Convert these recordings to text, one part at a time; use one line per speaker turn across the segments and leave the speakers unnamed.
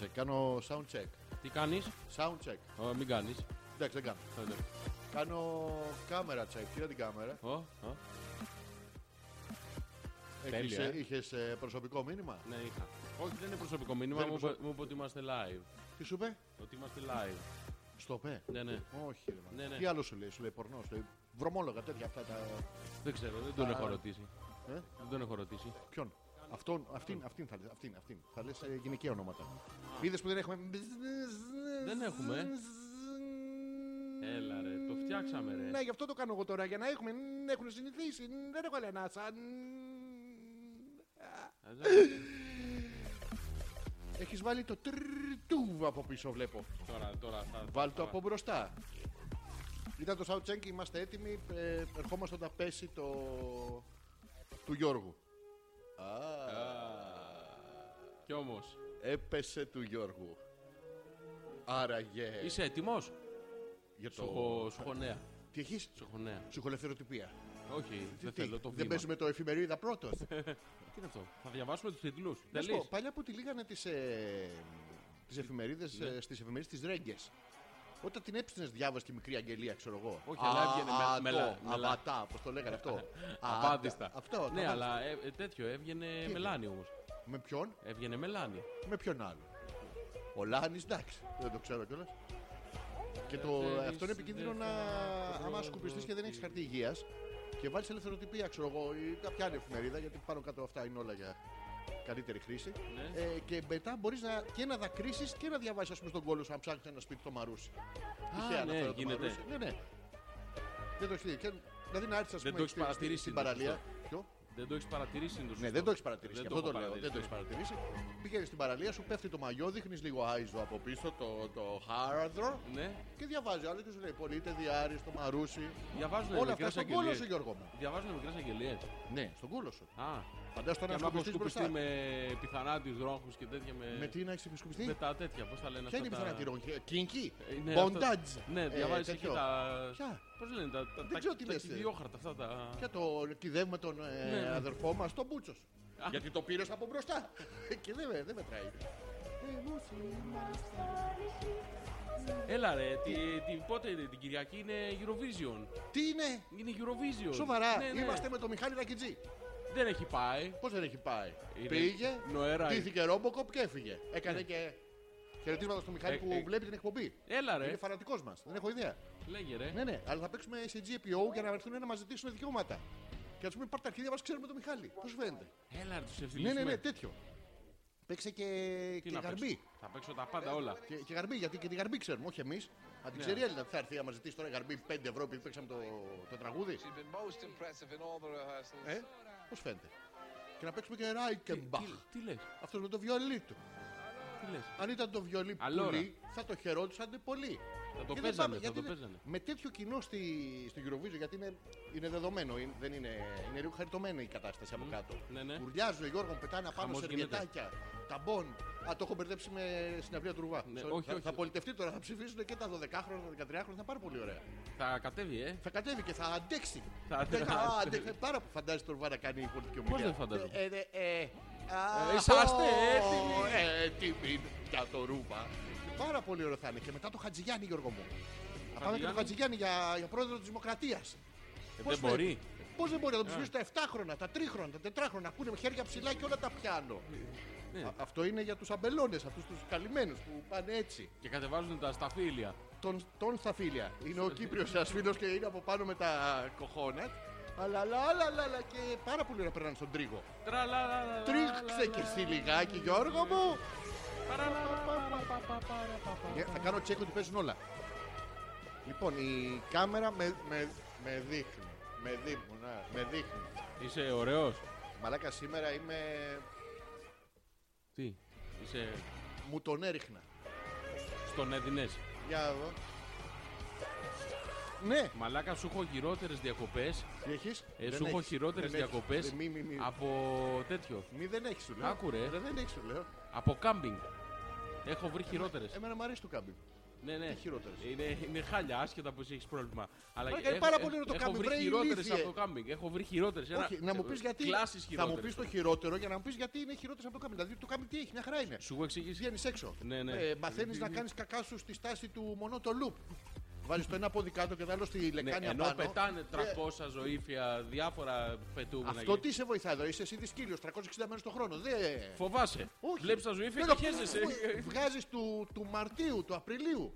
check. Κάνω sound check.
Τι κάνεις,
Sound check.
μην κάνεις.
Εντάξει, δεν κάνω. Κάνω κάμερα check. Πήρα την κάμερα.
Τέλεια, ε.
Είχες προσωπικό μήνυμα.
Ναι, είχα. Όχι, δεν είναι προσωπικό μήνυμα,
Δεν
μου
είναι
είπε- μου είπε ότι είμαστε live.
Τι σου είπε,
Ότι είμαστε live.
Στο πε.
Ναι, ναι.
Όχι, ρε, μάνα.
Ναι, ναι.
Τι άλλο σου λέει, σου λέει πορνό, σου λέει βρωμόλογα, τέτοια αυτά τα.
Δεν ξέρω, δεν τον
Α.
έχω ρωτήσει.
Ε?
Δεν τον έχω ρωτήσει.
Ποιον. Αυτόν, αυτήν, αυτήν θα λες, αυτήν, αυτήν. Θα λες ε, γυναικεία ονόματα. Είδες που δεν έχουμε...
Δεν έχουμε. Έλα ρε, το φτιάξαμε ρε.
Ναι, γι' αυτό το κάνω εγώ τώρα, για να έχουμε, έχουν συνηθίσει, δεν έχω άλλη ανάσα. Έχεις βάλει το τρτούβ από πίσω βλέπω.
Τώρα, τώρα θα...
Βάλ το
τώρα.
από μπροστά. Ήταν το soundcheck, είμαστε έτοιμοι. Ε, ερχόμαστε να πέσει το. του Γιώργου.
Κι όμως,
Έπεσε του Γιώργου. Άραγε.
είσαι έτοιμος.
Για
Σου έχω- σου έχω νέα.
Τι έχεις?
Σου έχω νέα.
Ψυχολευθεροτυπία.
Όχι, δεν
Τι,
θέλω το
δεν
βήμα.
παίζουμε το εφημερίδα πρώτος.
Τι είναι αυτό. Θα διαβάσουμε τους τίτλους.
Να σου πω,
Τελείς.
παλιά που τη λίγανε τις, ε, τις εφημερίδες,
Ναι.
ε, στις εφημερίδες τις ρέγγες. Όταν την έψινες διάβαζε τη μικρή αγγελία, ξέρω εγώ.
Όχι, αλλά έβγαινε με-
Α,
με
το,
λα- με λα-
Αβατά, πώς το λέγανε αυτό. Α,
Απάντηστα.
Αυτό, το
Ναι,
απάντηστα.
αλλά ε, ε, τέτοιο έβγαινε
Τι
μελάνι όμως.
Με ποιον,
Έβγαινε μελάνι.
με ποιον άλλο. Ο Λάνης, εντάξει, δεν το ξέρω κιόλας. Και το,
Δεύτερης,
αυτό είναι επικίνδυνο να.
δεύτερης,
άμα σκουπιστείς και δεν έχεις χαρτί υγείας και βάλεις ελευθεροτυπία, ξέρω εγώ, ή κάποια άλλη εφημερίδα, γιατί πάνω κάτω αυτά είναι όλα για καλύτερη χρήση.
Ναι.
Ε, και μετά μπορείς να, και να δακρύσεις και να διαβάσεις, ας πούμε, στον κόλλο σου, αν ψάχνεις ένα σπίτι το μαρούσι. Τυχαία
ναι,
αναφέρω το
γίνεται.
Μαρούσι. Ναι, ναι. Δεν το έχεις δει. Και, δηλαδή να έρθεις, ας
Δεν
πούμε,
το έχεις
στην-
παρατηρήσει,
στην
είναι
παραλία.
σωστό.
Ποιο?
Δεν το έχεις παρατηρήσει συνήθως.
Ναι, δεν το έχεις παρατηρήσει.
Δεν
και
το
αυτό
έχω
το λέω. Δεν το έχεις
παρατηρήσει.
παρατηρήσει. Πήγαινε στην παραλία, σου πέφτει το μαγιό, δείχνεις λίγο άιζο από πίσω το, το χάραδρο
Ναι,
και διαβάζει άλλο και σου λέει Πολύτε, Διάρη, το Μαρούσι.
διαβάζουν
Όλα αυτά
μικρές
στον
αγγελίες.
κόλο σου, Γιώργο μου.
Διαβάζουν μικρές αγγελίες.
Ναι, στον κόλο σου.
Α,
Φαντάζομαι
και
τώρα να
άμα έχω
σκουπιστεί
σκουπιστεί
μπροστά. Με...
με πιθανάτιους ρόχους και τέτοια με...
τι να έχεις επισκουπιστεί.
με τα τέτοια, πώς τα λένε
Ποια είναι η
αυτά τα-
πιθανάτη ρόγχη. Κίνκι.
Ε, ναι,
Μποντάτζ.
αυτά- Ναι, διαβάζεις εκεί τα...
Ε, Ποια?
Πώς λένε, τα, τα,
ξέρω
τα,
τι
τα
λες, ε.
κυβιόχαρτα αυτά τα...
Και το κυδεύουμε τον ε,
Ναι, ναι.
αδερφό μας, τον Μπούτσος. Γιατί το πήρες από μπροστά. και δεν, με- δεν μετράει.
Έλα ρε, τι, τι, πότε την Κυριακή είναι Eurovision.
Τι είναι,
Είναι Eurovision.
σοβαρά,
Ναι, ναι.
είμαστε με τον Μιχάλη Ρακιτζή.
Δεν έχει πάει.
Πώς δεν έχει πάει.
Είναι
Πήγε,
νοερά.
ντύθηκε ρόμποκοπ και έφυγε. Έκανε και χαιρετίσματα στον Μιχάλη
Ε,
που
ε,
βλέπει την εκπομπή.
Έλα ρε,
Είναι φανατικός μας. Δεν έχω ιδέα.
λέγε ρε.
Ναι, ναι, αλλά θα παίξουμε σε GPO για να έρθουν να μας ζητήσουν δικαιώματα. Και ας πούμε πάρτε τα αρχίδια μας, ξέρουμε τον Μιχάλη. Πώς φαίνεται.
Έλα ρε, τους
Ναι,
ευθυλίσουμε.
ναι, ναι, τέτοιο. Παίξε και,
Τι
και
να
γαρμπή.
παίξω. Θα παίξω τα πάντα όλα.
Και, και γαρμπή, γιατί και τη γαρμπή ξέρουμε, όχι εμείς. Αν
Ναι.
την ξέρει η Έλληνα, θα έρθει να μα ζητήσει τώρα γαρμπή 5 ευρώ επειδή παίξαμε το, το τραγούδι.
She's been most impressive in all the rehearsals.
Ε, πώς φαίνεται. Και να παίξουμε και
Τι, τι,
Ράικεμπαχ.
τι λες,
Αυτός με το βιολί του.
τι λες.
Αν ήταν το βιολί
Αλλόρα.
πουλί, θα το χαιρόντουσαν πολύ.
το
Και δεν
παίζανε,
πάμε,
θα
γιατί
το
είναι-
παίζανε.
Με τέτοιο κοινό στη, στο Eurovision, γιατί είναι, είναι δεδομένο, είναι, δεν είναι, είναι λίγο χαριτωμένη η κατάσταση από κάτω.
ναι, ναι.
Ουρλιάζουν, Γιώργο μου πετάνε απάνω
Χαμός γίνεται.
σερβιετάκια, ταμπον. Α, το έχω μπερδέψει με συναυλία του Ρουβά.
Ναι,
Sorry.
όχι,
θα,
όχι.
θα πολιτευτεί τώρα, θα ψηφίσουν και τα 12χρονα, τα 13χρονα, θα πάρα πολύ ωραία.
Θα κατέβει, ε.
Θα κατέβει και θα αντέξει.
Θα
αντέξει.
αντέξει.
Α, αντέξει. Πάρα που φαντάζει τον Ρουβά να κάνει η πολιτική ομιλία.
δεν φαντάζομαι.
Ε, ε, ε, ε, α,
είσαστε
ω, Έτοιμοι για το Ρουβά. Πάρα πολύ ωραίο θα είναι. Και μετά το Χατζηγιάννη, Γιώργο μου. Θα πάμε και τον Χατζηγιάννη για, για πρόεδρο της Δημοκρατίας.
δεν μπορεί.
Πώς δεν
Ε.
μπορεί να τον ψηφίσει τα 7 χρόνια, τα 3 χρόνια, τα 4 χρόνια. Ακούνε με χέρια ψηλά και όλα τα πιάνω.
Ναι.
Α- αυτό είναι για τους αμπελώνες, αυτούς τους καλυμμένους που πάνε έτσι.
Και κατεβάζουν τα σταφύλια.
Τον, τον στα φίλια. Είναι ο Κύπριος ένας φίλος και είναι από πάνω με τα κοχώνα. Αλλά, αλλά, αλλά, αλλά, αλλά και πάρα πολύ να περνάνε στον τρίγο.
Τραλαλαλα.
Τρίξε και εσύ λιγάκι, Γιώργο μου. Ε, Θα κάνω τσέκ ότι παίζουν όλα. Λοιπόν, η κάμερα με, με, με δείχνει. Με δείχνει, να, με δείχνει.
Είσαι ωραίος.
Μαλάκα σήμερα είμαι...
Τι, είσαι
Μου τον έριχνα.
στον Έδινες.
Για εδώ. Ναι.
Μαλάκα, σου έχω χειρότερες διακοπές.
Τι έχεις?
Ε,
Δεν
σου έχω
έχεις.
χειρότερες
Δεν έχεις. Ε,
διακοπές ε.
Μη, μη, μη.
από τέτοιο.
Μη δεν έχεις σου λέω.
Άκου, ρε.
Ρε, Δεν έχεις σου λέω. Ε,
Από κάμπινγκ. Έχω βρει χειρότερες.
Εμένα μου αρέσει το κάμπινγκ.
Ναι, ναι.
Τι ε, χειρότερες.
Είναι, είναι χάλια, άσχετα που έχεις πρόβλημα. Αλλά
Μα, κάνει
έχ-
πάρα
ε-
πολύ ωραίο το
έχω
κάμπινγκ,
βρει
βρε,
χειρότερες
ηλίθιε.
από το κάμπινγκ. Έχω βρει χειρότερες.
Όχι, να μου πεις γιατί.
Κλάσεις
θα μου
χειρότερες.
πεις το χειρότερο για να μου πεις γιατί είναι χειρότερο από το κάμπινγκ. Δηλαδή το κάμπινγκ τι έχει, μια χαρά είναι.
Σου έχω εξηγήσει.
Βγαίνεις έξω.
Ναι, ναι.
Ε, Μαθαίνεις να κάνεις κακά σου στη στάση του μονό το loop. Βάζει το ένα πόδι κάτω και το άλλο στη
Ναι,
λεκάνη
ενώ
απάνω.
πετάνε 300 ζωήφια, διάφορα πετούμενα.
Αυτό
και-
τι σε βοηθάει εδώ, είσαι εσύ δυσκύλιος 360 μέρες το χρόνο. Δε.
Φοβάσαι.
Όχι.
Βλέπεις τα ζωήφια
Θέλω-
και χέζεσαι.
Βγάζεις του, του Μαρτίου, του Απριλίου,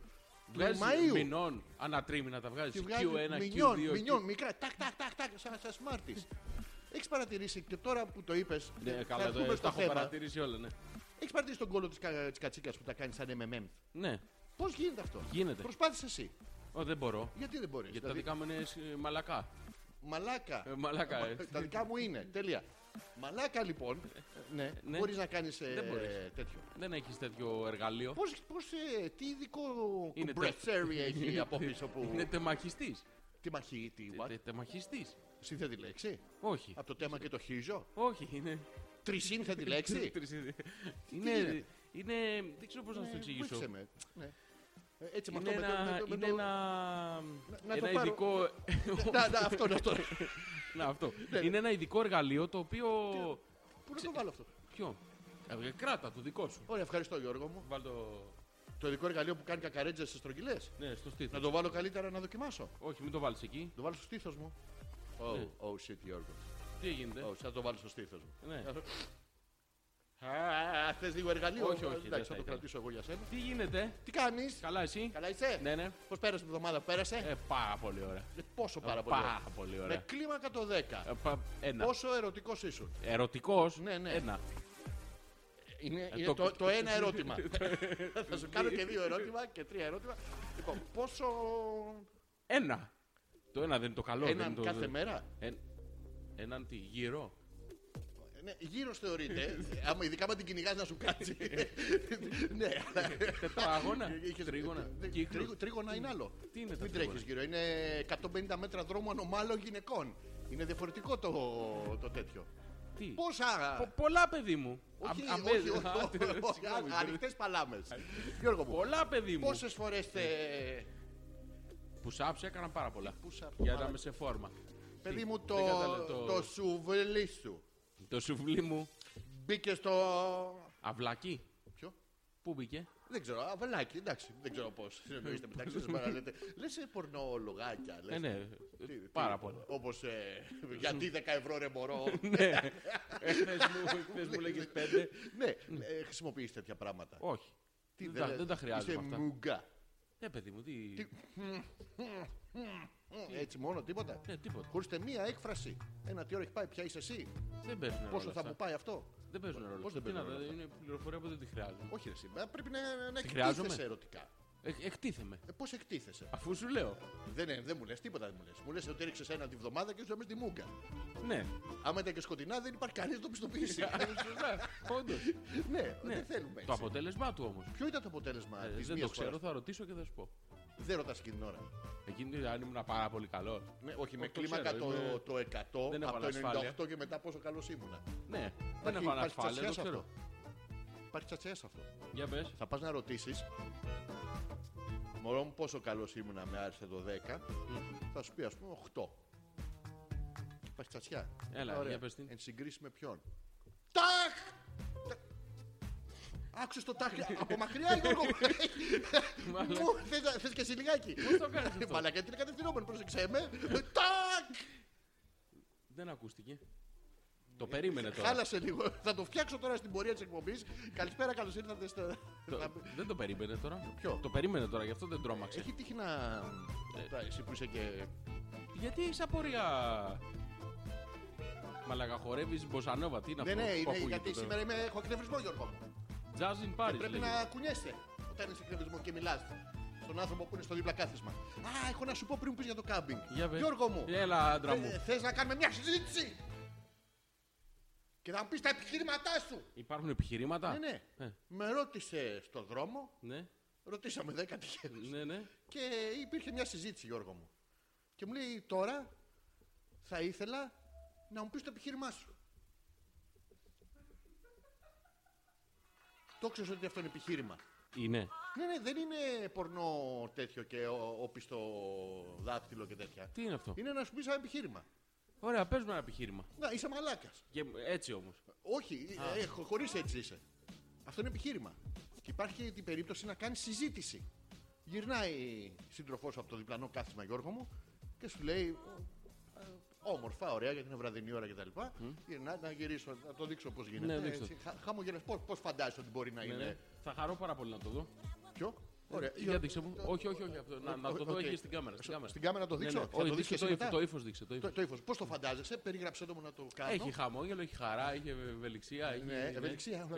του
Βγάζεις
Μαΐου.
Μηνών, ανατρίμηνα τα βγάζεις.
Τη βγάζεις
Q1,
μηνιών,
Q2.
μηνιών, μικρά. Τάκ, τάκ, τάκ, τάκ, σαν ένα σμάρτη. Έχεις παρατηρήσει και τώρα που το είπες.
Ναι, καλά, το, τα έχω παρατηρήσει όλα, ναι.
Έχεις παρατηρήσει τον κόλλο της κατσίκας που τα κάνεις σαν MMM.
Ναι,
Πώς γίνεται αυτό.
γίνεται.
Προσπάθησες εσύ.
Ω, δεν μπορώ.
Γιατί δεν μπορείς.
Γιατί τα δικά μου είναι ε, μαλακά.
Μαλάκα.
Ε, μαλάκα, ε.
Τα δικά μου είναι. Τέλεια. Μαλάκα λοιπόν. Ναι,
Ναι.
μπορείς να κάνεις
Δεν μπορείς.
τέτοιο.
Δεν έχεις τέτοιο εργαλείο.
Πώς, πώς, ε, τι ειδικό
Είναι
κουμπρετσέρι έχει από πίσω
Είναι
που...
τεμαχιστής.
τι μαχή, τι what?
Τεμαχιστής.
Σύνθετη λέξη.
Όχι.
Από το τέμα και το χίζο.
Όχι, είναι.
Τρισύνθετη λέξη.
Τρισίδη.
γίνεται?
Είναι. Είναι. Δεν ξέρω πώς να σου το
Ε, βοήθησε
εξηγήσω.
με. Ναι. Ε, Έτσι με
Είναι
αυτό με το- με
ένα.
το- με
Είναι
το-
ένα.
να το
Ένα
πάρω.
ειδικό.
Να, Ναι, να, αυτό, να το...
Να αυτό. Είναι ένα ειδικό εργαλείο το οποίο.
Πού να το βάλω αυτό.
Ποιο. Ε, Κράτα το δικό σου.
Ωραία, ευχαριστώ Γιώργο μου.
Βάλ το.
Το ειδικό εργαλείο που κάνει κακαρέτζες στις στρογγυλές.
Ναι, στο
Να
στήθο.
το βάλω καλύτερα να δοκιμάσω.
Όχι, μην το βάλεις εκεί.
Να το βάλω στο στήθος μου. Oh,
Ναι.
oh shit, Γιώργο.
Τι έγινε.
Oh, θα το βάλω στο στήθος μου.
Ε. Ναι.
Α, θες λίγο εργαλείο.
Όχι, όχι, δεν
Εντάξει,
θα
θα το
ήθελα.
κρατήσω εγώ για σένα.
Τι γίνεται.
Τι κάνεις.
Καλά, εσύ.
Καλά είσαι.
Ναι, ναι.
Πώς πέρασε την εβδομάδα που πέρασε.
Ε, πάρα πολύ ωραία.
Ε, Πόσο πάρα πολύ. ωραία. Ναι.
Πάρα πολύ
Με
ωραία.
κλίμακα το 10.
Ε, πα- Ένα.
Πόσο ερωτικός ήσουν.
Ερωτικός.
Ναι, ναι.
Ένα.
Είναι,
Ε,
είναι
το-
το, το, ένα ερώτημα. Θα σου κάνω και δύο ερώτημα και τρία ερώτημα. Λοιπόν, πόσο.
Ένα. Το ένα δεν είναι το καλό. δεν
έναν
είναι το...
κάθε μέρα.
Εν- Έναν τι, γύρω.
Ναι, γύρω θεωρείται. ε, άμα, ειδικά με την κυνηγάς να σου κάτσει. ναι, αλλά. Ε,
Τετράγωνα.
Είχες-
τρίγωνα.
τρί-
Κύκλος.
τρίγω- Τρίγωνα είναι άλλο.
Τι είναι τα
Μην
τρίγωνα?
τρέχεις γύρω. Είναι 150 μέτρα δρόμου ανωμάλων γυναικών. Είναι διαφορετικό το, το τέτοιο.
Τι.
Πόσα.
Πο- Πολλά, παιδί μου.
Όχι,
Α- αμέ-
όχι,
Α, τε-
όχι.
συγγνώμη, δηλαδή.
Ανοιχτές παλάμες. Γιώργο μου,
Πολλά, παιδί μου.
πόσες φορές.
Που σάψε έκαναν πάρα πολλά. Για να είμαι σε φόρμα.
Παιδί
Τι,
μου, το,
δεν κατάλαβα το-
το σουβλί σου
Το σουβλί μου.
μπήκε στο.
Αυλακή.
Ποιο?
Πού μπήκε.
Δεν ξέρω, αβελάκι, εντάξει, δεν ξέρω πώς. Συνεννοείστε μεταξύ σας, παραλέτε. Λες σε πορνολογάκια, λες.
Ε, ναι. Πάρα πολλά.
Όπως. ε, γιατί 10 ευρώ ρε μπορώ.
Ναι. Εχθές μου, χθες μου λέγες πέντε.
ναι, ε, χρησιμοποιείς τέτοια πράγματα.
Όχι.
Τι
δεν, τα,
λες,
δεν τα χρειάζομαι
Είσαι
αυτά.
μουγκα.
Ναι, παιδί μου, τι.
Μμ, Έτσι μόνο, τίποτα.
Ναι, τίποτα.
Χωρίστε μία έκφραση. Ένα τι ώρα έχει πάει, πια είσαι εσύ.
Δεν παίζουν ρόλο.
Πόσο θα
Ε, αυτά.
μου πάει αυτό.
Δεν παίζουν ρόλο.
Πώς δεν
Τι να
παίζουν
τα-
ρόλο
Είναι πληροφορία που δεν τη χρειάζομαι.
Όχι, ρε, εσύ, πρέπει να, να
χρειάζομαι?
εκτίθεσαι ερωτικά.
Ε, εκτίθεμαι.
Ε, Πώς εκτίθεσαι.
Αφού σου λέω.
Δεν, ε, δεν μου λες, τίποτα δεν μου λες. Μου λες ότι έριξες ένα τη βδομάδα και σου έμεινε τη μούγκα.
Ναι.
Άμα ήταν και σκοτεινά, δεν υπάρχει κανείς να το πιστοποιήσει.
Σωστά. Όντως.
ναι,
Ναι.
δεν θέλουμε.
Το
Έτσι.
αποτέλεσμά του όμως.
Ποιο ήταν το αποτέλεσμα της της
Δεν το
μίας
ξέρω, θα ρωτήσω και θα σου πω.
Δεν ρωτάς εκείνη την ώρα.
Εκείνη την αν ήμουν πάρα πολύ καλό.
Ναι, όχι, με
το
κλίμακα
ξέρω,
το,
είμαι-
το 100
Δεν έχω
από το 98
ανασφάλεια.
και μετά πόσο καλός ήμουνα.
Ναι, δεν έχω ανασφάλεια,
τσατσιά
το
σε
ξέρω.
Υπάρχει τσατσιάς σε αυτό.
Για πες.
Θα πας να ρωτήσεις. Μωρό μου, πόσο καλός ήμουνα με άρισε το 10. Θα σου πει, ας πούμε, 8. Υπάρχει τσατσιά.
Έλα,
Ωραία.
για πες την.
Εν συγκρίση με ποιον. Τάχ! Άκουσες το τάχ από μακριά, Γιώργο.
Μάλλον.
Μου, θες να- Θες και εσύ λιγάκι.
Πώς το κάνεις αυτό?
Μαλακά, τι είναι κατευθυνόμενο, πρόσεξε ε, με. Τάκ!
Δεν ακούστηκε. Το περίμενε τώρα.
Χάλασε λίγο. Θα το φτιάξω τώρα στην πορεία της εκπομπής. Καλησπέρα, καλώς ήρθατε στο.
Το-
Θα-
Δεν το περίμενε τώρα.
Ποιο? Ε,
Το περίμενε τώρα, γι' αυτό δεν τρόμαξε.
Έχει τύχει να.
Ε.
Τώρα, Εσύ που είσαι και.
Γιατί έχει απορία. Μαλακα χορεύεις Μποσανόβα, τι να
Ναι,
πω.
ναι,
που
είναι
ακούγεται
γιατί
τώρα.
σήμερα είμαι, έχω εκνευρισμό, Γιώργο. μου.
Jazz in
Και
Paris.
πρέπει
λέγεται.
να κουνιέσαι όταν είσαι εκνευρισμό και μιλάς στον άνθρωπο που είναι στο δίπλα κάθισμα. Α, έχω να σου πω πριν πεις για το κάμπινγκ.
Για πες. Ε,
Γιώργο μου, Ε,
Έλα, άντρα μου.
θες να κάνουμε μια συζήτηση. Και θα μου πεις τα επιχειρήματά σου.
Υπάρχουν επιχειρήματα.
Ναι, ναι.
Ε,
Με ρώτησε στον δρόμο,
ναι.
ρωτήσαμε 10 τυχαίου.
Ναι, ναι.
Και υπήρχε μια συζήτηση, Γιώργο μου. Και μου λέει τώρα θα ήθελα να μου πεις το επιχείρημά σου. Το ξέρεις ότι αυτό είναι επιχείρημα.
Είναι.
Ναι, ναι, δεν είναι πορνό τέτοιο και ο- όπιστο δάκτυλο και τέτοια.
Τι είναι αυτό.
Είναι να σου πει σαν επιχείρημα.
Ωραία, παίζουμε ένα επιχείρημα.
Να, είσαι μαλάκας.
Και, έτσι όμως.
Όχι, ε, χωρίς έτσι είσαι. Αυτό είναι επιχείρημα. Και υπάρχει και την περίπτωση να κάνεις συζήτηση. Γυρνάει σύντροφό από το διπλανό κάθισμα Γιώργο μου και σου λέει. «Ε, Όμορφα, ωραία γιατί είναι βραδινή ώρα κτλ. Γυρνάει να γυρίσω, να το δείξω πώς γίνεται.
Ναι, δείξτε
έτσι. Χα, χαμογελάς. Πώς- πώς φαντάζεσαι ότι μπορεί να είναι.
Ναι, Θα χαρώ πάρα πολύ να το δω.
Ποιο? Ωραία.
Για δείξε μου. Όχι, όχι, όχι. αυτό. Να, να το δω
Οκ.
εκεί στην κάμερα. Στην κάμερα,
Στην κάμερα να το δείξω.
Ναι, ναι.
Θα
Όχι,
το δεις
δείξε
και εσύ
το ύφο-
μετά.
Το ύφος δείξε. το
Το,
ύφος.
το ύφος, πώς το φαντάζεσαι, περιγράψε το μου να το κάνω.
Έχει χαμόγελο, έχει χαρά, έχει ευε- ευελιξία. έχει-
Ναι, ευελιξία.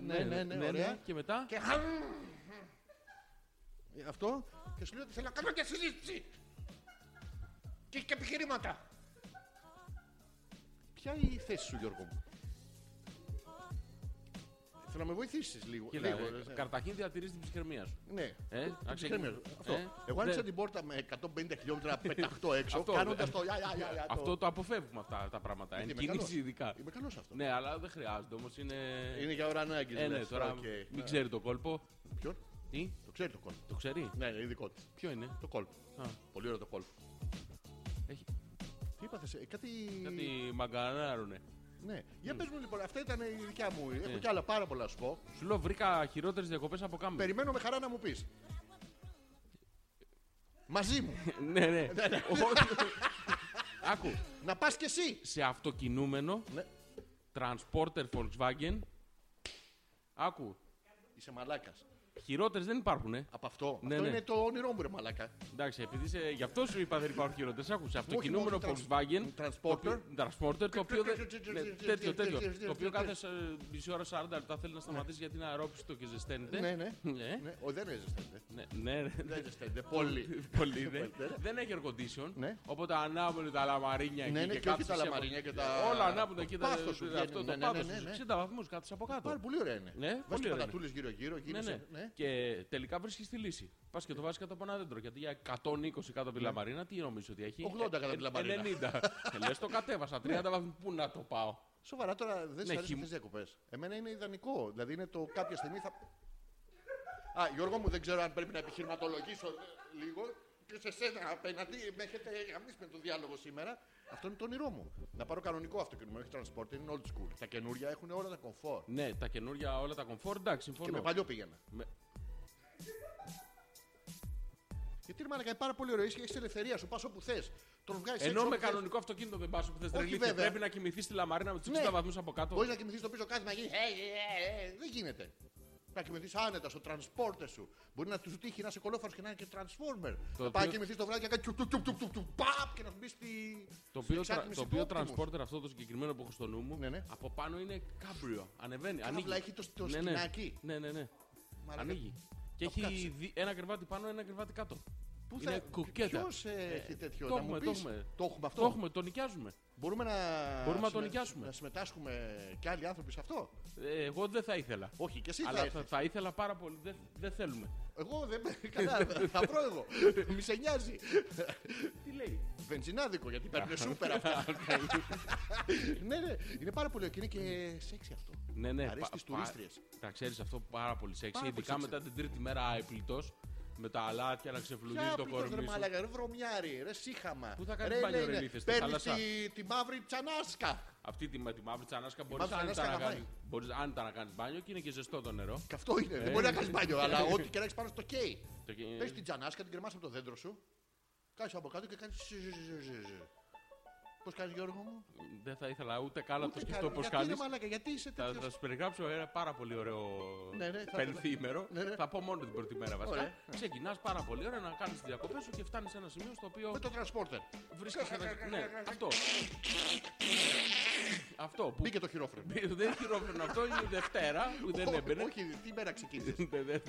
Ναι, ναι, ναι,
ωραία.
ναι. Και μετά.
Και χαμ. Ε, Αυτό. Και σου λέω ότι θέλω να κάνω και συζήτηση. Και έχει και επιχειρήματα. Ποια είναι η θέση σου, Γιώργο μου. Θέλω να με βοηθήσεις λίγο.
Κοίτα,
λίγο,
ε,
ε,
Καταρχήν διατηρείς την ψυχραιμία σου.
Ναι.
Ε,
Την
να
ψυχραιμία σου.
ξεκινήσουμε.
Αυτό.
Ε,
Εγώ άνοιξα
δεν-
την πόρτα με 150 χιλιόμετρα να πεταχτώ έξω,
Αυτό,
κάνοντας
ε,
το. «Ια, για, για, για», το-
Αυτό το αποφεύγουμε αυτά τα πράγματα.
Γιατί
Εν
είμαι καλός.
κίνηση ειδικά.
Είμαι καλός αυτό.
Ναι, αλλά δεν χρειάζεται όμως. Είναι.
Είναι για ώρα ανάγκης.
Ε, ναι, τώρα μην ξέρει το κόλπο.
Ποιον?
Τι,
Το ξέρει το κόλπο.
το ξέρει.
Ναι, είναι δικό της.
Ποιο είναι.
Το κόλπο.
Α,
Πολύ ωραίο το κόλπο.
έχει.
Τι είπατε, σε- κάτι.
Κάτι μαγκανάρουνε.
Ναι. Για πες μου λοιπόν, αυτά ήταν η δικιά μου.
Ναι.
Έχω κι άλλα πάρα πολλά να σου πω.
Σου λέω βρήκα χειρότερες διακοπές από κάμπινγκ.
Περιμένω με χαρά να μου πεις. Μαζί μου.
ναι, ναι. Όχι. Άκου.
να πας κι εσύ.
Σε αυτοκινούμενο,
Ναι.
transporter Volkswagen. Άκου.
Είσαι μαλάκας.
Χειρότερες δεν υπάρχουν. Ε.
Από αυτό.
Ναι,
αυτό
ναι.
είναι το όνειρό μου, ρε μαλάκα.
Εντάξει, επειδή σε... γι' αυτό σου είπα δεν υπάρχουν χειρότερες. Άκουσε αυτοκινούμενο
μόνο
Volkswagen.
transporter.
το οποίο- Transporter, το οποίο. δεν- ναι, τέτοιο, τέτοιο. Το οποίο κάθε ε, μισή ώρα 40 λεπτά θέλει να σταματήσει γιατί είναι αερόπιστο και ζεσταίνεται.
Ναι, ναι.
Ναι,
ναι. Ο, δεν ζεσταίνεται.
ναι, ναι, ναι.
Δεν ζεσταίνεται. Πολύ.
Πολύ δε.
Ναι.
Δεν έχει air condition.
Ναι.
Οπότε ανάβουν τα λαμαρίνια εκεί.
Ναι, ναι, και όχι
κάθεσαι
τα
σε-
λαμαρίνια και τα-
Όλα ανάβουν εκεί.
το
τα-
πάθος σου βγαίνει.
Αυτό
Ναι,
το
ναι,
πάθο.
ναι, ναι, ναι.
60 βαθμού κάτω από
Πάρα
κάτω.
πολύ ωραία είναι.
Ναι, πολύ
Βάζει
ωραία
πατατούλες γύρω-γύρω,
Ναι,
γίνεσαι.
ναι.
ναι.
Και τελικά βρίσκεις τη λύση. Πας και το βάζεις κάτω από ένα δέντρο. Γιατί για 120 κάτω από τη λαμαρίνα, τι νομίζεις ότι έχει. Ε,
80 Ναι. κάτω από τη λαμαρίνα. Ναι.
90. Λες το κατέβασα. 30 βαθμού. Πού να το πάω.
Σοβαρά τώρα δεν
Ναι,
σε αρέσουν
χυμ-
τι διακοπές. Εμένα είναι ιδανικό. Δηλαδή είναι το κάποια στιγμή θα. Α, Γιώργο μου, δεν ξέρω αν πρέπει να επιχειρηματολογήσω ε, λίγο. Και σε σένα απέναντι, με έχετε γαμίσει με το διάλογο σήμερα. Αυτό είναι το όνειρό μου. Να πάρω κανονικό αυτοκίνητο, όχι transport, είναι old school. Τα καινούρια έχουν όλα τα κομφόρ.
Ναι, τα καινούργια όλα τα comfort. Εντάξει,
Και με
συμφωνώ.
παλιό πήγαινα.
ναι. Με-
Γιατί ρε μαλακά, είναι πάρα πολύ ωραίο. Είσαι έχεις ελευθερία σου, πας όπου θες. Τον βγάζεις
Ενώ με κανονικό αυτοκίνητο δεν πας που θε τρελή.
βέβαια.
Πρέπει να κοιμηθείς στη λαμαρίνα με τους
Ναι.
60 βαθμού από κάτω.
Μπορείς να κοιμηθείς στο πίσω κάθισμα και ε, ε, ε, ε, Δεν γίνεται. Να κοιμηθείς άνετα στο τρανσπόρτερ σου. Μπορεί να του τύχει να είσαι κολόφαρος και να είναι και transformer.
Το
να πάει
οποίο-
να κοιμηθεί το βράδυ και να κάνει τσουκ, τσουκ, τσουκ, τσουκ, τσουκ, τσουκ, παπ και να μπει στη.
Το
στην
οποίο, τρα,
εξάτμιση
το
του
οποίο
Optimus.
transporter αυτό το συγκεκριμένο που έχω στο νου μου,
Ναι, ναι.
από πάνω είναι κάμπριο. Ανεβαίνει.
Κάβλα,
ανοίγει.
έχει το- το
ναι, ναι.
σκηνάκι.
Ναι, ναι, ναι.
Μαλάκα,
ανοίγει. Και
το κάψε.
έχει δι- ένα κρεβάτι πάνω, ένα κρεβάτι κάτω.
Πού
είναι
θα...
κουκέτα.
Ποιος ε, έχει τέτοιο
το
να
έχουμε,
μου
το
πεις.
έχουμε.
Το έχουμε αυτό.
Το έχουμε, το νοικιάζουμε.
Μπορούμε να,
Μπορούμε να το
συμμε-
νοικιάσουμε.
Να συμμετάσχουμε κι άλλοι άνθρωποι σε αυτό.
Ε, εγώ δεν θα ήθελα.
Όχι, και εσύ θα
Αλλά θα,
έρθεις.
θα ήθελα πάρα πολύ. Δεν δεν θέλουμε.
Εγώ δεν. Καλά, θα βρω εγώ. Μη σε νοιάζει.
Τι λέει.
Βενζινάδικο, γιατί παίρνουν σούπερ αυτά. ναι, ναι, είναι πάρα πολύ ωραίο και είναι και σεξι αυτό.
ναι, ναι.
Αρέσει
πα-
τις
πα-
τουρίστριες.
Τα ξέρεις αυτό πάρα πολύ σεξ.
Πάρα πολύ
Ειδικά
sexy.
μετά την τρίτη μέρα έπλητο. Με τα αλάτια να ξεφλουδίζει
Ποια
το
πλήθος ρε
κορμί σου.
μάλαγα, ρε βρωμιάρι, ρε σύχαμα.
Πού θα κάνεις
Ρε,
μπάνιο,
ναι,
ρε,
ναι.
λίθες, στη
Παίρνεις
θάλασσα.
τη, τη μαύρη τσανάσκα.
Αυτή τη, με τη μαύρη τσανάσκα μπορείς
μαύρη
άνετα
τσανάσκα
να
καβάει.
κάνεις. Μπορείς άνετα να κάνεις μπάνιο και είναι και ζεστό το νερό.
Και αυτό είναι.
Ε,
Δεν μπορεί να κάνεις μπάνιο, αλλά ό,τι και να έχεις πάνω στο κέι.
Το-
Παίρνεις την τσανάσκα, την κρεμάς από το δέντρο σου. Κάνεις από κάτω και κάνεις... ζ, ζ, ζ, ζ, ζ. Πώς κάνεις Γιώργο μου.
Δεν θα ήθελα ούτε καν να το
Ούτε
σκεφτώ
καν.
πώ
Γιατί
κάνει.
ρε μάλακα, γιατί είσαι
Θα, θα
τέτοιος.
σου περιγράψω ένα πάρα πολύ ωραίο
Ναι, ναι, θα
πενθήμερο.
Ναι, ναι.
Θα πω μόνο την πρώτη μέρα βασικά.
Ωραία.
Ξεκινάς πάρα πολύ ωραία να κάνεις τις διακοπές σου και φτάνεις σε ένα σημείο στο οποίο
Με το τρανσπόρτερ.
βρίσκεσαι. να- Ναι, αυτό. αυτό που.
Μπήκε το χειρόφρενο.
Δεν είναι χειρόφρενο αυτό, είναι η Δευτέρα που δεν έμπαινε.
Όχι, Ναι, τι μέρα ξεκίνησε.
Δεν- δεν-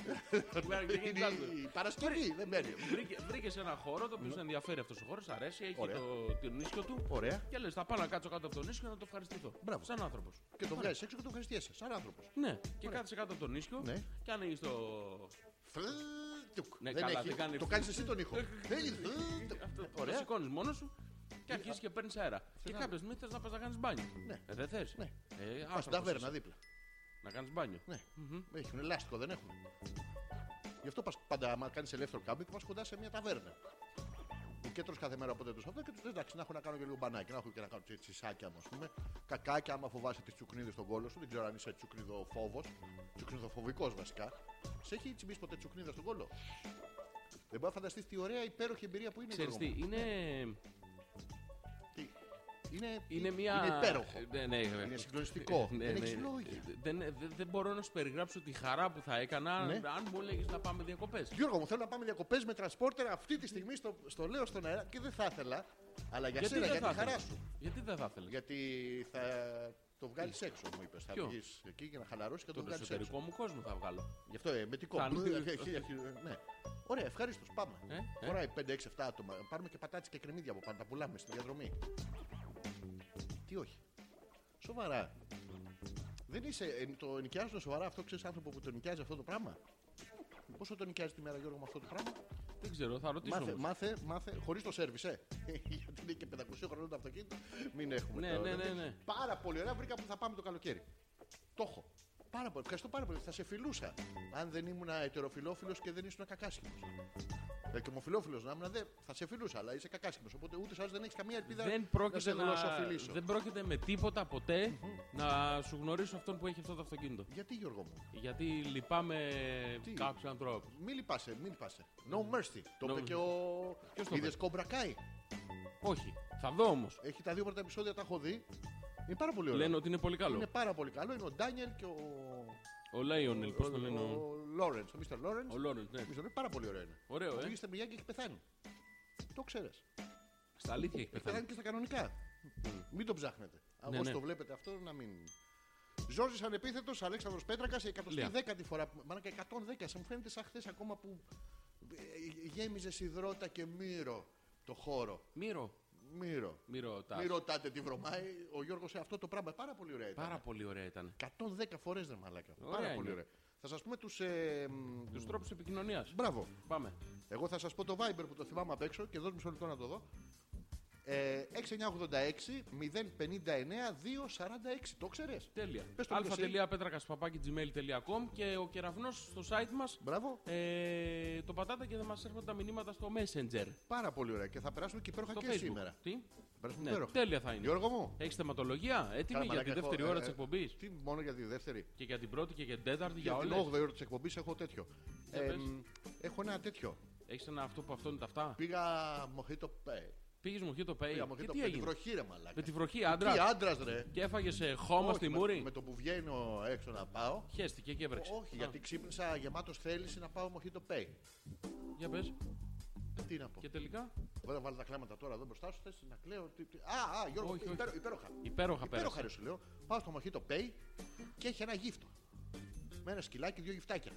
Μέρα και
Είναι
κοιτάζω.
η Παρασκευή, δεν μένει.
Βρήκε, βρήκε ένα χώρο το οποίο σε ενδιαφέρει αυτός ο χώρος, αρέσει, έχει
Ωραία.
το, το νίσιο του.
Ωραία.
Και λες, θα πάω να κάτσω κάτω από το νίσιο και να το ευχαριστηθώ.
Μπράβο.
Σαν άνθρωπος.
Και τον βγάζεις έξω και τον ευχαριστιέσαι, σαν άνθρωπος.
Ναι, και κάθεσαι κάτω από το νίσιο
Ναι.
και ανοίγει το. Ναι,
Δεν
καλά,
έχει.
δεν κάνεις
Το
φου-
κάνεις εσύ τον ήχο. Δεν είναι.
Αυτό, το
Ωραία.
σηκώνεις μόνος σου και αρχίζεις και παίρνεις αέρα. Και
Φαινά-
κάποια στιγμή θες να πας να κάνεις μπάνιο.
Ναι.
Ε, δεν θες.
Ναι. Πα στην ταβέρνα δίπλα.
Να κάνεις μπάνιο.
Ναι. Έχουν ελάστικο, δεν έχουν. Γι' αυτό πας πάντα, άμα κάνεις ελεύθερο κάμπινγκ, πας κοντά σε μια ταβέρνα. Και τρως κάθε μέρα ποτέ του αυτό και τους λες: Εντάξει, να έχω να κάνω και λίγο μπανάκι, να έχω και να κάνω τσισάκια μου, ας πούμε. Κακάκια, άμα φοβάσαι τις τσουκνίδες στον κόλο σου, δεν ξέρω αν είσαι τσουκνιδοφόβος, τσουκνιδοφοβικός βασικά. Σε έχει τσιμπήσει ποτέ τσουκνίδα στον κόλο. Δεν μπορεί να φανταστείς τι ωραία υπέροχη εμπειρία που είναι
Ξέρεις τι,
Γιώργο μου.
είναι,
Ναι. Τι. Είναι,
είναι μια...
είναι υπέροχο.
Ε, Ναι, ναι,
Είναι συγκλονιστικό.
Ναι,
δεν
ναι.
έχεις λόγια.
Δεν, ε, δεν- δεν μπορώ να σου περιγράψω τη χαρά που θα έκανα
Ναι.
αν μου έλεγες να πάμε διακοπές.
Γιώργο μου, θέλω να πάμε διακοπές με τρανσπόρτερ αυτή τη στιγμή στο, στο λέω στον αέρα και δεν θα ήθελα. Αλλά για σένα, για τη χαρά σου.
Γιατί δεν θα ήθελα.
Γιατί θα το βγάλεις έξω, μου είπες. Θα
Ποιο?
βγεις εκεί για να χαλαρώσεις και θα το
Τον
βγάλεις έξω.
εσωτερικό μου κόσμο θα βγάλω.
Γι' αυτό ε, μετικό.
Θα
Μπλε,
ανοίξει.
χι- χι- χι- ναι. Ωραία, ευχαρίστως. Πάμε.
Ε, ε.
Χωράει 5-6-7 άτομα. Πάρουμε και πατάτσι και κρεμμύδια από πάνω. Τα πουλάμε στη διαδρομή. Τι όχι. Σοβαρά. Δεν είσαι. ε, το νοικιάζουν σοβαρά αυτό, ξέρεις άνθρωπο που το νοικιάζει αυτό το πράγμα. Πόσο το νοικιάζει τη μέρα, Γιώργο, με αυτό το πράγμα.
Δεν ξέρω, θα ρωτήσω.
Μάθε,
όμως.
μάθε, μάθε, χωρίς το σερβις, ε. Γιατί είναι και 500 χρονών το αυτοκίνητο. Μην έχουμε.
Ναι,
το-
ναι, ναι, ναι.
Πάρα πολύ ωραία. Βρήκα που θα πάμε το καλοκαίρι. Το έχω. Πάρα πολύ. Ευχαριστώ πάρα πολύ. Θα σε φιλούσα. Αν δεν ήμουν ετεροφιλόφιλος και δεν ήσουν κακάσχημος. Ε, και ομοφιλόφιλος να ήμουν, δεν θα σε φιλούσα, αλλά είσαι κακάσχημος. Οπότε ούτε σ' άλλο δεν έχεις καμία ελπίδα
Δεν πρόκειται,
να σε
να-
γλωσσοφιλήσω.
δεν πρόκειται με τίποτα ποτέ να σου γνωρίσω αυτόν που έχει αυτό το αυτοκίνητο.
Γιατί Γιώργο μου,
Γιατί λυπάμαι
Τι?
κάποιους ανθρώπους.
μη λυπάσαι, μη λυπάσαι. No mercy. Το
No-
είπε και ο.
Ποιος το είπε?
Είδε κομπρακάι.
Όχι, θα δω όμως.
Έχει τα δύο πρώτα επεισόδια, τα έχω δει. Είναι πάρα πολύ ωραίο.
Λένε ότι είναι πολύ καλό.
Είναι πάρα πολύ καλό. Είναι ο Ντάνιελ και ο.
Ο Λέιονελ, πώς το λένε. Ο,
Ο Λόρεντ, ο Μίστερ Λόρεντ.
ο Λόρεντ, ναι.
Πάρα πολύ ωραίο είναι.
Ωραίο, ε.
Πήγε στα παιδιά και έχεις πεθάνει. Το ξέρεις.
Στα αλήθεια έχεις
Έχει
πεθάνει.
πεθάνει και στα κανονικά. Μην το ψάχνετε. Αν
Ναι,
όσοι
ναι.
το βλέπετε αυτό, να μην. Ζόρζη Ανεπίθετος, Αλέξανδρος Πέτρακας, η
Λέα.
110η φορά. που- Μάνα και 110, σαν μου φαίνεται σαν χθες ακόμα που ε, γέμιζες υδρότα και μύρο το χώρο.
Μύρο.
Μύρο.
Μύρο, τα.
Μη ρωτάτε τι βρωμάει ο Γιώργος σε αυτό το πράγμα. Πάρα πολύ ωραία. ήταν.
Πάρα πολύ ωραία ήταν.
110 φορέ δεν μαλάκα.
Ωραία
Πάρα
είναι.
πολύ ωραία. Θα σας πούμε τους. Ε, μ,
Τους τρόπους επικοινωνίας.
Μπράβο.
Πάμε.
Εγώ θα σας πω το Viber που το θυμάμαι απ' έξω και δώσ' μου σε λεπτό να το δω. Ε, 6986 059 246. Το ξέρεις.
Τέλεια.
Πες το ποιος είναι.
αλφα.πέτρακα.gmail.com και ο κεραυνός στο site μας.
Μπράβο.
Ε, το πατάτε και θα μας έρχονται τα μηνύματα στο Messenger.
Πάρα πολύ ωραία. Και θα περάσουμε και υπέροχα
Στο
και
Facebook.
σήμερα.
Τι?
Θα Περάσουμε
Ναι,
υπέροχα.
τέλεια θα είναι.
Γιώργο μου.
Έχεις θεματολογία
Καλά,
έτοιμη για τη
μαλάκα,
δεύτερη
έχω,
ώρα
ε,
της
ε,
εκπομπής.
Τι μόνο για τη δεύτερη.
Και για την πρώτη και για την τέταρτη, για
Για την
όλες.
8η ώρα της εκπομπής έχω τέτοιο.
Για
Ε,
πες.
μ, έχω ένα τέτοιο.
Έχεις ένα αυτό που αυτό είναι τα αυτά.
Πήγα μοχίτο πέι.
Πήγε μου το
Πήγα
pay. Ε, Και
μοχίτο
τι
με τη
έγινε.
βροχή ρε μαλάκα.
Με τη βροχή,
Τι
άντρας.
άντρας ρε.
Και έφαγες χώμα
Όχι,
στη
με-
μούρη.
Με το που βγαίνω έξω να πάω.
Χαίστηκε και έβρεξε.
Όχι,
Α,
γιατί ξύπνησα γεμάτος θέληση να πάω μοχίτο πέι.
Για πες.
Τι να πω.
Και τελικά.
Βέβαια, βάλω τα κλάματα τώρα εδώ μπροστά σου. Θες να κλαίω. Τι, τι... Α, α, Γιώργο,
Όχι, όχι.
υπέρο- υπέροχα.
Υπέροχα πέρασε.
Υπέροχα, ρε σου λέω. Πάω στο μαχίτο Pay και έχει ένα γύφτο. Με ένα σκυλάκι, δύο γυφτάκια.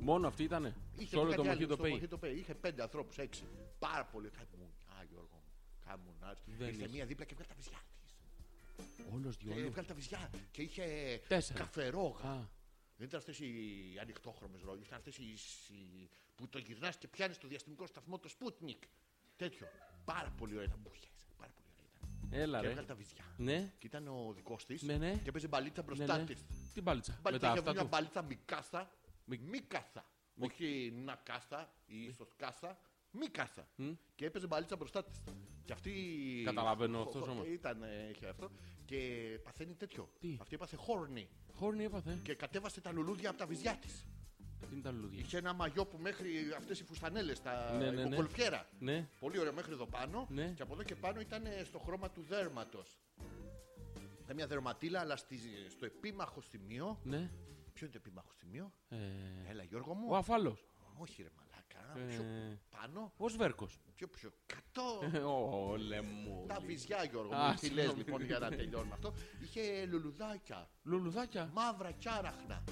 Μόνο αυτή ήτανε. Σε όλο
και
το
κάτι άλλο
μοχείο το
στο
pay.
Mojito Pay. Είχε πέντε ανθρώπους, έξι. Πάρα πολύ. Κάμουν. Α, Γιώργο μου. Κάμουν.
Δεν
Ήρθε
είχε.
μία δίπλα και βγάλε τα βυζιά της.
Όλος δυο.
Ε, βγάλε τα βυζιά και είχε
Τέσσερα.
καφερόγα.
Α,
Δεν ήταν αυτές οι ανοιχτόχρωμες ρόγε, ήταν αυτές οι, οι- που το γυρνάς και πιάνεις στο διαστημικό σταθμό το Sputnik. Τέτοιο. Πάρα πολύ ωραία. Μπουχέ. Πάρα πολύ ωραία ήταν.
έλα
Και
ρε.
έβγαλε τα βυζιά.
Ναι,
Και ήταν ο δικός της
Ναι, ναι.
και παίζει μπαλίτσα μπροστά
ναι, ναι.
της.
Την πάλιτσα.
Μπαλίτσα
Μετά
είχε
αυτά
βγει μια
του.
μπαλίτσα μικάστα.
Μι-
Μικάστα. Όχι να κάστα ή ίσω κάστα. Μικάστα. Και έπαιζε μπαλίτσα μπροστά της. Και αυτή.
Καταλαβαίνω
Χο-
αυτός
χο-
όμως.
Ήταν, ε, είχε αυτό. Και παθαίνει τέτοιο.
Τι?
Αυτή έπαθε χόρνη.
Χόρνη έπαθε.
Και κατέβασε τα λουλούδια από τα βυζιά της.
Τι είναι τα λουλούδια.
Είχε ένα μαγιό που μέχρι αυτές οι φουστανέλες, τα
Ναι,
ναι,
ναι, ναι. Ναι,
Πολύ ωραίο μέχρι εδώ πάνω.
Ναι.
Και από εδώ και πάνω ήταν ε, στο χρώμα του δέρματος. Ήταν μια δερματίλα, αλλά στη, στο επίμαχο σημείο.
ναι.
Ποιο είναι το επίμαχο σημείο,
Ε,
Έλα Γιώργο μου.
Ο αφάλος.
Όχι, ρε μαλάκα.
Ε.
Πιο πάνω,
Ο Σβέρκος.
πιο πιο κάτω.
Όλε μου.
Τα βυζιά, Γιώργο
Ε. Α,
μου. Τι λες
συγγνώμη.
λοιπόν για να τελειώνουμε αυτό. Είχε λουλουδάκια,
Λουλουδάκια.
μαύρα κιάραχνα.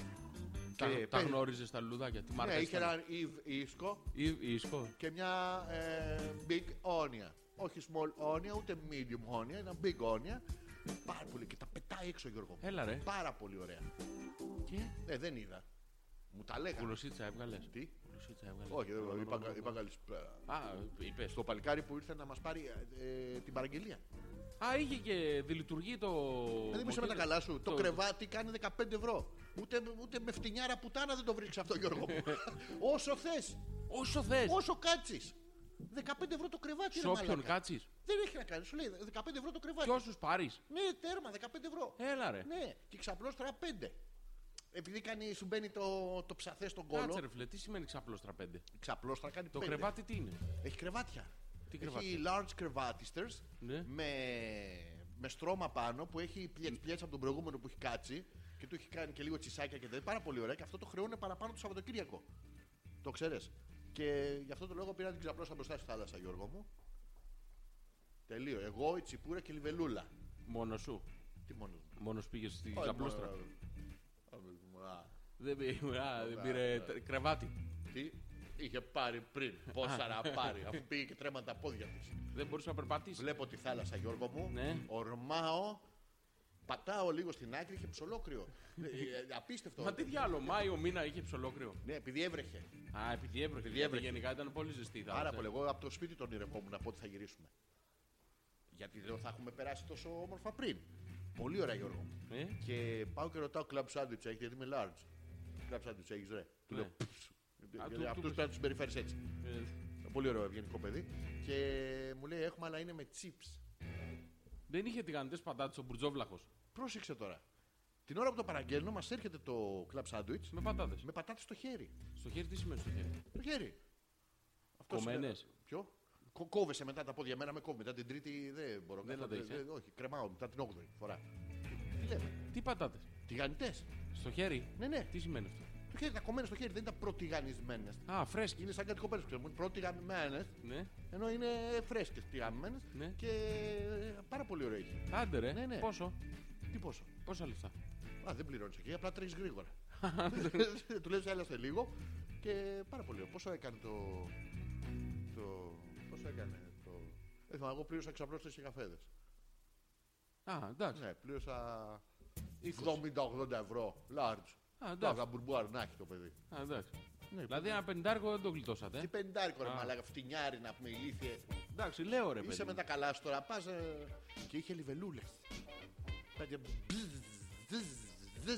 Τα,
Και
τα
παίζει-
γνώριζες τα λουλουδάκια. Τι μάρκα
Ε, Ναι, είχε
ήταν.
ένα Eve ίσκο
Ή- ή Ισκό.
και μια ε, big όνια. Όχι small όνια, ούτε medium όνια, ένα big όνια. Πάρα πολύ και τα πετάει έξω, Γιώργο. μου.
Έλα, ρε.
Πάρα πολύ ωραία.
Και.
Ε, δεν είδα. Μου τα λέγανε.
Κουλοσίτσα έβγαλες.
Τι?
Κουλοσίτσα έβγαλες.
Όχι, δεν είπα, είπα καλησπέρα.
Α, είπες.
Στο παλικάρι που ήρθε να μας πάρει ε, ε, την ε, παραγγελία.
Α, είχε και δηλειτουργεί το.
Δηλαδή μου είσαι με τα
μοτίβο.
καλά σου. Το
Το-
κρεβάτι κάνει 15 ευρώ. Ούτε, ούτε με φτηνιάρα πουτάνα δεν το βρίσκεις αυτό, Γιώργο μου. Όσο θες,
Όσο θες.
όσο κάτσεις. 15 ευρώ το κρεβάτι
Ε. Σε
ρε
όποιον
μαλάκα.
κάτσεις.
Δεν έχει να κάνεις. Σου λέει 15 ευρώ το κρεβάτι.
Και όσους πάρεις.
Ναι, τέρμα, 15 ευρώ.
Έλα ρε.
Ναι, και ξαπλώστρα 5. Επειδή κάνει, σου μπαίνει το, το ψαθέ στον
Κάτσε
κόλο.
ρε φίλε, τι σημαίνει ξαπλώστρα 5.
Ξαπλώστρα κάνει
Το
5.
κρεβάτι τι είναι.
Έχει κρεβάτια. Έχει
Τι κρεβάτι.
large κρεβάτιστερς
Ναι.
με, με στρώμα πάνω που έχει πλιέτ από τον προηγούμενο που έχει κάτσει και του έχει κάνει και λίγο τσισάκια και τέτοια. Πάρα πολύ ωραία και αυτό το χρεώνει παραπάνω το Σαββατοκύριακο. Το ξέρει. Και γι' αυτό το λόγο πήρα την ξαπλώσα μπροστά στη θάλασσα, Γιώργο μου. Τελείω. Εγώ, η Τσιπούρα και η Λιβελούλα.
Μόνος σου.
Τι μόνος μου.
Μόνος πήγες στην
Όχι,
ξαπλώστρα.
μόνο- Α,
Δεν πή- α, δεν πήρε
ναι.
τε- κρεβάτι.
Τι είχε πάρει πριν. Πόσα να πάρει. Αφού πήγε και τρέμαν τα πόδια της.
Δεν μπορούσε να περπατήσει.
Βλέπω τη θάλασσα, Γιώργο μου.
Ναι.
Ορμάω. Πατάω λίγο στην άκρη και ψολόκριο. Ε, ε, Απίστευτο.
Μα τι διάλογο, Μάιο μήνα είχε ψολόκριο.
Ναι, επειδή έβρεχε.
Α, επειδή έβρεχε.
Επειδή
γιατί
έβρεχε.
Γενικά ήταν πολύ ζεστή η
Πάρα
θάλασσα.
πολύ. Εγώ από το σπίτι τον ονειρευόμουν από ότι θα γυρίσουμε. Γιατί δεν θα έχουμε περάσει τόσο όμορφα πριν. Πολύ ωραία, Γιώργο μου.
Ε,
Και πάω και ρωτάω club sandwich έχεις, γιατί είμαι large. Club sandwich έχεις, ρε. Του
Ναι.
λέω. «Πφ».
του-
Γιατί
του
Αυτούς
πες.
πρέπει να τους περιφέρεις έτσι.
ε,
Πολύ ωραίο, ευγενικό παιδί. Και μου λέει: Έχουμε, αλλά είναι με chips.
Δεν είχε τηγανιτές πατάτες ο Μπουρτζόβλαχος.
Πρόσεξε τώρα. Την ώρα που το παραγγέλνω, μας έρχεται το club sandwich
Με πατάτες.
με πατάτες στο χέρι.
Στο χέρι τι σημαίνει στο χέρι.
Το χέρι. Αυτό
Κομμένες.
σημαίνει- Ποιο? Κο- κόβεσαι μετά τα πόδια. Εμένα με κόβει. Μετά την τρίτη δεν μπορώ.
Δεν
καθόλου,
τα αντέχεις, ε.
όχι, κρεμάω μετά την 8η φορά. Τι λέμε.
Τι πατάτες.
Τηγανιτές.
Στο χέρι.
Ναι, ναι.
Τι σημαίνει αυτό.
Το χέρι, τα κομμένα στο χέρι. Δεν ήταν πρωτηγανισμένε.
Α, φρέσκι.
Είναι σαν κάτι κοπέλες που ξέρουν. Πρωτηγανισμένε,
Ναι,
ενώ είναι φρέσκες τηγανισμένες.
ναι.
Και ε, πάρα πολύ ωραίο έχει.
Άντε ρε.
Ναι, ναι.
Πόσο.
Τι πόσο.
Πόσα λεφτά.
Α, δεν πληρώνεις εκεί, απλά τρέχεις γρήγορα. Του λες, έλα σε λίγο. Και πάρα πολύ. ωραία. Πόσο έκανε το. το πόσο έκανε το. Δεν θυμάμαι, εγώ πλήρωσα ξαπλώστε και καφέδες.
Α, εντάξει.
Ναι, πλήρωσα Ναι.
20.
70-80 ευρώ. Large.
Α, εντάξει.
Τώρα μπουρμπουάρ να έχει το παιδί.
Α, εντάξει.
Ναι,
Δηλαδή ένα πεντάρικο δεν το γλιτώσατε.
Τι
ε.
πεντάρικο ρε
Α.
μαλάκα, φτηνιάρι να πούμε ηλίθιε.
Εντάξει, λέω ρε
Είσαι
παιδί.
με
μου.
τα καλά σου τώρα, πας. Και είχε λιβελούλες. Πέντε. μπζζ, ζζζ,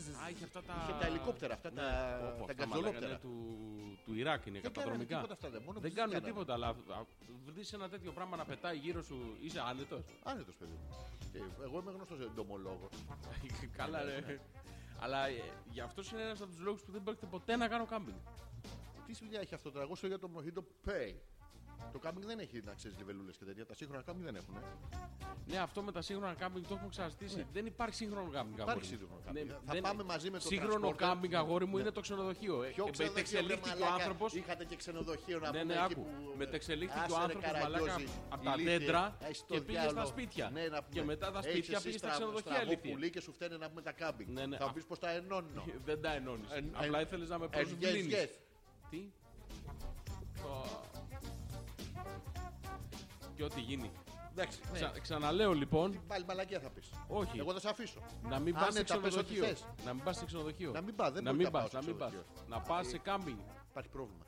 ζζζ.
Α, είχε αυτά τα.
Είχε τα ελικόπτερα, αυτά τα-
Ναι. Πω, πω,
τα
αυτά, μαλάκα,
γκαζολόπτερα.
είναι του, του Ιράκ είναι
Δεν κάνανε
καταδρομικά.
τίποτα αυτά. δε, μόνο
Δεν
μπζζ
κάνουν
κάνανε.
τίποτα, αλλά βρεις ένα τέτοιο πράγμα να πετάει γύρω σου, είσαι άνετος.
Άνετος ναι. παιδί μου. Ε, Εγώ είμαι γνωστός εντομολόγο.
Καλά, ρε. Αλλά ε, γι' αυτό είναι ένας από τους λόγους που δεν πρόκειται ποτέ να κάνω κάμπινγκ.
Τι δουλειά έχει αυτό το τραγούδι στο για το Μοχίτο Pay. Το κάμπινγκ δεν έχει να ξέρεις λιβελούλες και τέτοια. Τα σύγχρονα κάμπινγκ δεν έχουν.
Ναι, αυτό με τα σύγχρονα κάμπινγκ το έχουμε ξαστήσει. Δεν υπάρχει σύγχρονο κάμπινγκ. αγόρι
Ναι. Υπάρχει σύγχρονο
μου. Ναι,
κάμπινγκ. Θα
δεν-
πάμε μαζί με το
Σύγχρονο
transporter.
κάμπινγκ, αγόρι μου,
Ναι.
είναι το ξενοδοχείο. Ε,
Ποιο
ε,
ξενοδοχείο, ρε
Μετεξελίχθηκε ο
μαλάκα.
άνθρωπος.
Είχατε και ξενοδοχείο να
Ναι,
πούμε
ναι,
εκεί
άκου.
που-
Μετεξελίχθηκε
Άσε,
ο
ρε,
άνθρωπο μαλάκα
Καραγκιόζη,
από τα
ηλίθιε.
δέντρα
Ε, στο
και πήγε στα
διάλογο.
σπίτια.
Ναι, να πούμε.
Και μετά τα
Έχεις
σπίτια
εσύ
πήγε στα
στρα-
ξενοδοχεία.
στραβό
αλήθεια.
πουλί και σου φταίνε να πούμε τα κάμπινγκ.
Ναι, ναι, Ε,
Θα
α-
μου πεις πώ τα ενώνω. Ε,
Δεν τα ενώνεις.
Εν-
Απλά
εν-
ήθελες να με
Εν yes, yes.
προσβλήνει. Τι. Το- Και ό,τι γίνει.
Εντάξει, ναι.
Ξα- ξαναλέω λοιπόν
Πάλι μαλακία θα πεις.
Όχι.
Εγώ θα σε αφήσω.
να μην πας σε
Άνετα, πες ό,τι
ξενοδοχείο.
θες.
Να μην πας σε ξενοδοχείο.
Να μην πας, δεν
να
μπορεί
μην
να πάω
πα.
σε
Να μην πας.
ξενοδοχείο. Ε,
Να πας σε κάμπινγκ.
Υπάρχει πρόβλημα.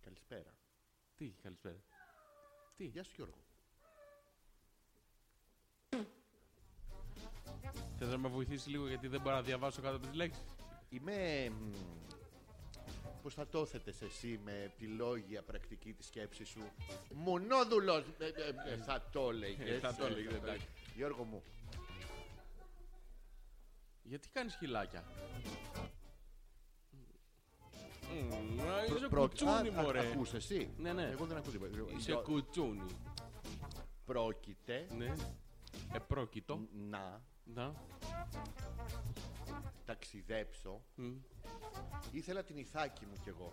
Καλησπέρα.
Τι, καλησπέρα. Τι.
Γεια σου Γιώργο.
Θες να με βοηθήσεις λίγο γιατί δεν μπορώ να διαβάσω κάτω από τις λέξεις.
Είμαι... μ, Πώς θα το θέτες εσύ με τη λόγια πρακτική της σκέψης σου. Μονόδουλος ε, ε, ε, θα το έλεγες.
Ε, θα το
Ε,
έλεγες, εντάξει.
Γιώργο μου,
Γιατί κάνεις χυλάκια. Μμμ, Είσαι
προ-
κουτσούνι,
α, α,
μωρέ.
Ακούς εσύ.
Ναι, ναι.
Εγώ δεν ακούω τίποτα.
Είσαι
Γιώ-
κουτσούνι.
Πρόκειται
Ναι. Επρόκειτο.
να
Να.
ταξιδέψω.
Μμ.
Ήθελα την Ιθάκη μου κι εγώ.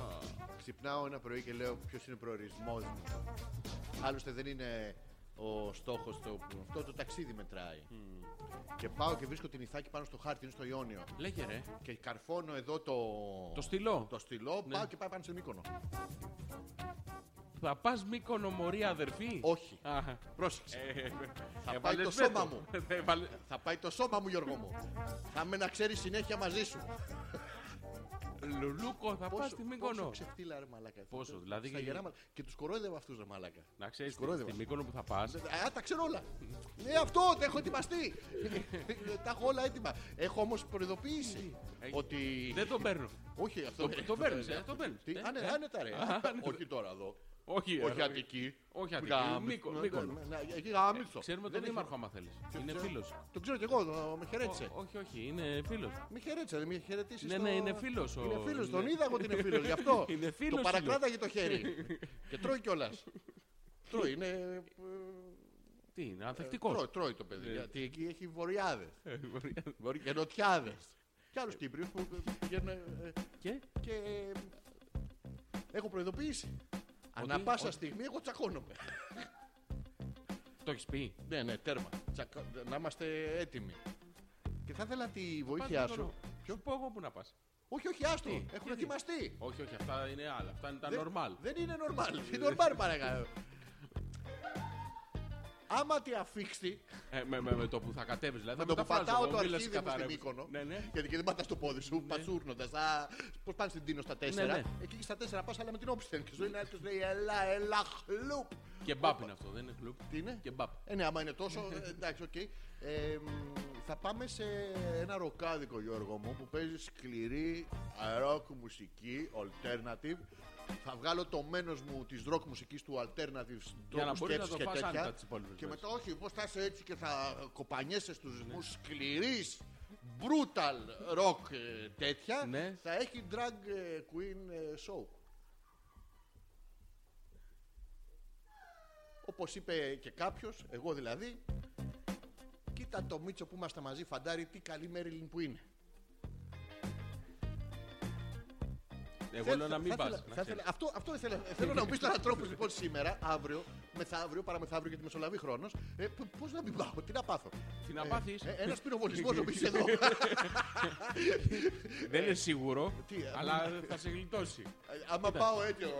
Α.
Ξυπνάω ένα πρωί και λέω ποιος είναι ο προορισμός μου. Άλλωστε δεν είναι ο στόχος το Αυτό το ταξίδι μετράει. Και πάω και βρίσκω την Ιθάκη πάνω στο χάρτη, είναι στο Ιόνιο.
Λέγε ρε.
Και καρφώνω εδώ το.
Το στυλό.
Το στυλό,
Ναι.
πάω και πάει πάνω στον Μύκονο.
Θα πας μη κονομορία, αδερφή.
Όχι.
Αχα.
Πρόσεξε. θα πάει
Έβαλες
το
βέτο. Ε,
σώμα μου.
Έβαλε-
Θα πάει το σώμα μου, Γιώργο μου. θα με να ξέρεις συνέχεια μαζί σου.
Λουλούκο, θα πας στη Μύκονο.
Πόσο ξεφτύλα, ρε μαλάκα.
Πόσο, δηλαδή-
Στα γερά μαλάκα. Και τους κορόιδευα αυτούς, ρε μαλάκα.
Να ξέρεις,
Σκορόδευα.
στη Μύκονο που θα πας.
Α, τα ξέρω όλα. Ναι, αυτό, τα έχω ετοιμαστεί. τα έχω όλα έτοιμα. Έχω όμως προειδοποίηση
Ε,
ότι.
Δεν τον παίρνω.
Όχι, αυτό.
Το- το παίρνεις, ε, το παίρνεις.
Τι,
Ε,
άνε-
ε.
Άνετα, ρε.
Α, άνετα.
Όχι τώρα εδώ.
Όχι,
Όχι
ρε.
Αττική.
Όχι Αττική,
Γάμι-
Μύκονο,
Ναι,
Μύκονο.
ναι, ναι, εκεί γάμιτσο.
Ξέρουμε
Δεν
τον
έχει-
Δήμαρχο, άμα θέλεις.
Ξέρω-
Είναι
ξέρω-
φίλος.
Το ξέρω κι εγώ, το- με χαιρέτησε.
Όχι, όχι, είναι φίλος.
Με χαιρέτησε, δεν με χαιρετήσεις.
Ναι, ναι, είναι φίλος.
Είναι φίλος, τον είδα εγώ ότι είναι φίλος. Γι' αυτό
Είναι
το
φίλος,
παρακράταγε το χέρι. και τρώει κιόλας. τρώει, είναι. ε,
Τι είναι,
Τρώει,
ανθεκτικός.
τρώει το παιδί.
Ε.
γιατί εκεί έχει βορειάδε
Μπορεί
και νοτιάδες. και άλλους Κύπριους που πηγαίνουν. ε, ε,
και.
Και. ε, Έχω προειδοποιήσει. Ανά
Ότι-
πάσα
ότι-
στιγμή εγώ τσακώνομαι.
Το έχεις πει.
ναι, ναι, τέρμα. Τσακα- Να είμαστε έτοιμοι. Και θα ήθελα τη βοήθειά
Πας,
σου.
Νικόλο. Σου πω εγώ που να πας.
Όχι, όχι, άστο.
Τι,
Έχουν
γιατί?
ετοιμαστεί.
Όχι, όχι, αυτά είναι άλλα. Αυτά είναι τα
Δεν-
normal.
Δεν είναι normal. Είναι normal παρακαλώ. Άμα τη αφήξει,
Ε, με, με, με το που θα κατέβεις, δηλαδή.
με
θα
το που
μεταφράζω
πατάω
εγώ,
το
μη λες
αρχίδι μου στην
καθαρεύεις.
Μύκονο,
Ναι, ναι.
γιατί και δεν πατάς το πόδι σου, πατσούρνοντας, πώς πάνε στην Τίνο στα
Ναι,
4,
ναι.
εκεί και στα 4 πας αλλά με την όψη θέλεις. Και σου είναι άλλος λέει ελά, ελά, χλουπ.
Και μπαπ είναι αυτό, δεν είναι χλουπ.
Τι είναι?
Και μπαπ.
Ε, ναι, άμα είναι τόσο, ε, εντάξει, οκ. Ε, μ, θα πάμε σε ένα ροκάδικο, Γιώργο μου, που παίζει σκληρή ροκ μουσική, alternative. Θα βγάλω το μένος μου της ροκ μουσικής του alternative
Για να
τρόπου
μπορείς να
σκέψης
το
και
φας άνετα
τέτοια.
τις υπόλοιπες
Και
μέρες.
μετά όχι, πώς θα είσαι έτσι και θα κοπανιέσαι στους ρυθμούς σκληρής brutal rock ε, τέτοια,
Ναι.
θα έχει drag ε, queen ε, show. Όπως είπε και κάποιος, εγώ δηλαδή, κοίτα το Μίτσο που είμαστε μαζί, φαντάρι, τι καλή Μέριλιν που είναι.
Εγώ λέω να μην
Θα
πας.
ήθελα- θα ήθελα- Αυτό, αυτό ήθελα, θέλω να μου πεις τώρα τρόπους λοιπόν σήμερα, αύριο, μεθαύριο, παραμεθαύριο γιατί μεσολαβεί χρόνος, ε, π- πώς να μην πάω, τι να πάθω.
Τι να πάθεις.
Ε, ένας πυροβολισμός να μπεις εδώ. Ε,
Δεν είναι σίγουρο,
τι, ε,
αλλά θα σε γλιτώσει.
Ε, Άμα πάω έτσι, ο,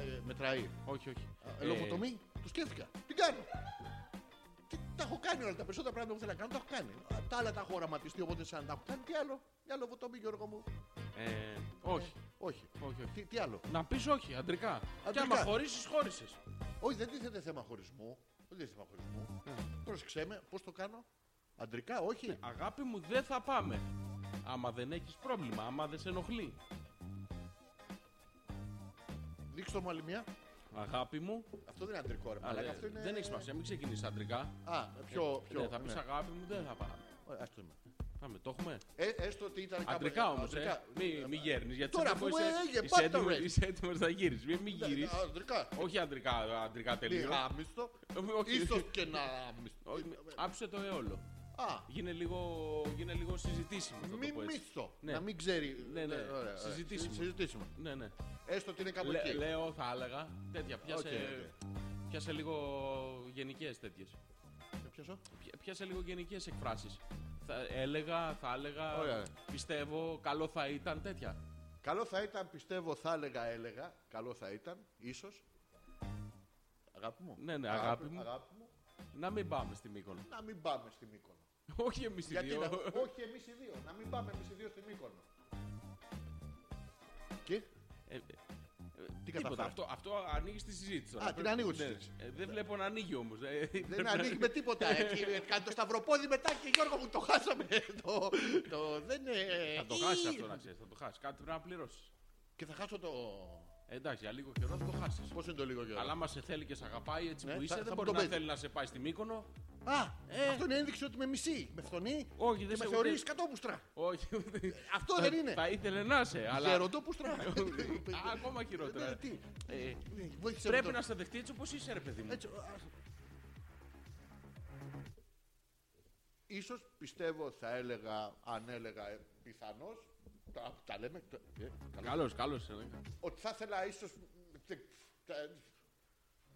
ε, μετράει.
Όχι, όχι.
Ε, Λογοτομή, το σκέφτηκα. Τι κάνω. Τι, τα έχω κάνει όλα τα περισσότερα πράγματα που ήθελα να κάνω, τα έχω κάνει. Α, Τα άλλα τα έχω οραματιστεί, οπότε σαν να τα έχω κάνει. Τι άλλο, τι άλλο βοτομή, Γιώργο μου.
Ε, ε, όχι,
Όχι.
όχι, όχι.
Τι, τι άλλο.
Να πεις όχι, αντρικά. Και
Αντρικά.
άμα χωρίσεις, χώρισες.
Όχι, δεν τίθεται θέμα χωρισμού. Δεν τίθεται θέμα χωρισμού.
Ναι.
Πρόσεξε με, πώς το κάνω. Αντρικά, όχι.
Αγάπη μου, δεν θα πάμε. Άμα δεν έχεις πρόβλημα, άμα δεν σε ενοχλεί.
Δείξτε μου άλλη μια.
Αγάπη μου,
Αυτό δεν είναι αντρικό, ρε
Α,
μαλάκα.
δεν-
Αυτό είναι.
δεν έχει σημασία, μην ξεκινήσεις αντρικά.
Α, πιο. πιο
Ναι, θα πεις αγάπη μου, δεν θα πάμε.
Ωραία, ας το είμαι.
Πάμε, το έχουμε.
Ε, έστω ότι ήταν κάπου-
Αντρικά όμως, ε.
αντρικά.
Μη, μη γέρνεις, γιατί
Τώρα,
σε βλέπω,
αφού
είσαι-
έγινε,
είσαι
πάρ' το,
έτοιμος-
ρε.
Είσαι έτοιμος να γύρεις, μη, μη γυρεις.
Ναι, Αντρικά.
Όχι αντρικά, αντρικά
Ναι,
τελείω.
Γάμιστο.
Όχι.
Ίσως και να γάμιστο.
Όχι, μη- Άψε το αιώλο.
Α,
Γίνε λίγο, γίνε λίγο συζητήσιμο. θα το
μη
πω έτσι.
μίσο.
Ναι.
Να μην ξέρει.
Ναι, ναι.
ωραία, ωραία.
Συζητήσιμο.
Συ- συζητήσιμο.
Ναι, ναι.
Έστω ότι είναι κάπου
Λε-
εκεί.
λέω, θα έλεγα. Τέτοια, πιάσε,
Οκ,
πιάσε λίγο γενικές τέτοιες.
Ε, πιάσω.
Πιάσε λίγο γενικές εκφράσεις. Θα έλεγα, θα έλεγα,
Ωραία.
πιστεύω, καλό θα ήταν τέτοια.
Καλό θα ήταν, πιστεύω, θα έλεγα, έλεγα. Καλό θα ήταν, ίσως. Αγάπη μου.
Ναι, ναι, αγάπη μου.
αγάπη μου.
Να μην πάμε στη Μύκονο.
Να μην πάμε στη Μύκονο.
Όχι εμείς οι
Γιατί
δύο.
να... Όχι εμείς οι δύο. Να μην πάμε εμείς οι δύο στη Μύκονο. Και
Ε, ε, ε,
τι
Τίποτα.
καταφέραμε.
Αυτό, αυτό ανοίγει τη συζήτηση. τώρα.
Α, την ανοίγω τη
Ναι.
συζήτηση.
Ε, δεν βλέπω να ανοίγει ε. όμω.
Δεν ανοίγει με τίποτα. Εκεί, ε, Κάνει το σταυροπόδι μετά και Γιώργο μου το χάσαμε. το, το, δεν, ε,
Θα το
ή-
χάσει αυτό να ξέρεις. Θα το χάσει. Κάτι πρέπει να πληρώσεις.
Και θα χάσω το.
Εντάξει, για λίγο καιρό θα το χάσεις.
Πώς είναι το λίγο Γιώργο.
Αλλά άμα σε θέλει και σε αγαπάει έτσι
Ναι,
που είσαι,
θα- θα
δεν
μου
μπορεί
το
να
παίζει.
θέλει να σε πάει στη Μύκονο.
Α,
Ε.
αυτό είναι ένδειξη ότι με μισεί. Με φθονεί.
Όχι,
και
δεν
με
σε-
θεωρείς
ούτε-
κατόπουστρα.
Όχι, ούτε-
Αυτό
θα-
δεν είναι.
Θα ήθελε να είσαι, αλλά.
Γεροντόπουστρα.
Α, Ακόμα
Ε,
χειρότερα.
τι,
Ε,
ε, Βοήθησε με
Πρέπει
το-
να σε δεχτεί έτσι όπως είσαι, ρε παιδί μου.
Έτσι, ας, Ίσως πιστεύω θα έλεγα, αν έλεγα ε, πιθανώς, τα, τα λέμε, τα- ε, τα λέμε.
Καλό, καλό.
ότι θα ήθελα ίσως τε- τε-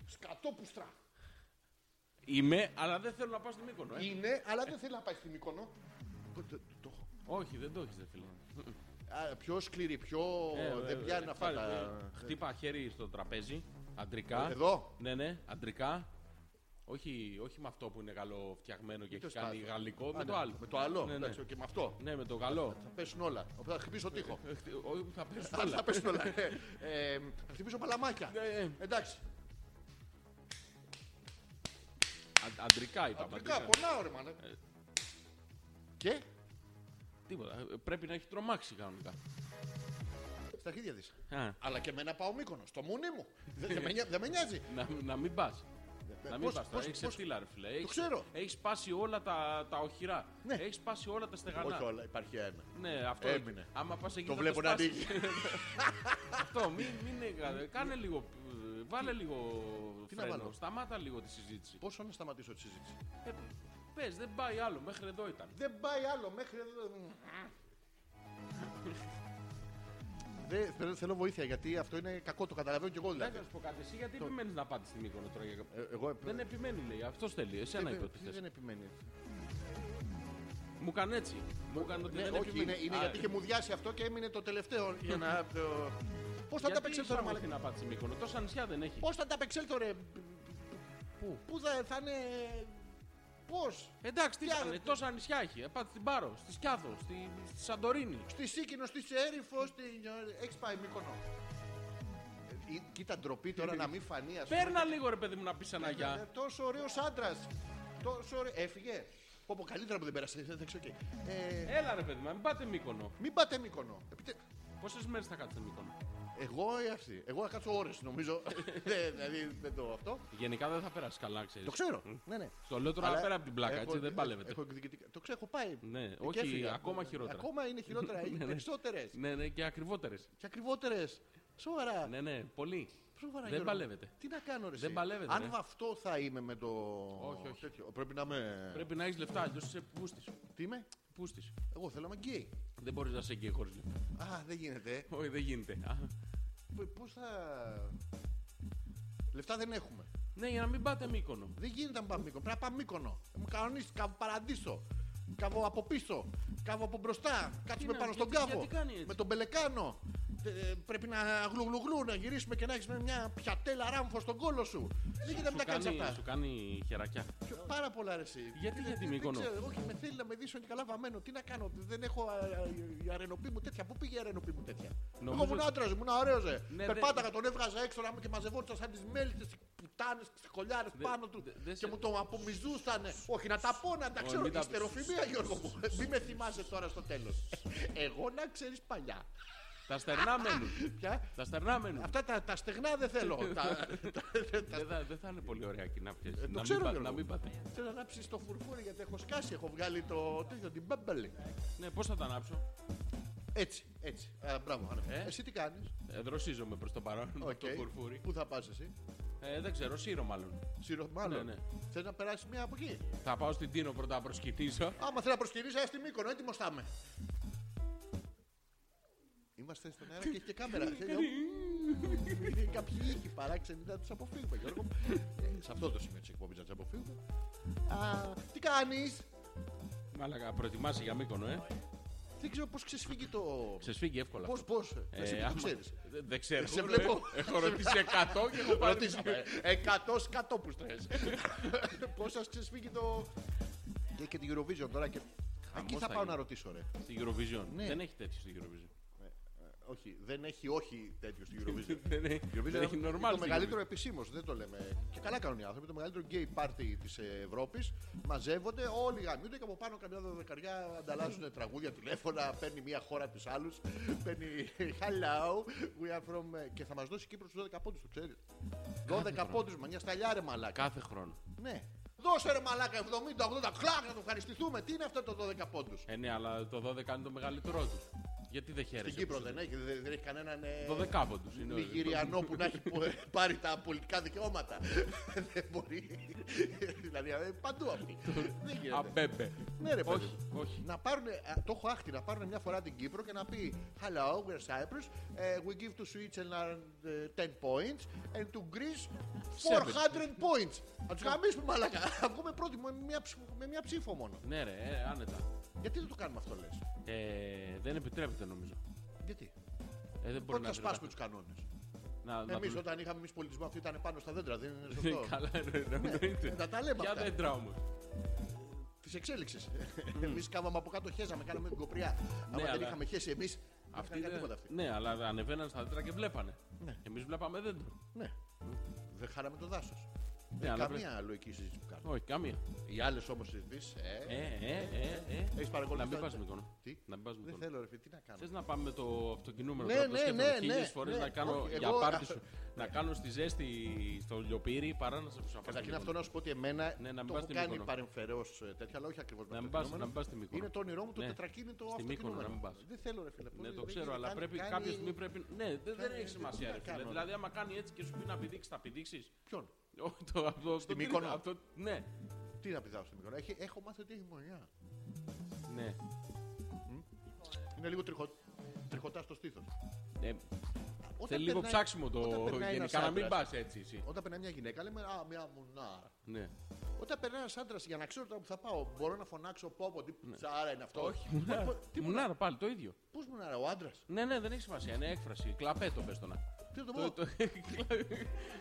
σκατόπουστρα.
Είμαι, αλλά δεν θέλω να πάω στη Μύκονο. Ε.
Είναι, αλλά δεν θέλει να πάει στην Μύκονο. Το- το- το έχω.
Όχι, δεν το έχεις, ρε φίλε.
Α, Πιο σκληρή, πιο...
Ε, ε,
δεν
ε,
πιάνει αυτά
πάρε,
τα...
ε, Χτύπα χέρι στο τραπέζι, αντρικά.
Εδώ.
Ναι, ναι, αντρικά. Όχι, όχι με αυτό που είναι γαλλοφτιαγμένο και
το
έχει κάνει
σπάζω.
γαλλικό,
Α,
με το
ναι.
άλλο.
Με το άλλο.
Ναι, ναι.
Εντάξει, και με αυτό.
Ναι, με το γαλλό.
Θα πέσουν όλα. Θα χτυπήσω τοίχο.
Ε, χτε- ό, Θα πέσουν
Α,
όλα.
Θα πέσουν όλα. ναι. Ε, Θα χτυπήσω παλαμάκια.
Ναι, ναι.
Εντάξει.
Αν- Αντρικά είπαμε.
Αντρικά,
αντρικά.
πολλά ωραία, μάνα. Και
Τίποτα. Ε, Πρέπει να έχει τρομάξει κανονικά.
στα αρχίδια της.
Α,
Αλλά και εμένα πάω μήκονος. Το μουνί μου. Δεν δεν με νοιάζει- δεν με νοιάζει.
Να, να μην πας. Να μην
Ε, πώς-
πας.
πώς-
Έχεις
πώς-
ξεφτύλα, ρε φίλε. Έχεις-
ξέρω.
έχεις σπάσει όλα τα, τα οχυρά.
Ναι.
Έχεις σπάσει όλα τα στεγανά.
Όχι όλα, υπάρχει ένα.
Ναι, αυτό
Έμεινε.
Άμα πας εκεί.
Το
θα
βλέπω να
σπάσεις.
ανοίγει.
Αυτό, μην, μην εκα- Κάνε λίγο. ε, Βάλε λίγο.
τι να
φρένο.
βάλω?
Σταμάτα λίγο τη συζήτηση.
Πόσο να σταματήσω τη συζήτηση.
Ε, Πες, δεν πάει άλλο. Μέχρι εδώ ήταν.
Δεν πάει άλλο μέχρι εδώ. Δε, θέλω- θέλω βοήθεια γιατί αυτό είναι κακό, το καταλαβαίνω και εγώ
Δεν
δηλαδή.
θα σου πω κάτι. Εσύ γιατί επιμένεις να πάτε στη Μύκονο τώρα. για-
Ε, εγώ επι-
Δεν επιμένει, λέει. Αυτός θέλει. Εσένα
δεν-
είπε ότι θες.
δεν επιμένει.
Μου έκανε έτσι. Μου έκανε ότι
Ναι,
δεν
όχι,
επιμένει.
είναι, είναι
Α, ε.
γιατί είχε μουδιάσει αυτό και έμεινε το τελευταίο. για να. το- Πώς θα τα
γιατί
απεξέλθω, ρε
ήσαμε
μαλάκα.
να πάτε στη Μύκονο. Τόσα νησιά δεν έχει.
Πώς θα τα απεξέλθω, ρε.
Πού?
Πού θα, θα είναι. Πώς.
Εντάξει, τι
Ποια-
ήταν, τόσα νησιά έχει. Ε, Πάτε στην Πάρο, στη Σκιάθο, στη, στη Σαντορίνη.
Στη Σίκινο, στη Σέριφο, στη. Έχεις πάει Μύκονο. Ε, ε, Κοίτα ντροπή τώρα να μην φανεί, ας πούμε.
Παίρνα λίγο ρε παιδί μου να πεις ένα
Ε,
γεια.
Τόσο ωραίος άντρας. Τόσο ωραίο. Έφυγε. Πω, πω, καλύτερα που δεν πέρασε. Δεν ξέρω και. Ε,
Έλα ρε παιδί μου, μην πάτε Μύκονο.
μην πάτε Μύκονο. Επίτε-
Πόσες μέρες θα κάτσετε Μύκονο.
Εγώ ή αυτή. Εγώ θα κάτσω ώρες νομίζω. Ε, δηλαδή δεν το αυτό.
Γενικά δεν θα περάσει καλά, ξέρεις.
Το ξέρω. Ναι, ναι.
Στο λέω τώρα
Αλλά
πέρα από την πλάκα,
έχω-
έτσι δεν παλεύετε.
Έχω εκδικητικά. Το ξέρω, έχω πάει.
Ναι,
Και
όχι,
έφυγα.
ακόμα χειρότερα.
Ακόμα είναι χειρότερα.
Ναι,
Είναι
ναι.
περισσότερες.
Ναι, ναι, και ακριβότερες.
Και ακριβότερες. Σοβαρά.
Ναι, ναι, πολύ.
Σοβαρά,
Δεν
Γιώργο.
παλεύετε.
Τι να κάνω, ρε.
Δεν
εσύ.
παλεύετε,
Αν
ρε.
βαφτώ θα είμαι με το.
Όχι, όχι.
τέτοιο. Πρέπει να είμαι.
Πρέπει να έχεις λεφτά, αλλιώς είσαι πούστης.
Τι είμαι.
Πούστης.
Εγώ θέλω να είμαι γκέι.
Δεν μπορείς να είσαι γκέι χωρίς λεφτά.
Α, δεν γίνεται. ε.
Όχι, δεν γίνεται. Α,
Π- Πώς θα. Λεφτά δεν έχουμε.
Ναι, για να μην πάτε Μύκονο.
Δεν γίνεται να πάμε μήκονο. Πρέπει να πάμε μήκονο. Μου κανονίσει, καβω παραντίσω. Καβω από πίσω. Καβω από μπροστά. Κάτσουμε
να-
πάνω στον
γιατί-
κάβο.
γιατί κάνει έτσι?
Με τον πελεκάνο. Ε, πρέπει να γλουγλουγλου, να γυρίσουμε και να έχεις μια πιατέλα ράμφο στον κόλο σου. Δεν γίνεται να μην τα κάνει αυτά.
σου κάνει χερακιά.
Πιο- Πάρα πολλά ρε εσύ.
Γιατί,
Δεν-
γιατί
δεν-
Μύκονο?
Δεν ξέρω, όχι, με θέλει να με δεις και καλά βαμμένο. Τι να κάνω, δεν έχω α, α, η αρενοπή μου τέτοια. Πού πήγε η αρενοπή μου τέτοια.
Νομίζω
Εγώ ήμουν
ότι-
άντρας, ήμουν ωραίος. ρε.
Ναι,
Περπάταγα, τον έβγαζα έξω να μου και μαζευόντουσαν σαν τις μέλισσε, τι πουτάνες, τις κολιάρε
Δε-
πάνω του.
δε- δεν
και
σε-
μου το απομυζούσανε. Όχι, να τα πω, να τα
Ω,
ξέρω.
μην τα-
Ιστεροφημία, Γιώργο μου. Μην με θυμάσαι τώρα στο τέλος. Εγώ να ξέρεις παλιά.
Τα στερνά μένουν.
Ποια?
Τα στερνά μένουν.
Αυτά τα, τα στεγνά δεν θέλω. τα, τα- τα-
Δεν θα, δεν θα είναι πολύ ωραία κοινά πια.
Ε, το
να,
ξέρω,
μην, πα-
Γιώργο.
να μην πάτε.
Θέλω να ψήσει το φουρφούρι γιατί έχω σκάσει, έχω βγάλει το τέτοιο, την μπέμπελη.
Ναι, πώς θα τα ανάψω.
Έτσι, έτσι. Α, μπράβο, Άννα.
Ε.
Εσύ τι κάνεις.
Ε, δροσίζομαι προς το παρόν με το φουρφούρι.
Πού θα πας εσύ.
Ε, δεν ξέρω, σύρο μάλλον.
Σύρο, μάλλον.
Ναι, ναι.
Θες να περάσεις μια από εκεί.
Θα πάω στην Τίνο πρώτα να προσκυνήσω.
Άμα θέλει να προσκυνήσεις, ας τη μήκονο, έτοιμος θα είμαι. Είμαστε στον αέρα και έχει και κάμερα. Είναι Κάποιοι ήχοι παράξενοι να τους αποφύγουμε, Γιώργο. μου. Ε, Σε αυτό το σημείο της εκπομπής να τους αποφύγουμε. Α, τι κάνεις.
Μάλακα, προετοιμάσαι για μήκονο, ε.
Δεν ξέρω πώς ξεσφίγγει το.
Ξεσφύγει εύκολα.
Πώς, πώς.
Ε,
Εσύ που το
άμα-
ξέρεις.
Δε- Δεν ξέρω. Ε,
Σε βλέπω.
Έχω ρωτήσει 100 και έχω πάρει.
Ρωτήσαμε. Εκατό σκατό που στρες. Πώς σας ξεσφίγγει το. Και, και την Eurovision τώρα και. Εκεί θα
θα
πάω
είναι.
να ρωτήσω, ρε. Ε,
Ε, Στην Eurovision.
Ναι.
Δεν έχει τέτοιο στην Eurovision.
Όχι, δεν έχει όχι τέτοιος στην Eurovision.
Δεν έχει-
Η Eurovision
Δεν έχει
είναι
normal.
Το
στην
μεγαλύτερο επισήμως, δεν το λέμε. Και καλά κάνουν οι άνθρωποι. Το μεγαλύτερο gay party της Ευρώπης. Μαζεύονται, όλοι γαμιούνται και από πάνω καμιά δεκαριά ανταλλάσσουν τραγούδια, τηλέφωνα. Παίρνει μία χώρα του άλλους. Παίρνει hello, we are from. ε, Και θα μας δώσει Κύπρος τους 12 πόντους, το ξέρεις. 12 πόντου, μια σταλιά ρε μαλάκα.
Κάθε χρόνο.
Ναι. Δώσε ρε μαλάκα 70-80, κλακ να το ευχαριστηθούμε. Τι είναι αυτό το 12 πόντους.
Ε, ναι, αλλά το 12 είναι το μεγαλύτερό τους. Γιατί δεν χαίρεσαι.
Στην Κύπρο
που
δεν έχει, δεν, δεν έχει κανέναν. ε,
Το δεκάποντο είναι.
Νιγηριανό που να έχει πο- πάρει τα πολιτικά δικαιώματα. δεν μπορεί. δηλαδή ε, παντού αυτή. δεν γίνεται.
Αμπέμπε.
Ναι, ρε παιδί.
Όχι, όχι.
Να πάρουν, το έχω άχτη, να πάρουν μια φορά την Κύπρο και να πει Hello, we're Cyprus. eh, we give to Switzerland eh, 10 points and to Greece 400 points. Να τους γαμίσουμε, μαλακά. Να βγούμε πρώτοι με μια, ψ- με μια ψήφο μόνο.
Ναι, ρε, ε, άνετα.
Γιατί δεν το κάνουμε αυτό, λες.
Ε, δεν επιτρέπεται νομίζω.
Γιατί.
Ε, δεν
Πότε
μπορεί να
θα
επιτρέπεται.
σπάσουμε τους κανόνες.
να, να
Εμείς
δουλεύει.
όταν είχαμε εμείς πολιτισμό, αυτό ήταν πάνω στα δέντρα, δεν είναι σωστό.
Καλά, εννοείται, εννοείται.
Ναι, Τα τα λέμε
Για
αυτά.
δέντρα όμως.
Της εξέλιξης. Εμείς κάβαμε από κάτω, χέζαμε, κάναμε την κοπριά. Αν δεν
Ναι, αλλά-
είχαμε χέσει εμείς, δεν
Αυτοί
είχαν
δεν-
τίποτα αυτοί.
Ναι, αλλά ανεβαίναν στα δέντρα και βλέπανε.
Ναι.
Εμείς βλέπαμε δέντρο.
Ναι. Δεν χάραμε το δάσος.
Ναι, αλλά
Καμία λογική συζήτηση που κάνουμε.
Όχι, καμία.
Οι άλλες όμως συζητήσεις.
Ε, ε, ε, ε.
Έχει παρακολουθήσει.
Να μην πα
τα-
μικρό.
Τι.
Να μην πας
Δεν
μικρό.
θέλω, ρε φίλε, τι να κάνω.
Θες να πάμε με το αυτοκινούμενο
Ναι,
τώρα, το
ναι,
σκέφτομαι
ναι,
χίλιες
ναι,
φορές
ναι.
να κάνω
Όχι,
για
εγώ-
πάρτι σου. να κάνω στη ζέστη στο λιοπύρι παρά να σε ψαφάσω.
Καταρχήν αυτό να σου πω ότι εμένα
Ναι, να μην
το
πας
έχω
στη
κάνει
Μύκονο.
παρεμφερός τέτοια, αλλά όχι ακριβώς
Να
με
μην
το
πας-
κινούμενο.
να μην πας στη Μύκονο.
Είναι το όνειρό μου το
Ναι.
τετρακίνητο
Στη Μύκονο,
αυτοκινούμενο.
να μην πας.
Δεν θέλω, ρε φίλε.
Ναι,
δεν
το ξέρω,
γίνεται,
αλλά
κάνει-
πρέπει
κάνει-
κάποια στιγμή πρέπει. Ναι, δεν, δεν
κάνει-
έχει σημασία,
τι να
ρε φίλε.
κάνω.
Δηλαδή, άμα κάνει έτσι και σου πει να πηδήξεις, θα πηδήξεις.
Ποιον,
Στην
Μύκονο.
Ναι,
τι να πηδάω στη Μύκονο. Έχει- Έχω μάθει ότι έχει μονιά.
ναι.
Είναι λίγο τριχο- τριχωτά στο στήθος.
Ε, Θέλει λίγο ψάξιμο το. Γενικά να μην πας έτσι εσύ.
Όταν περνάει μια γυναίκα, λέμε Α, μια μουνά.
Ναι.
Όταν περνάει ένας άντρας, για να ξέρω τώρα που θα πάω, μπορώ να φωνάξω πω πω, τι ψάρα είναι αυτό.
Ναι. Όχι, μουνάρα. Τι μουνάρα πάλι, το ίδιο.
Πώς μουνάρα, ο άντρας.
Ναι, ναι, δεν έχει σημασία. Είναι έκφραση. Κλαπέ το πες το να.
Τι να το
Το-
πω.
το-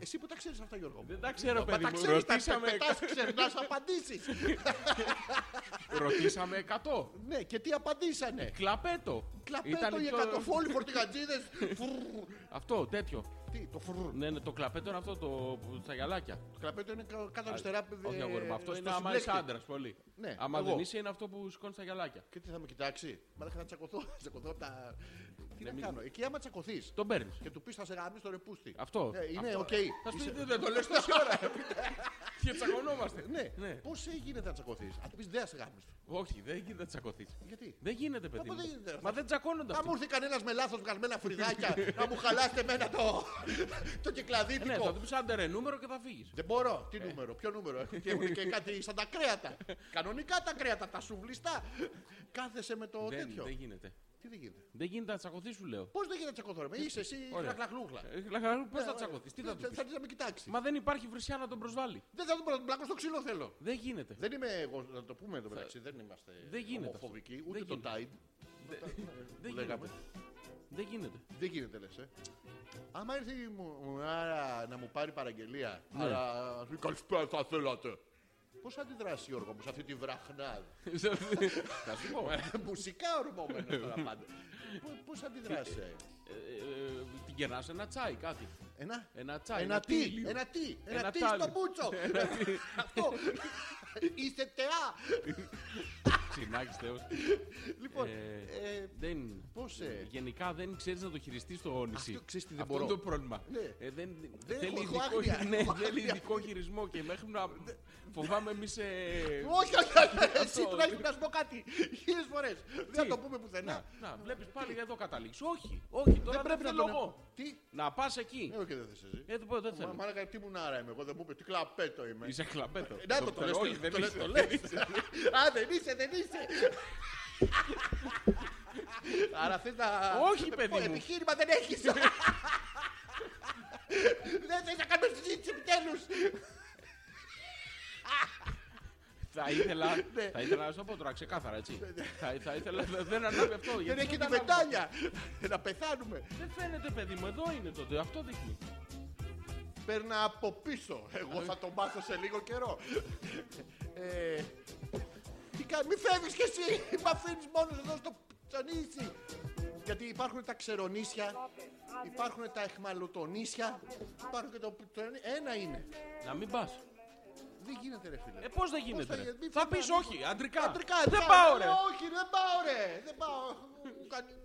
Εσύ που τα ξέρεις αυτά, Γιώργο. μου.
Δεν τα ξέρω,
Μα
παιδί
τα
μου.
ξέρεις, τα
Ρωτήσαμε-
ξεπετάς, ξερνάς απαντήσεις.
Ρωτήσαμε 100.
ναι, και τι απαντήσανε.
Κλαπέτο.
Κλαπέτο
Ήταν
οι
το-
εκατοφόλοι φορτηγατζίδες. Φουρ.
Αυτό, τέτοιο.
Τι, το φουρ.
Ναι, ναι, το κλαπέτο είναι αυτό το που- στα γυαλάκια.
Το κλαπέτο είναι κα- κάτω αριστερά. ε,
Όχι, αγόρι μου, αυτό
στο
είναι άμα
συμπλέκτη.
είσαι άντρας πολύ.
Ναι,
Άμα
εγώ.
δεν είσαι, είναι αυτό που σηκώνεις τα γυαλάκια.
Και τι θα με κοιτάξει. Μα δεν θα τσακωθώ. θα τσακωθώ απ' τα... Τι να
Ναι, μην-
κάνω. Εκεί άμα τσακωθείς
Τον παίρνεις.
και του πεις θα σε γάμεις το ρεπούστη.
Αυτό.
Ε, είναι
αυτό.
οκ.
Θα σου πει
Είσαι-
«Δεν- δεν το λες τόση ώρα. ε, Και τσακωνόμαστε.
Ναι.
Ναι.
Πώς ε, γίνεται να τσακωθείς. Αν του πεις δεν θα σε γάμεις.
Όχι, δεν γίνεται να τσακωθείς.
Γιατί.
Δεν γίνεται, παιδί.
Μα
μου.
δεν γίνεται.
Μα δεν τσακώνονται
Να
αυτοί.
μου έρθει κανένας με λάθος βγασμένα φρυδάκια να μου χαλάσετε εμένα το, το
Ναι,
κυκλαδίτικο.
θα του πεις άντε ρε νούμερο και θα φύγεις.
Δεν μπορώ.
Ε.
Τι νούμερο, ποιο νούμερο. Έχουν και, έχουν και κάτι σαν τα κρέατα. Κανονικά τα κρέατα, τα σουβλιστά. Κάθεσαι με το
Δεν
τέτοιο.
δεν γίνεται.
Τι δεν γίνεται.
Δεν γίνεται να τσακωθείς, σου λέω. Ε,
Πώς δεν γίνεται τσακωθώ, ρε. Είσαι εσύ
Ωραία.
κλαχλαχλούχλα. Ναι,
Πώ θα τσακωθείς, τι θα του πεις.
Θα να με κοιτάξει.
Μα δεν υπάρχει βρυσιά να τον προσβάλλει.
Δεν θα τον μπορώ να τον πλάκω στο ξύλο θέλω.
Δεν γίνεται.
Δεν είμαι εγώ, να το πούμε εδώ μεταξύ, δεν είμαστε
Δεν γίνεται αυτό.
ομοφοβικοί,
Δεν
ούτε το
γίνεται.
Tide.
Δεν
λέγαμε.
γίνεται. Δεν γίνεται.
Δεν γίνεται, λες. Ε. Άμα έρθει η μου, μου- άρα, να μου πάρει παραγγελία,
Ναι.
άρα «Ε, καλησπέρα θα θέλατε. Πώς αντιδράσει Γιώργο μου σε αυτή τη βραχνάδα.
Θα σου πω. ε,
Μουσικά ορμόμενο
Ναι.
τώρα πάντα. Πώς αντιδράσει. ε?
Ε, ε, Την κερνάς ένα τσάι, κάτι.
Ένα,
Ένα τσάι.
ένα τι,
τίλιο.
ένα τι, ένα
Ένα
τι
τάλι.
στο μπούτσο. Αυτό. Είστε τεά.
Ξυνάκης Θεός.
Λοιπόν,
Ε,
ε,
Δεν.
Πώς, ε?
Γενικά δεν ξέρεις να το χειριστείς το νησί.
Αυτό ξέρεις τι δεν
Αυτό
μπορώ.
είναι το πρόβλημα.
Ναι.
Ε, δεν,
Δεν
θέλει,
έχω- έχω
ειδικό,
άγνοια.
ναι,
Έχω
θέλει
άγνοια.
ειδικό χειρισμό και μέχρι να. φοβάμαι εμείς. Ε...
όχι, όχι, όχι, εσύ
Αυτό.
τουλάχιστον να σου πω κάτι. Χίλιες φορές. Δεν θα
Τι?
το πούμε πουθενά.
να, βλέπεις πάλι εδώ καταλήξει. Όχι, όχι, τώρα
Δεν πρέπει να
θέλω
τον.
εγώ.
Τι,
Να πας εκεί.
Ε, όχι, δεν θες εσύ.
Ε, δεν μπορώ, δεν
Μα
θέλω.
μάλακα, τι μουνάρα είμαι, εγώ δεν μου είπε, τι κλαπέτο είμαι.
Είσαι χλαμπέτο.
Ε, Να το, το λες,
Όχι,
το-
δεν
το λες,
είσαι.
το λες. Α, δεν είσαι, δεν είσαι. Άρα θες να...
Όχι, παιδί
Ε,
μου.
Επιχείρημα δεν έχεις. Δεν θες να κάνουμε συζήτηση επιτέλους.
Θα ήθελα,
Ναι.
θα ήθελα να σου το πω τώρα ξεκάθαρα έτσι. θα, θα ήθελα, δεν ανάβει αυτό.
Δεν
γιατί
έχει τη
τα ανάβω.
μετάλλια. Να πεθάνουμε.
Δεν φαίνεται παιδί μου, εδώ είναι τότε, αυτό δείχνει.
Παίρνα από πίσω. Εγώ θα το μάθω σε λίγο καιρό. Ε, Τι κάνει, μη φεύγεις κι εσύ. Μ' αφήνεις μόνος εδώ στο ψωνίσι. Γιατί υπάρχουν τα ξερονίσια, υπάρχουν τα εχμαλωτονίσια, υπάρχουν και το πιτσονί- Ένα είναι.
Να μην πας.
Δεν γίνεται ρε φίλε.
Ε, πώς δεν
Πώς
γίνεται. ρε.
μη
θα
φοβάμαι.
πει όχι, αντρικά.
Αντρικά,
δεν
αντρικά.
πάω, ρε.
Όχι, δεν πάω ρε. Δεν πάω. Μου κάνει-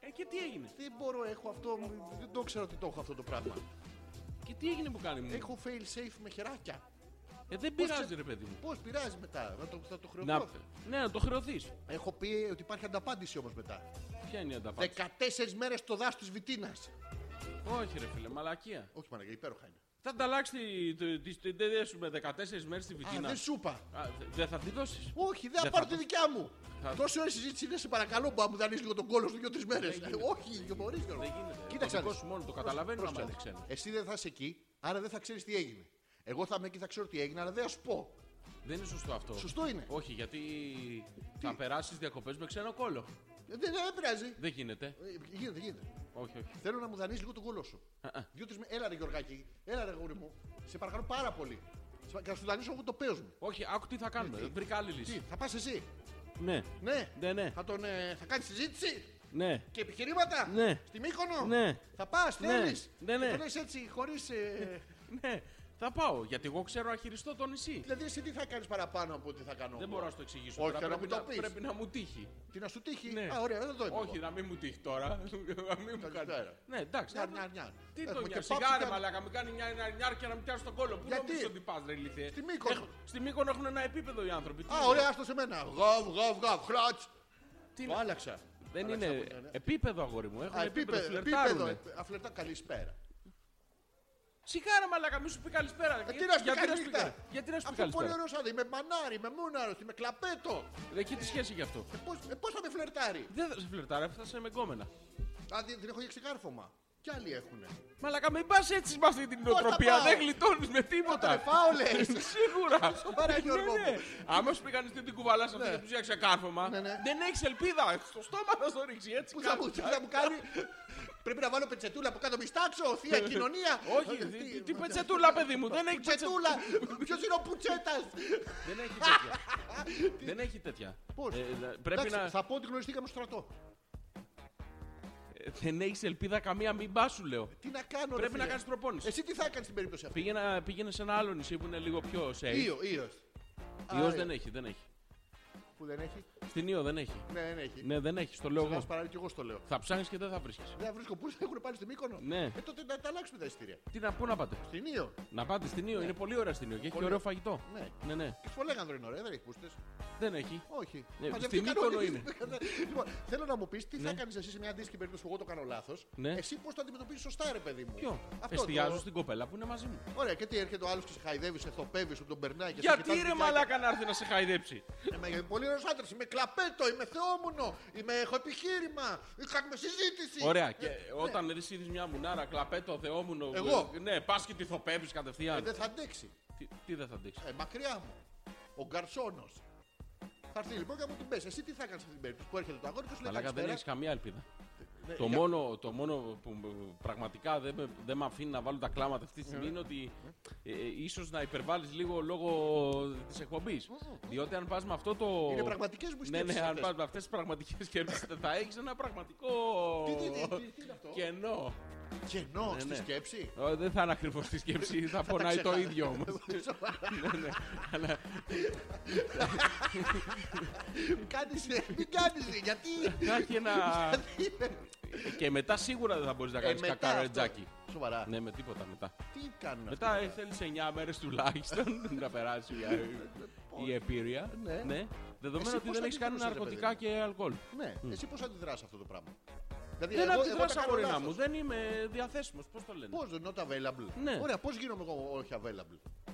Ε, και τι έγινε.
Δεν μπορώ, έχω αυτό. Δεν το ξέρω ότι το έχω αυτό το πράγμα.
Και τι έγινε που κάνει μου.
Έχω fail safe με χεράκια.
Ε, δεν
πώς
πειράζει,
ξε-
ρε παιδί μου.
Πώς πειράζει μετά, θα το, θα το
Να...
χρεοκρόθω.
Ναι, να το χρεωθείς.
Έχω πει ότι υπάρχει ανταπάντηση όμως μετά.
Ποια είναι η ανταπάντηση.
14 μέρες στο δάσος της Βιτίνας.
Όχι, ρε φίλε, μαλακία.
Όχι, μαραγκά, υπέροχα είναι.
Θα ανταλλάξεις τη- τη- τη- την ταινία σου με 14 μέρες στη
Α,
Βιτίνα.
δεν σου είπα.
Α, δε- Δεν θα τη δώσεις.
Όχι, δεν θα
Δεν
πάρω
θα
τη
το-
δικιά μου.
Θα-
Τόση ώρα συζήτηση είναι, σε παρακαλώ, μπα μου δανείζεις λίγο τον κόλο σου δύο-τρει μέρες.
γίνεται,
Όχι, δεν μπορεί.
Δεν γίνεται.
Κοίταξε.
το δικό
να δεις.
σου μόνο το καταλαβαίνω άμα
Πρόσεξε
δεν
να δεις.
ξέρω.
Εσύ δεν θα είσαι εκεί, άρα δεν θα ξέρεις τι έγινε. Εγώ θα είμαι εκεί, θα ξέρω τι έγινε, αλλά δεν θα σου πω.
Δεν είναι σωστό αυτό.
Σωστό είναι.
Όχι, γιατί θα περάσεις διακοπές με ξένο κόλλο.
Ε, Δεν δεν πειράζει.
Δεν γίνεται.
Ε, Γίνεται, γίνεται.
Όχι, όχι.
Θέλω να μου δανείσει λίγο τον κόλο σου. Δύο-τρει με. Έλα ρε Γεωργάκη, έλα ρε γόρι μου. Σε παρακαλώ πάρα πολύ. Σε πα- Και να σου δανείσω εγώ το παίος μου.
Όχι, άκου τι θα κάνουμε.
Τι?
Δεν βρήκα άλλη
Τι,
λύση.
θα πας εσύ.
Ναι.
Ναι.
Ναι, ναι.
Θα, τον, ε, θα κάνεις συζήτηση
Ναι.
και επιχειρήματα.
Ναι.
Στη Μύκονο.
Ναι.
Θα πας,
Ναι.
θέλεις.
Ναι, ναι.
Το λες έτσι, χωρίς. Ε,
Ναι. Θα πάω γιατί εγώ ξέρω να χειριστώ το νησί.
δηλαδή, εσύ τι θα κάνεις παραπάνω από ό,τι θα κάνω.
Δεν
εγώ.
μπορώ να σου το εξηγήσω.
Όχι,
τώρα.
θέλω να
πρέπει,
μου το
να,
πεις.
πρέπει να μου τύχει.
Τι να σου τύχει.
Ναι.
Α, ωραία, εδώ είμαι.
Όχι, να μην μου τύχει τώρα. να μην μου κάνει.
Καλησπέρα.
Ναι, εντάξει.
Νιάρ,
να-
νιάρ, νιάρ.
Τι
Έχουμε
το
και
νιάρ,
πάψη
σιγά
και-
ρε μαλάκα, μου κάνει μια νιάρ, νιάρ και να μου πιάσει τον κόλλο. Πού
Γιατί?
νομίζεις ότι πας ρε ηλίθιε.
Στη Μύκονο.
Έχουν- Στη Μύκονο έχουν ένα επίπεδο οι άνθρωποι. Τι
Α,
είναι?
ωραία, άστο σε μένα. Γοβ, γοβ, γοβ, χρότ.
Τι
Το
είναι?
άλλαξα.
Δεν
Άλλαξα
είναι
από τον-
επίπεδο αγόρι μου. Έχουν
Α,
επίπεδο,
επίπεδο,
φλερτάρουνε.
επίπεδο. Αφλερτά, καλησπέρα.
Σιγά ρε μαλάκα, μη σου πει καλησπέρα.
Ε,
Γιατί
Τι να σου πει
να σου πει
καλησπέρα.
καλη- Γιατί να σου πει
Αφού πολύ
καλησπέρα.
ωραίος άντρας. Είμαι μανάρι, είμαι μούναρος, είμαι κλαπέτο.
Έχει τη σχέση γι' αυτό.
Ε, πώς- ε, Πώς θα με φλερτάρει.
Δεν θα σε φλερτάρω, θα σε με γκόμενα.
Α, δεν δεν έχω για ξεκάρφωμα. Κι άλλοι έχουνε.
Μαλάκα, μην πας έτσι με αυτή την νοοτροπία.
πάω?
Δεν γλιτώνεις με
Όταν
τίποτα.
φάω, λες.
Σίγουρα.
Σοβαρά, Γιώργο μου.
Ναι, ναι. Άμα σου πει κανεί τι την κουβαλά αυτή και του φτιάξει κάρφωμα,
Ναι, ναι.
δεν έχεις ελπίδα. Στο στόμα θα στο ρίξει έτσι.
Πού θα μου- τι θα μου κάνει. Πρέπει να βάλω πετσετούλα από κάτω, μη στάξω, θεία κοινωνία.
Όχι,
Ε,
τι-
τι-
τι πετσετούλα, παιδί μου. Δεν έχει
Πουτσετούλα! Ποιος είναι ο Πουτσέτας!
πετσε- Δεν έχει τέτοια. Δεν έχει τέτοια.
Πώς?
Ε, ε, Πρέπει να.
Θα πω ότι γνωριστήκαμε στο στρατό.
ε, Δεν έχεις ελπίδα καμία, μην πας σου λέω.
Τι να κάνω, ρε
Πρέπει να
φίλε.
κάνεις προπόνηση.
Εσύ τι θα έκανες στην περίπτωση αυτή.
Πήγαινα- Πήγαινε σε ένα άλλο νησί που είναι λίγο πιο safe.
Ήο, Ήος.
Ιω Ε, δεν έχει, δεν έχει.
Που δεν έχει.
Στην Ιω δεν έχει.
Ναι, δεν έχει.
Ναι, δεν έχει, το λέω
Να
εγώ.
σου παραλύω κι εγώ στο λέω.
Θα ψάχνεις και δεν θα βρίσκεις.
Δεν βρίσκω πού έχουν πάλι στην Μύκονο.
Ναι.
Ε, τότε να τα αλλάξουμε τα εισιτήρια.
Τι να, πού να πάτε.
Στην Ήο.
Να πάτε στην Ήο, είναι πολύ ωραία στην Ήο και έχει και
Ναι. Πολύ.
ωραίο φαγητό.
Ναι.
Ναι, ναι.
Και στο Λέγανδρο είναι ωραία, δεν έχει πούστες.
Δεν έχει.
Όχι.
Ναι,
Μαζευτήκαν
στην Μύκονο
όλοι.
είναι.
λοιπόν, θέλω να μου πεις τι θα
Ναι.
κάνεις εσύ σε μια αντίστοιχη περίπτωση που εγώ το κάνω λάθος.
Ναι.
Εσύ πώς το αντιμετωπίζεις σωστά, ρε παιδί μου.
Ποιο.
Αυτό
Εστιάζω
το-
στην κοπέλα που είναι μαζί μου.
Ωραία, και τι έρχεται ο άλλος και σε χαϊδεύει, σε θοπεύει, σου τον περνάει και σε
Γιατί
κοιτάζει
ρε
δικιά-
μαλάκα να έρθει να σε χαϊδέψει.
Ε, μα, είμαι πολύ ωραίος άντρας. Είμαι κλαπέτο, είμαι θεόμουνο, είμαι, έχω επιχείρημα. ε, Κάνουμε συζήτηση.
Ωραία.
Ε,
Και
ε,
όταν δεις είδεις μια μουνάρα, κλαπέτο, θεόμουνο.
Εγώ.
ε, Ναι, πας και τη θοπεύεις κατευθείαν.
ε, δεν θα αντέξει.
Τι, τι δεν θα αντέξει.
Ε, μακριά μου. Ο γκαρσόνος. Θα έρθει λοιπόν και θα μου την πέσει. Εσύ τι θα κάνεις αυτή την περίπτωση που έρχεται το αγόρι και σου λέει
Μαλάκα δεν
«Καλησπέρα».
έχεις καμία ελπίδα.
Ναι,
Το
για-
μόνο, το μόνο που μ, πραγματικά δεν με, δεν με αφήνει να βάλω τα κλάματα αυτή τη στιγμή είναι ότι ε, ε, ίσως να υπερβάλλεις λίγο λόγω της εκπομπής. Διότι αν πας με αυτό το...
Είναι πραγματικές μου
Ναι,
σκέψεις.
ναι, αν
αυτές.
πας με αυτές τις πραγματικές σκέψεις θα έχεις ένα πραγματικό
Τι- τι- τι- τι- τι είναι αυτό.
κενό.
Κενός
Ναι,
στη
ναι.
σκέψη.
Ω, Δεν θα είναι ακριβώς τη σκέψη, θα πονάει το
ξεχάσω.
ίδιο όμως. Ναι, ναι. Αλλά
Μην κάνεις, ε, μην κάνεις, γιατί...
θα έχει ένα... Και μετά σίγουρα δεν θα μπορείς να
Ε,
κάνεις
μετά
κακά
αυτό.
ρετζάκι.
Σοβαρά.
Ναι, με τίποτα μετά.
Τι κάνουν αυτοί.
Μετά ε, θέλει 9 μέρες τουλάχιστον να περάσει η, η εμπειρία.
Ε, Ναι.
Δεδομένου
Εσύ
ότι
πώς
δεν
θα
έχεις κάνει
αντιδρούσες, ρε
ναρκωτικά
παιδί
και αλκοόλ.
Ναι, εσύ πώς αντιδράς αυτό το πράγμα. Δηλαδή,
Δεν
εγώ- εγώ τα
αντιδράσα,
κάνω
αγορίνα
λάθος.
μου. Δεν είμαι διαθέσιμος. Πώς το λένε.
Πώς, not available.
Ναι.
Ωραία, πώς γίνομαι εγώ όχι available.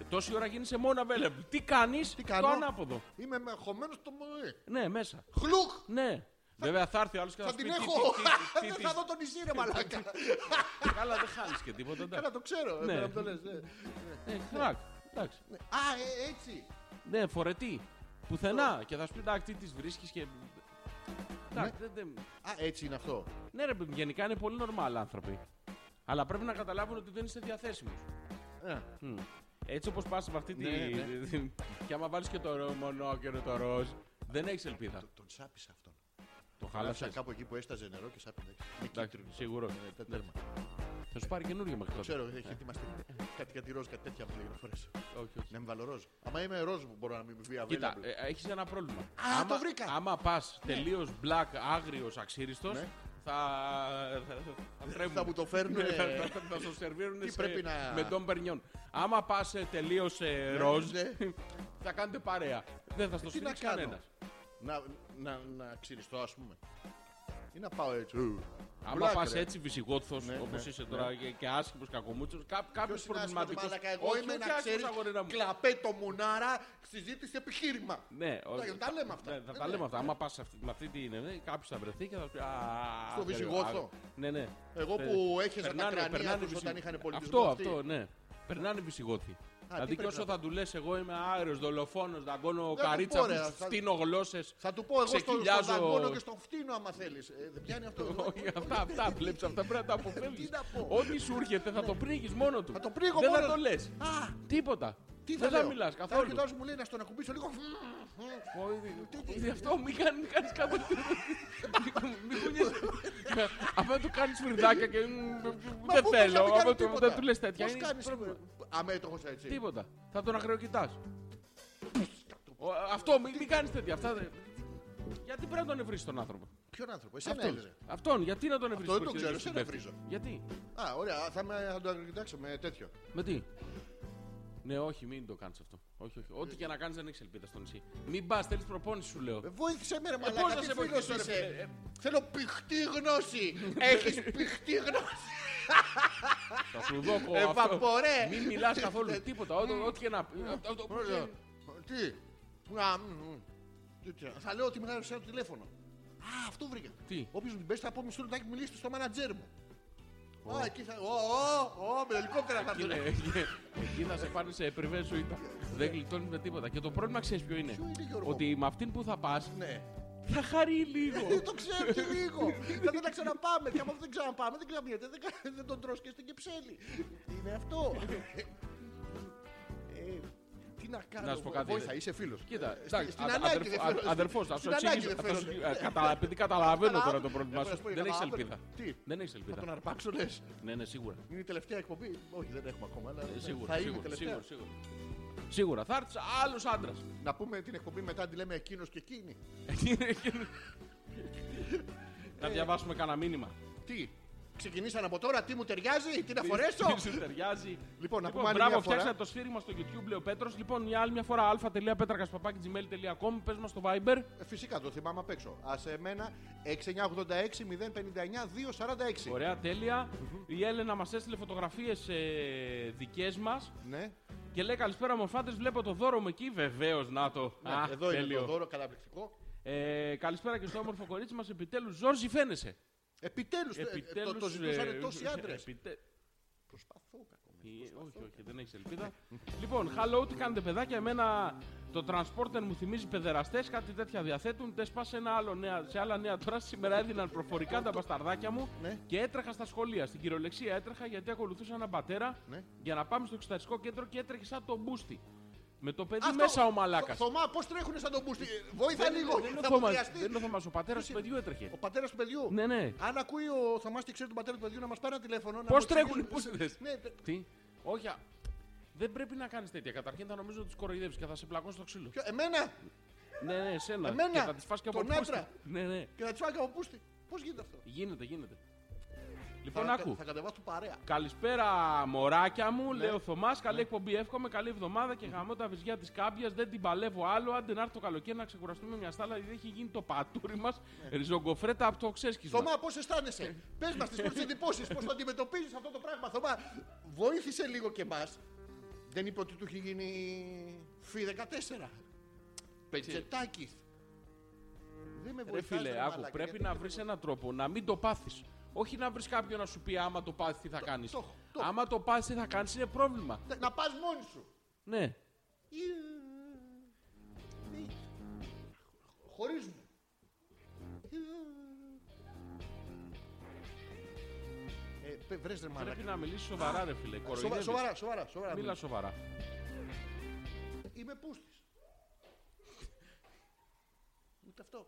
Ε, τόση ώρα γίνεσαι μόνο available. Τι κάνεις,
Τι
το
κάνω?
ανάποδο.
Είμαι μεχωμένος στο μωρί.
Ναι, μέσα.
Χλουκ!
Ναι. Βέβαια θα έρθει ο άλλος και θα
Θα
σου πει.
την
τι-
έχω!
τι- τι- τι-
Δεν
τι-
θα δω τον νησί, ρε μαλάκα.
Καλά, δεν χάνεις και τίποτα. εντάξει.
Καλά, το ξέρω.
Ναι.
εμένα μου το λες, ναι.
Ε, Χρακ. Εντάξει.
Ναι. Α, ε, έτσι.
Ναι, φορετή. Πουθενά. Και θα σου πει εντάξει, τι της βρίσκεις και.
Ναι.
Εντάξει, δεν- δεν-
Α, έτσι είναι αυτό.
Ναι, ρε παιδί, μου, γενικά είναι πολύ normal άνθρωποι. Αλλά πρέπει να καταλάβουν ότι δεν είσαι διαθέσιμο.
Ε,
Έτσι όπως πας με αυτή τη.
Ναι,
και άμα βάλεις και το ρο- μονόκερο το ροζ, δεν έχεις ελπίδα.
Τον σάπισα αυτόν.
Το
Χάλασα
χάλασες.
κάπου εκεί που έσταζε νερό και σάπισε. Με
Εντάξει, ε,
κίτρινο.
σίγουρος.
Ναι, τα τέρμα.
Θα σου πάρει καινούργιο μέχρι τότε.
Ξέρω, έχει ετοιμαστεί κάτι κάτι ροζ, κάτι τέτοια που λέγει να φορέσω.
Όχι, όχι.
Να μην βάλω ροζ. Άμα είμαι ροζ που μπορώ να μην βγει
Κοίτα,
available.
έχεις ένα πρόβλημα.
Α, το βρήκα.
Άμα πας τελείως black, άγριος, αξίριστος,
Ναι.
θα. θα- θα τρέμουν.
Θα μου το φέρνουνε. ε,
Ναι, θα- θα- Θα το σερβίρουν
Τι πρέπει να-
με τον Περνιόν. Άμα πας τελείως ε, ροζ,
ναι. Ε,
θα κάνετε παρέα. Δεν θα στο
Τι να
στηρίξει
κάνω.
κανένας.
Να, να, να ξυριστώ, ας πούμε. Ή να πάω έτσι. ου.
Άμα
Μπλακ,
πα
ρε.
έτσι βυσιγότθος,
Ναι,
όπως
ναι,
είσαι τώρα και- και άσχημος κακομούτσος, κάποιο
Ποιος είναι άσχημος, ρε
προβληματικός.
μαλάκα, Εγώ είμαι να ξέρεις,
Ε,
κλαπέ το μουνάρα, συζήτηση επιχείρημα.
Ναι, ο-
Τα- τα λέμε αυτά.
Ναι, θα
Ε,
τα
ναι.
λέμε αυτά. Άμα πας με αυτή την. ναι, Κάποιος θα βρεθεί και θα σου πει. «Α,
Στο
τέλειο,
Βυσιγότο.
α, Ναι, ναι.
Εγώ
Ε,
που έχεσα τα
περνάνε-
κρανία
περνάνε
τους όταν
Βυσι-
είχαν πολιτισμό
Αυτό,
αυτοί.
αυτό, ναι. Περνάνε βυσιγόθοι. δηλαδή και
πρέπει
όσο
να-
θα του λες, εγώ είμαι άριο, δολοφόνος, δαγκώνω
Δεν
καρίτσα,
το πω, ρε,
που
θα-
στείνω γλώσσες.
Θα του πω εγώ στον στο
Ξεκυλιάζω.
δαγκώνω και στον φτύνο άμα θέλεις. δεν πιάνει αυτό.
Όχι, αυτά, αυτά βλέπεις, αυτά πρέπει να τα αποφεύγει.
Τι να πω.
Ό,τι σου έρχεται θα το πρίγει μόνο του.
Θα το πρύγω
Δεν θα
μόνο
το
του.
λες.
Α,
Τίποτα.
τι θα
Δεν θα
λέω.
μιλάς
Θα έρχεται
καθόλου.
ο άλλος μου λέει να στον ακουμπήσω λίγο. τι-
Γι' αυτό μην κάνει κάνεις κάτω. Μην κουνιέσαι. Αφού του κάνεις φρυδάκια και. μ,
Μα
Δεν
πού πας να
θέλω.
μην κάνω
άμα του-
τίποτα.
Δεν του λες τέτοια.
Πώς
είναι
κάνεις,
πρόβλημα.
αμέτωχος έτσι.
Τίποτα. Θα τον αγριοκοιτά. Αυτό, μην κάνεις τέτοια. Αυτά δεν- Γιατί πρέπει να τον ευρύσεις τον άνθρωπο.
Ποιον άνθρωπο, εσύ
Αυτόν.
έλεγε.
Αυτόν, γιατί να τον ευρύσεις
δεν το ξέρω, εσένα
Γιατί,
Α, ωραία, θα, με, θα το κοιτάξω με τέτοιο.
με τι. Ναι, όχι, μην το κάνεις αυτό. Όχι, όχι. Ό,τι και να κάνεις δεν έχει ελπίδα στο νησί. Μην πας, θέλεις προπόνηση σου λέω.
Ε, Βοήθησε με ρε
Ε, Πώ
μαλάκα,
να
τι
σε
φίλος
βοηθήσω, ρε φίλε.
είσαι.
Ε,
Θέλω πηχτή γνώση. Έχεις πηχτή γνώση.
Θα σου δω
Ε,
αυτό.
βαπορέ.
Μην μιλάς καθόλου τίποτα. ό,τι- Ό,τι και να πει. Αυτό- αυτό-
Ωραία. Τι. Α, μ, μ. Τι, τι. Θα λέω ότι μιλάω σε ένα τηλέφωνο. Α, αυτό βρήκα.
Τι?
Όποιος μου την πέσει θα πω μισό λεπτάκι μιλήσει στο μάνατζέρ μου. Α, εκεί θα. Ω, ω, ω, με ελικόπτερα θα
Κύριε,
έρθουν.
Ε, Εκεί θα σε πάνε σε privé σου ήταν. Δεν γλιτώνεις με τίποτα. Και το πρόβλημα ξέρεις ποιο είναι.
Ποιο είναι, Γιώργο
Ότι με αυτήν που θα πας
Ναι.
θα χαρεί λίγο.
Δεν το ξέρω και λίγο. Θα δεν τα ξαναπάμε. Και άμα δεν ξαναπάμε, δεν ξαπνιέται. Δεν, κα- δεν τον τρως και στην κεψέλη. Είναι αυτό. Ε, τι να κάνω.
Να σου πω κάτι,
Βόηθα,
ρε.
είσαι φίλος.
Κοίτα,
στην,
εντάξει,
Ε, στην
α-
ανάγκη
αδερφ-
δεν
α-
φέρω.
αδερφός, θα σου
Στην ανάγκη
εξηγήσω-
δεν
θα
φέρω.
σου- ε, κατα- Επειδή καταλαβαίνω τώρα το
Καταλάβω.
πρόβλημά
Ε,
σου,
πώς πω,
δεν έχει
καταλάβαινε.
ελπίδα.
Τι,
Δεν έχεις
θα τον
ελπίδα.
αρπάξω λες.
Ναι, ναι, σίγουρα.
Είναι η τελευταία εκπομπή. Όχι, δεν έχουμε ακόμα. Αλλά
Ε, Σίγουρα,
θα είναι η
σίγουρα,
τελευταία.
σίγουρα. σίγουρα. Σίγουρα, θα έρθεις άλλος άντρας.
Να πούμε την εκπομπή μετά τη λέμε εκείνος και εκείνη. Ε,
Να διαβάσουμε κανένα μήνυμα.
Τι, ξεκινήσαν από τώρα, τι μου ταιριάζει, τι να φορέσω.
Τι σου ταιριάζει.
Λοιπόν, να
Λοιπόν,
πούμε άλλη
μπράβο,
μια φορά.
φτιάξατε το σφύριγμα στο YouTube, λέει ο Πέτρος. Λοιπόν, μια άλλη μια φορά α.πέτρακα.gmail.com. Πες μας στο Viber.
Ε, Φυσικά το θυμάμαι απ' έξω. Ας εμένα 6986-059-246.
Ωραία, τέλεια. Η Έλενα μας έστειλε φωτογραφίες ε, δικές μας
Ναι,
και λέει καλησπέρα μορφάτε. Βλέπω το δώρο μου εκεί. Βεβαίως, να το.
ναι,
Α,
εδώ είναι
τέλειο.
το δώρο, καταπληκτικό.
Ε, καλησπέρα και στο όμορφο κορίτσι μας. Επιτέλους, Ζόρζι φαίνεσαι.
Επιτέλους ε, το, το ζητούσαν
ε,
τόσοι άντρες.
επιτε-
Προσπαθώ κακομοίρα.
Ε, Όχι, όχι, δεν έχεις ελπίδα. λοιπόν, hello, τι κάνετε παιδάκια. Εμένα το transporter μου θυμίζει παιδεραστές, κάτι τέτοια διαθέτουν. Τες πας σε, ένα άλλο νέα- σε άλλα νέα τώρα. Σήμερα έδιναν προφορικά τα μπασταρδάκια μου
Ναι.
και έτρεχα στα σχολεία. Στην κυριολεξία έτρεχα γιατί ακολουθούσα έναν πατέρα
Ναι.
για να πάμε στο εξεταστικό κέντρο και έτρεχε σαν το μπούστι. Με το παιδί
Αυτό-
μέσα ο μαλάκας.
Θω- Θωμά, πώς τρέχουνε σαν τον Μπούστη. Βοήθα λίγο,
Δεν είναι ο
θα μου
Θωμάς-
χρειαστεί.
δεν είναι ο Θωμάς, ο πατέρας του
Ποιος
παιδιού έτρεχε.
Ο πατέρας του παιδιού.
Ναι, ναι.
Αν ακούει ο Θωμάς και ξέρει τον πατέρα του παιδιού να μας πάρει ένα τηλέφωνο. να
Πώς
μου εξηγήσει-
τρέχουνε, πώς είδες.
Ναι, τε-
Τι. Όχι, α- δεν πρέπει να κάνεις τέτοια. Καταρχήν θα νομίζω ότι τους κοροϊδεύεις και θα σε πλακώσει το ξύλο.
ποιο- εμένα
Ναι, ναι, εσένα.
Εμένα,
Και θα τις φας και από
τον
πούστη.
άντρα.
Ναι, ναι.
και θα τσουάκα από Μπούστη. Πώς γίνεται αυτό.
Γίνεται, γίνεται. Λοιπόν,
Θα,
άκου.
θα κατεβάσω παρέα.
Καλησπέρα, μωράκια μου, λέει ο Θωμάς. Καλή εκπομπή, εύχομαι. Καλή εβδομάδα και γαμώ τα βυζιά της κάμπιας. Δεν την παλεύω άλλο. Άντε να έρθει το καλοκαίρι να ξεκουραστούμε μια στάλα, γιατί έχει γίνει το πατούρι μας ριζογκοφρέτα από Ναι. το ξέσκισμα.
Θωμά, πώς αισθάνεσαι. Πες μας τις πρώτες εντυπώσεις, πώς το αντιμετωπίζεις αυτό το πράγμα. Θωμά, βοήθησε λίγο και εμάς. Δεν είπε ότι του είχε γίνει φι 14. Πετσετάκι. Δεν με
Ρε
βοηθάει.
φίλε, άκου, πρέπει να βρει έναν τρόπο να μην το πάθεις. Όχι να βρεις κάποιον να σου πει άμα το πάθει τι θα κάνεις.
το έχω, το έχω.
Άμα το πάθει τι θα κάνεις είναι πρόβλημα.
Να πας μόνη σου.
Ναι.
Ή, ε, ε, Χωρίζουμε. Ε, πε- βρες ρε μαλάκα.
Πρέπει να μιλήσεις σοβαρά, ρε φίλε.
Σοβα-
κοροϊδεύεις.
Σοβαρά, σοβαρά, σοβαρά.
Μίλα σοβαρά.
Είμαι πούστης. Ούτε αυτό.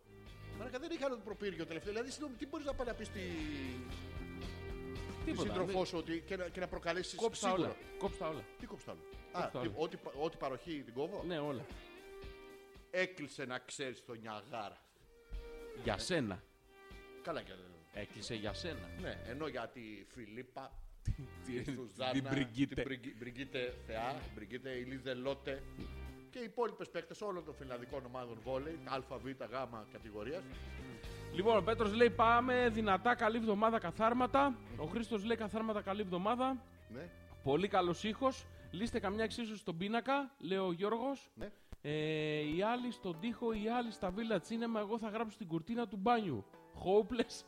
Μαρακα δεν είχα άλλο προπύργιο τελευταίο. Δηλαδή, συγγνώμη, τι μπορείς να πάει να πεις στη στη
Τίποτα. ναι.
σύντροφό σου ότι, και να, και να προκαλέσεις.
Κόψε τα όλα. Κόψε τα όλα.
Τι κόψει τα όλα.
Κόψε τα
Α, τι-
όλα.
ό,τι, πα- ό,τι παροχή την κόβω.
Ναι, όλα.
Έκλεισε να ξέρεις το Νιαγάρα.
Για σένα.
Καλά και.
Έκλεισε για σένα.
Ναι, ενώ για τη Φιλίπα,
Τι-
τη Σουζάνα,
Την
την
Μπριγκίτε.
Μπριγκι- Μπριγκίτε Θεά, Μπριγκίτε Ηλίζε Λότε και οι υπόλοιπες παίκτες όλων των φιλανδικών ομάδων βόλεϊ, Α, Β, Γ κατηγορίας.
Λοιπόν, ο Πέτρος λέει: Πάμε δυνατά, καλή εβδομάδα καθάρματα. Ο Χρήστος λέει: Καθάρματα, καλή εβδομάδα.
Ναι,
Πολύ καλός ήχος. Λύστε καμιά εξίσωση στον πίνακα, λέει ο Γιώργος.
ναι.
Ε, οι άλλοι στον τοίχο, οι άλλοι στα βίλα τσίνεμα. Εγώ θα γράψω στην κουρτίνα του μπάνιου. Hopeless.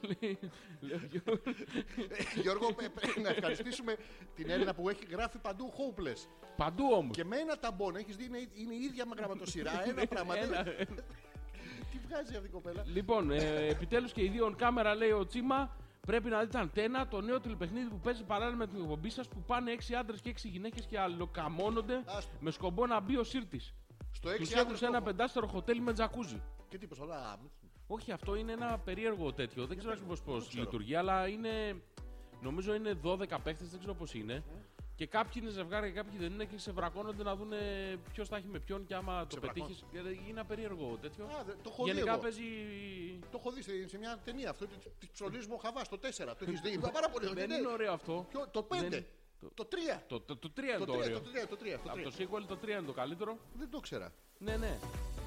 Λέει, λέω, «Γιώργο,
Ε, Γιώργο, πε- πε- να ευχαριστήσουμε την Έλληνα που έχει γράφει παντού hopeless.
Παντού όμως.
Και με ένα ταμπόν έχεις δει, είναι, είναι η ίδια με γραμματοσυρά. ένα πράγμα. δεν- Τι βγάζει αυτή η κοπέλα.
Λοιπόν, ε, επιτέλους και οι δύο on camera λέει ο Τσίμα. Πρέπει να δείτε Αντένα, το νέο τηλεπαιχνίδι που παίζει παράλληλα με την εκπομπή σας που πάνε έξι άντρες και έξι γυναίκες και αλλοκαμώνονται
Άστο.
με σκοπό να μπει ο Σύρτης.
Στο
Τους
6
έχουν σε ένα πεντάστερο χοτέλ με τζακούζι.
Και τι πω, αλλά.
Όχι, αυτό είναι ένα περίεργο τέτοιο. Δεν ξέρω ακριβώς πώς
ξέρω.
λειτουργεί, αλλά είναι. Νομίζω είναι 12 παίχτε, δεν ξέρω πώς
Ε.
είναι. Και κάποιοι είναι ζευγάρια και κάποιοι δεν είναι και ξεβρακώνονται να δουν ποιος θα έχει με ποιον και άμα το
Ξεβρακώνονται.
πετύχει. Είναι ένα περίεργο τέτοιο.
Α, δε- το έχω δει.
Γενικά
εγώ.
παίζει.
Το έχω δει σε- σε μια ταινία αυτό. τη- Τη ψωνίζει μου χαβάς το 4. Το έχεις δει. Είπα πάρα πολύ.
Δεν
ναι.
είναι ωραίο αυτό.
Ποιο- Το
Δεν-
5.
το-
Το 3.
Το, το, το 3 είναι
Το
το
3.
ωραίο.
Το 3. Το 3. Το
Από το
3.
sequel το 3 είναι το καλύτερο.
Δεν το ξέρα.
Ναι, ναι.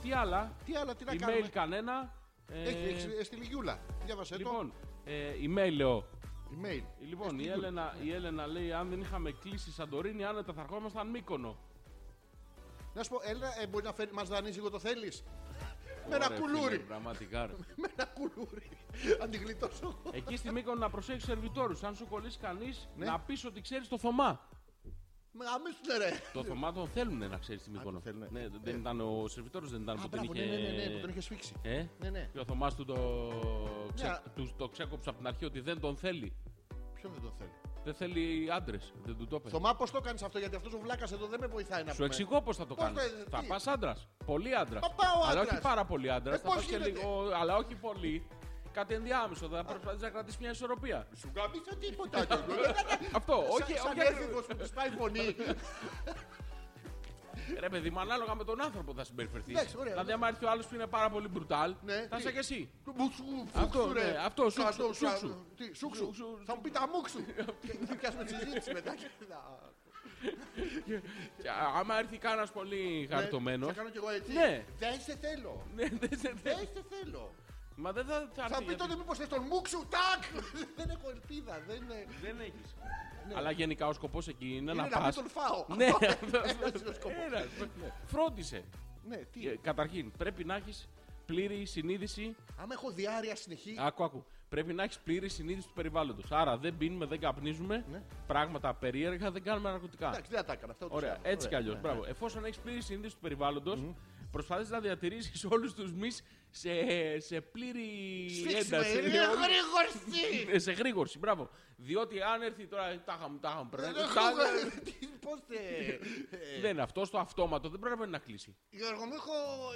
Τι άλλα.
Τι άλλα, τι να
Email
κάνουμε.
κανένα. Ε,
Έχει έχει στείλει γιούλα. Διάβασε το.
λοιπόν, ε, email λέω.
Email.
Λοιπόν, η Έλενα, η Έλενα λέει: Αν δεν είχαμε κλείσει Σαντορίνη, άνετα θα ερχόμασταν Μύκονο.
Να σου πω, Έλα, ε, μπορεί να φέρει, μας δανείζει εγώ το θέλεις. Με ένα
Ωραία, φίλε, ναι.
κουλούρι.
Πραγματικά. ρε.
Με ένα κουλούρι. Αν τη γλιτώσω εγώ.
Εκεί στη Μύκονο να προσέχεις σερβιτόρους. Αν σου κολλήσει κανείς,
Ναι.
να πεις ότι ξέρεις το Θωμά.
Με αμέσω ναι, ρε.
το Θωμά τον θέλουν να ξέρεις στη
τον
Μύκονο.
θέλουνε.
Ναι, δεν
Ε.
ήταν ο σερβιτόρος, δεν ήταν
Α,
που τον
μπράβο,
είχε.
ναι, ναι, ναι, ναι, που τον είχε σφίξει.
Ε?
Ναι, ναι.
Και ο Θωμάς του το, ξε...
Ναι.
του το ξέκοψε από την αρχή ότι δεν τον θέλει.
Ποιο δεν το θέλει.
Δεν θέλει άντρες. Δεν του το είπε.
Θωμά, πώς το κάνεις αυτό, γιατί αυτός ο βλάκας εδώ δεν με βοηθάει να
Σου
πούμε.
εξηγώ πώς θα το
Πώς
κάνεις.
θα-
Θα
τι?
πας άντρας. Πολύ άντρας.
Μα πάω
Αλλά
άντρας.
όχι πάρα πολύ άντρας.
Ε,
θα
πώς
πας και
γίνεται?
λίγο, αλλά όχι πολύ. Κάτι ενδιάμεσο. Θα προσπαθεί να κρατήσεις μια ισορροπία.
Σου γαμίσω τίποτα. Γιώργο. Δεν έκανα-
Αυτό. Όχι,
Σαν- Σαν
όχι. ακριβώς.
έφηβος που της πάει η φωνή.
Ρε παιδί μου, ανάλογα με τον άνθρωπο θα συμπεριφερθείς.
Εντάξει, ωραία.
Δηλαδή, άμα έρθει ο άλλος που είναι πάρα πολύ μπρουτάλ,
Ναι,
θα
τι?
είσαι και εσύ.
Μου σου-
Αυτό,
φούξου, ρε.
ναι, αυτό, σούξου,
Κάτω,
σούξου.
σαν- τι, Σούξου.
Σούξου.
Θα μου πει τα μουξου. Και Θα πιάσουμε τη συζήτηση μετά. και θα-
Και άμα έρθει κανένας
Ναι.
πολύ χαρτωμένο.
Θα κάνω κι εγώ έτσι.
Ναι.
Δεν σε θέλω.
Ναι, δεν σε
Δεν σε θέλω.
Μα δεν θα, θα
Θα
έρθει
πει
γιατί
τότε μήπως θες τον μουξου. Τάκ. Δεν έχω ελπίδα. Δεν είναι.
Δεν έχεις. Αλλά γενικά ο σκοπός εκεί είναι,
Ναι. Είναι
να
να μην
πας...
τον φάω.
Ναι,
Ένας είναι ο σκοπός.
Ένας. Φρόντισε.
Ναι, τι.
Ε, Καταρχήν, πρέπει να έχεις πλήρη συνείδηση.
Άμα έχω διάρκεια συνεχή.
Άκου, άκου. Πρέπει να έχεις πλήρη συνείδηση του περιβάλλοντος. Άρα δεν πίνουμε, δεν καπνίζουμε.
Ναι.
Πράγματα περίεργα δεν κάνουμε ναρκωτικά.
Εντάξει, ναι, δεν θα τα έκανα αυτά.
Ωραία, έτσι κι αλλιώ. Μπράβο. Εφόσον έχεις πλήρη συνείδηση του περιβάλλοντος, προσπαθεί να διατηρήσεις όλους τους μη σε, σε πλήρη
Σφίξιμο,
ένταση.
είναι γρήγορση.
Ε, σε γρήγορση, μπράβο. Διότι αν έρθει τώρα. Τα είχαμε, τα είχαμε. πρέπει να- τα-
ε, Πώ θε.
Δεν είναι αυτό, στο αυτόματο δεν πρέπει να κλείσει.
Γιώργο, μου έχω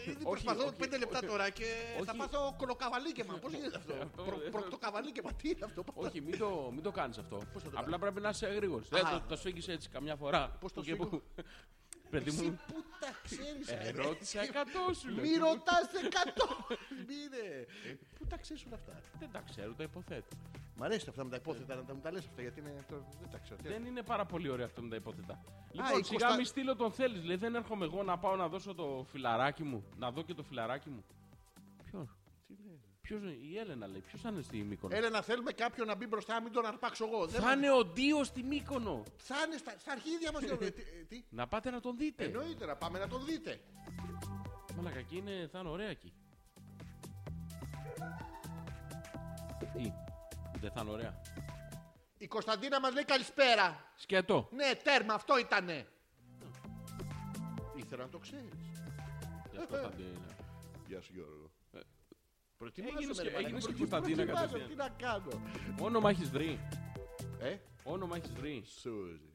ήδη
Όχι,
προσπαθώ
όχι.
πέντε λεπτά τώρα και θα
Όχι.
πάθω κολοκαβαλίκεμα. Πώς γίνεται αυτό.
Αυτό,
Προ-
ε.
Προκτοκαβαλίκεμα, τι είναι αυτό.
Όχι, μην το, μην το κάνεις αυτό.
Πώς θα το
Απλά πρέπει να είσαι γρήγορος. Δεν
Α.
το, το σφίγγεις έτσι καμιά φορά.
Πώς το
Και που-
σφίγγω?
Παιδί
Εσύ
μου, Ε,
που τα ξέρεις.
ερώτησα 100 σου. λέω.
Μη ρωτάς 100. Μήνε.
Ε.
Πού τα ξέρει όλα αυτά.
Δεν τα ξέρω, τα υποθέτω.
Μ' αρέσει αυτά με τα υπόθετα να τα μου τα λες αυτά γιατί είναι. το- Δεν τα ξέρω.
Δεν είναι πάρα πολύ ωραίο αυτό με τα υποθέτα.
η
Λοιπόν, σιγά
Κωνστα-
μη στείλω τον θέλει. Λέει, δεν έρχομαι εγώ να πάω να δώσω το φιλαράκι μου. Να δω και το φιλαράκι μου. Ποιος. Ποιος η Έλενα λέει. Ποιος θα είναι στη Μύκονο.
Έλα να θέλουμε κάποιον να μπει μπροστά, μην τον αρπάξω εγώ. Δεν-
Θα είναι ο Ντίο στη Μύκονο.
θα είναι στα, στα αρχίδια μας. Τι.
Να πάτε να τον δείτε.
Εννοείται να πάμε να τον δείτε.
Μαλάκα, εκεί είναι, θα είναι ωραία εκεί. Τι, δεν θα είναι ωραία.
Η Κωνσταντίνα μας λέει καλησπέρα.
Σκέτο.
Ναι, τέρμα, αυτό ήτανε. Ήθελα να το ξέρεις.
Γι' αυτό θα την-
Γεια σου, Γιώργο.
Έγινε
Προετοιμάζομαι,
Ε, και-
ρε μαλάκα.
έγινε και
Προετοιμάζομαι,
Κωνσταντίνα
προετοιμάζομαι,
κατευθείαν.
Τι να κάνω.
Όνομα έχεις βρει.
Ε,
Όνομα έχεις βρει.
Σούζι.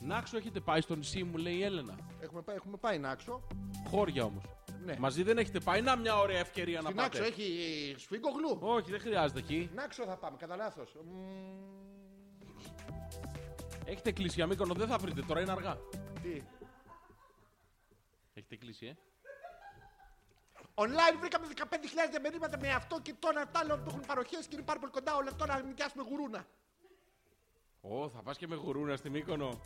Νάξο έχετε πάει στο νησί μου, λέει η Έλενα.
Έχουμε πάει, έχουμε πάει Νάξο.
Χώρια όμως.
Ναι.
Μαζί δεν έχετε πάει. Να μια ωραία ευκαιρία να
Στην
πάτε.
Νάξο έχει σφίγγογλου.
Όχι, δεν χρειάζεται εκεί.
Νάξο θα πάμε, κατά λάθος.
Έχετε κλείσει για Μύκονο, δεν θα βρείτε τώρα, είναι αργά.
Τι.
Έχετε κλείσει, ε.
Online βρήκαμε 15.000 διαμερίσματα με αυτό και τον άλλο που έχουν παροχές και είναι πάρα πολύ κοντά όλα αυτά να νοικιάσουμε γουρούνα.
Ω, θα πας και με γουρούνα στη Μύκονο.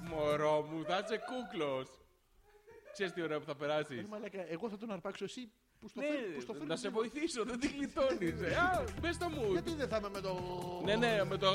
Μωρό μου, θα είσαι κούκλος. Ξέρεις τι ωραία που θα περάσεις. Ναι,
Μαλάκα, εγώ θα τον αρπάξω εσύ. Που στο φέρνει- που στο φέρνει
να σε
λίγο.
βοηθήσω, δεν τη ε. γλιτώνει. Μπε στο mood.
Γιατί δεν θα είμαι με το.
Ναι, ναι, με το.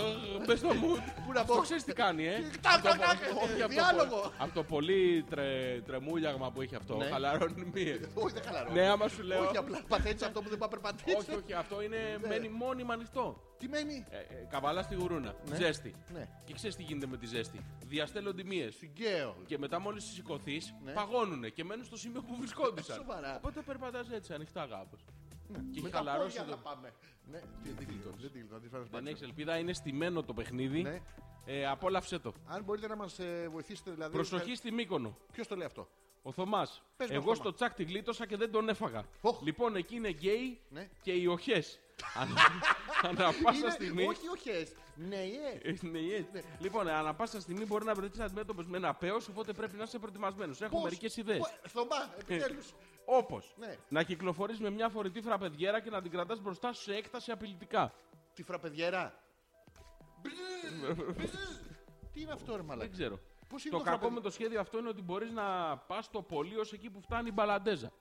Μπε στο mood.
Πού να
Αυτό
πω.
ξέρεις τι κάνει, ε.
Τάκ,
Από το-
τάκ, τάκ,
όχι, από το-
ε, διάλογο.
Από το πολύ τρε- τρεμούλιαγμα που έχει αυτό,
Ναι.
χαλαρώνει μία.
Όχι, δεν χαλαρώ.
Ναι, άμα σου λέω.
Όχι, Ναι. απλά παθαίνει αυτό που δεν πάει να περπατήσει.
Όχι, όχι, αυτό είναι. Μένει μόνιμα ανοιχτό.
Τι μένει.
Ε, ε, Καβάλα στη γουρούνα. Ζέστη.
Ναι.
Και ξέρεις τι γίνεται με τη ζέστη. Διαστέλλονται μύε.
Συγκαίο.
Και μετά μόλις σηκωθείς,
Ναι.
παγώνουνε και μένουν στο σημείο που βρισκόντουσαν.
Σοβαρά. Ναι.
Οπότε περπατάς έτσι, ανοιχτά γάμπο. Και έχει
Με τα
χαλαρώσει
πόδια
το.
θα πάμε. Ναι, τι- δεν κλειτώνεις. Δεν κλειτώνεις, φέρνεις
Δεν
πάξο.
έχεις ελπίδα, είναι στημένο το παιχνίδι.
Ναι.
Ε, απόλαυσε το.
Αν μπορείτε να μας βοηθήσετε, δηλαδή.
Προσοχή στη Μύκονο.
Ποιος το λέει αυτό.
Ο Θωμάς.
Πες μας,
Εγώ
Θωμά.
στο τσακ τη γλίτωσα και δεν τον έφαγα.
Οχ.
Λοιπόν, εκεί είναι γκέι
Ναι.
και οι οχές. Ανά πάσα
Είναι-
στιγμή.
Όχι, όχι. εσ. Ναι, ε.
Ε, ναι, ε. Λοιπόν, ε, ανά πάσα στιγμή μπορεί να βρεθείς αντιμέτωπος με ένα παίο, οπότε πρέπει να είσαι προετοιμασμένος. Έχω
Πώς-
μερικές ιδέες.
Πο- Θωμά, επιτέλους.
Όπως
Ναι.
να κυκλοφορείς με μια φορητή φραπεδιέρα και να την κρατάς μπροστά σου σε έκταση
Ναι.
απειλητικά.
Τη φραπεδιέρα. Τι είναι αυτό, ρε
Δεν
μαλακά.
ξέρω.
Πώς
το
είναι το
κακό
φραπεδι-
με το σχέδιο αυτό είναι ότι μπορείς να πας το πολύ ω εκεί που φτάνει η μπαλαντέζα.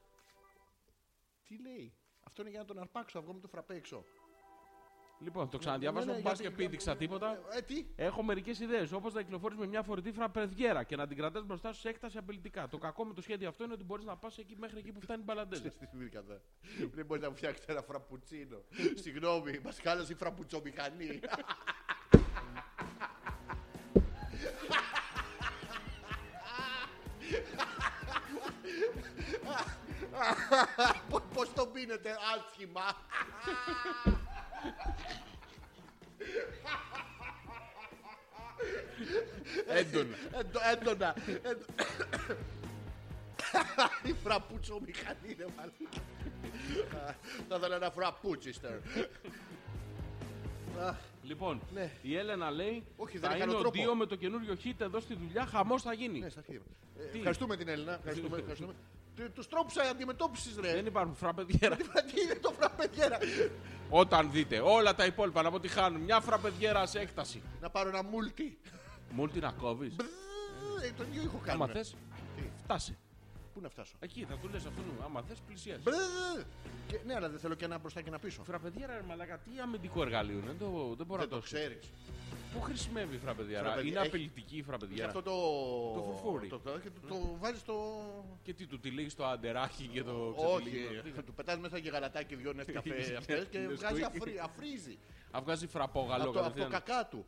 Τι λέει. Αυτό είναι για να τον αρπάξω, να βγω με το φραπέ έξω.
Λοιπόν, το ξαναδιαβάζω,
Ναι,
μου
ναι,
πα
γιατί-
και πήδηξα τίποτα.
Ε, τι.
Έχω μερικές ιδέες. Όπως να κυκλοφορεί με μια φορητή φραπεδιέρα και να την κρατάς μπροστά σου σε έκταση απειλητικά. Το κακό με το σχέδιο αυτό είναι ότι μπορείς να πας εκεί μέχρι εκεί που φτάνει η μπαλαντέζα.
Στη θυμήθηκα τώρα. Δεν μπορείς να μου φτιάξετε ένα φραπουτσίνο. Συγγνώμη, μας χάλασε η φραπουτσομηχανή. Πώς το πίνετε άσχημα.
Έντονα.
Έντο- Έντονα. Έντο- Η φραπουτσομηχανή δεν μαλάκα. Α, Θα ήθελα ένα φραπούτσιστερ.
Λοιπόν,
Ναι.
η Έλενα λέει:
Όχι, δεν
Θα
έκανε
είναι ο
τρόπο.
Ντίο με το καινούριο χίτ εδώ στη δουλειά, χαμός θα γίνει.
Ναι, στα αρχίδια. Ε, Ευχαριστούμε την Έλληνα. Ευχαριστούμε, ευχαριστούμε. Τους τρόπους αντιμετώπισης, ρε.
Δεν υπάρχουν φραπεδιέρα.
Τι είναι το φραπεδιέρα.
Όταν δείτε όλα τα υπόλοιπα να αποτυχάνουν, μια φραπεδιέρα σε έκταση.
Να πάρω ένα μούλτι.
Μούλτι να κόβεις.
Ε, Τον ίδιο ήχο
Άμα
κάνουμε.
θες, φτάσε.
Πού να φτάσω.
Εκεί θα του λες αυτού. Άμα θες, πλησιάζεις.
Μπρρρ. Και- Ναι, αλλά δεν θέλω και ένα μπροστά και ένα πίσω.
Φραπεδιέρα, ρε μαλάκα, τι αμυντικό εργαλείο είναι. Το, δεν μπορώ
Δεν
να
το
το
ξέρεις.
Πού χρησιμεύει η φραπεδιέρα.
Φραπεδι-
Είναι
έχει-
απειλητική η
Και
φραπεδιέρα.
αυτό το.
Το φουρφούρι.
Το, το, βάζεις στο.
Και τι του τη λέει στο αντεράκι και το ξετυλίγει.
Όχι, θα του πετάς μέσα και γαλατάκι δυο νες καφές αυτές και
Νες
βγάζει
κουίκι.
αφρί- αφρίζει.
Α, βγάζει φραπόγαλο
Από το- από το
κατευθείαν.
κακά του.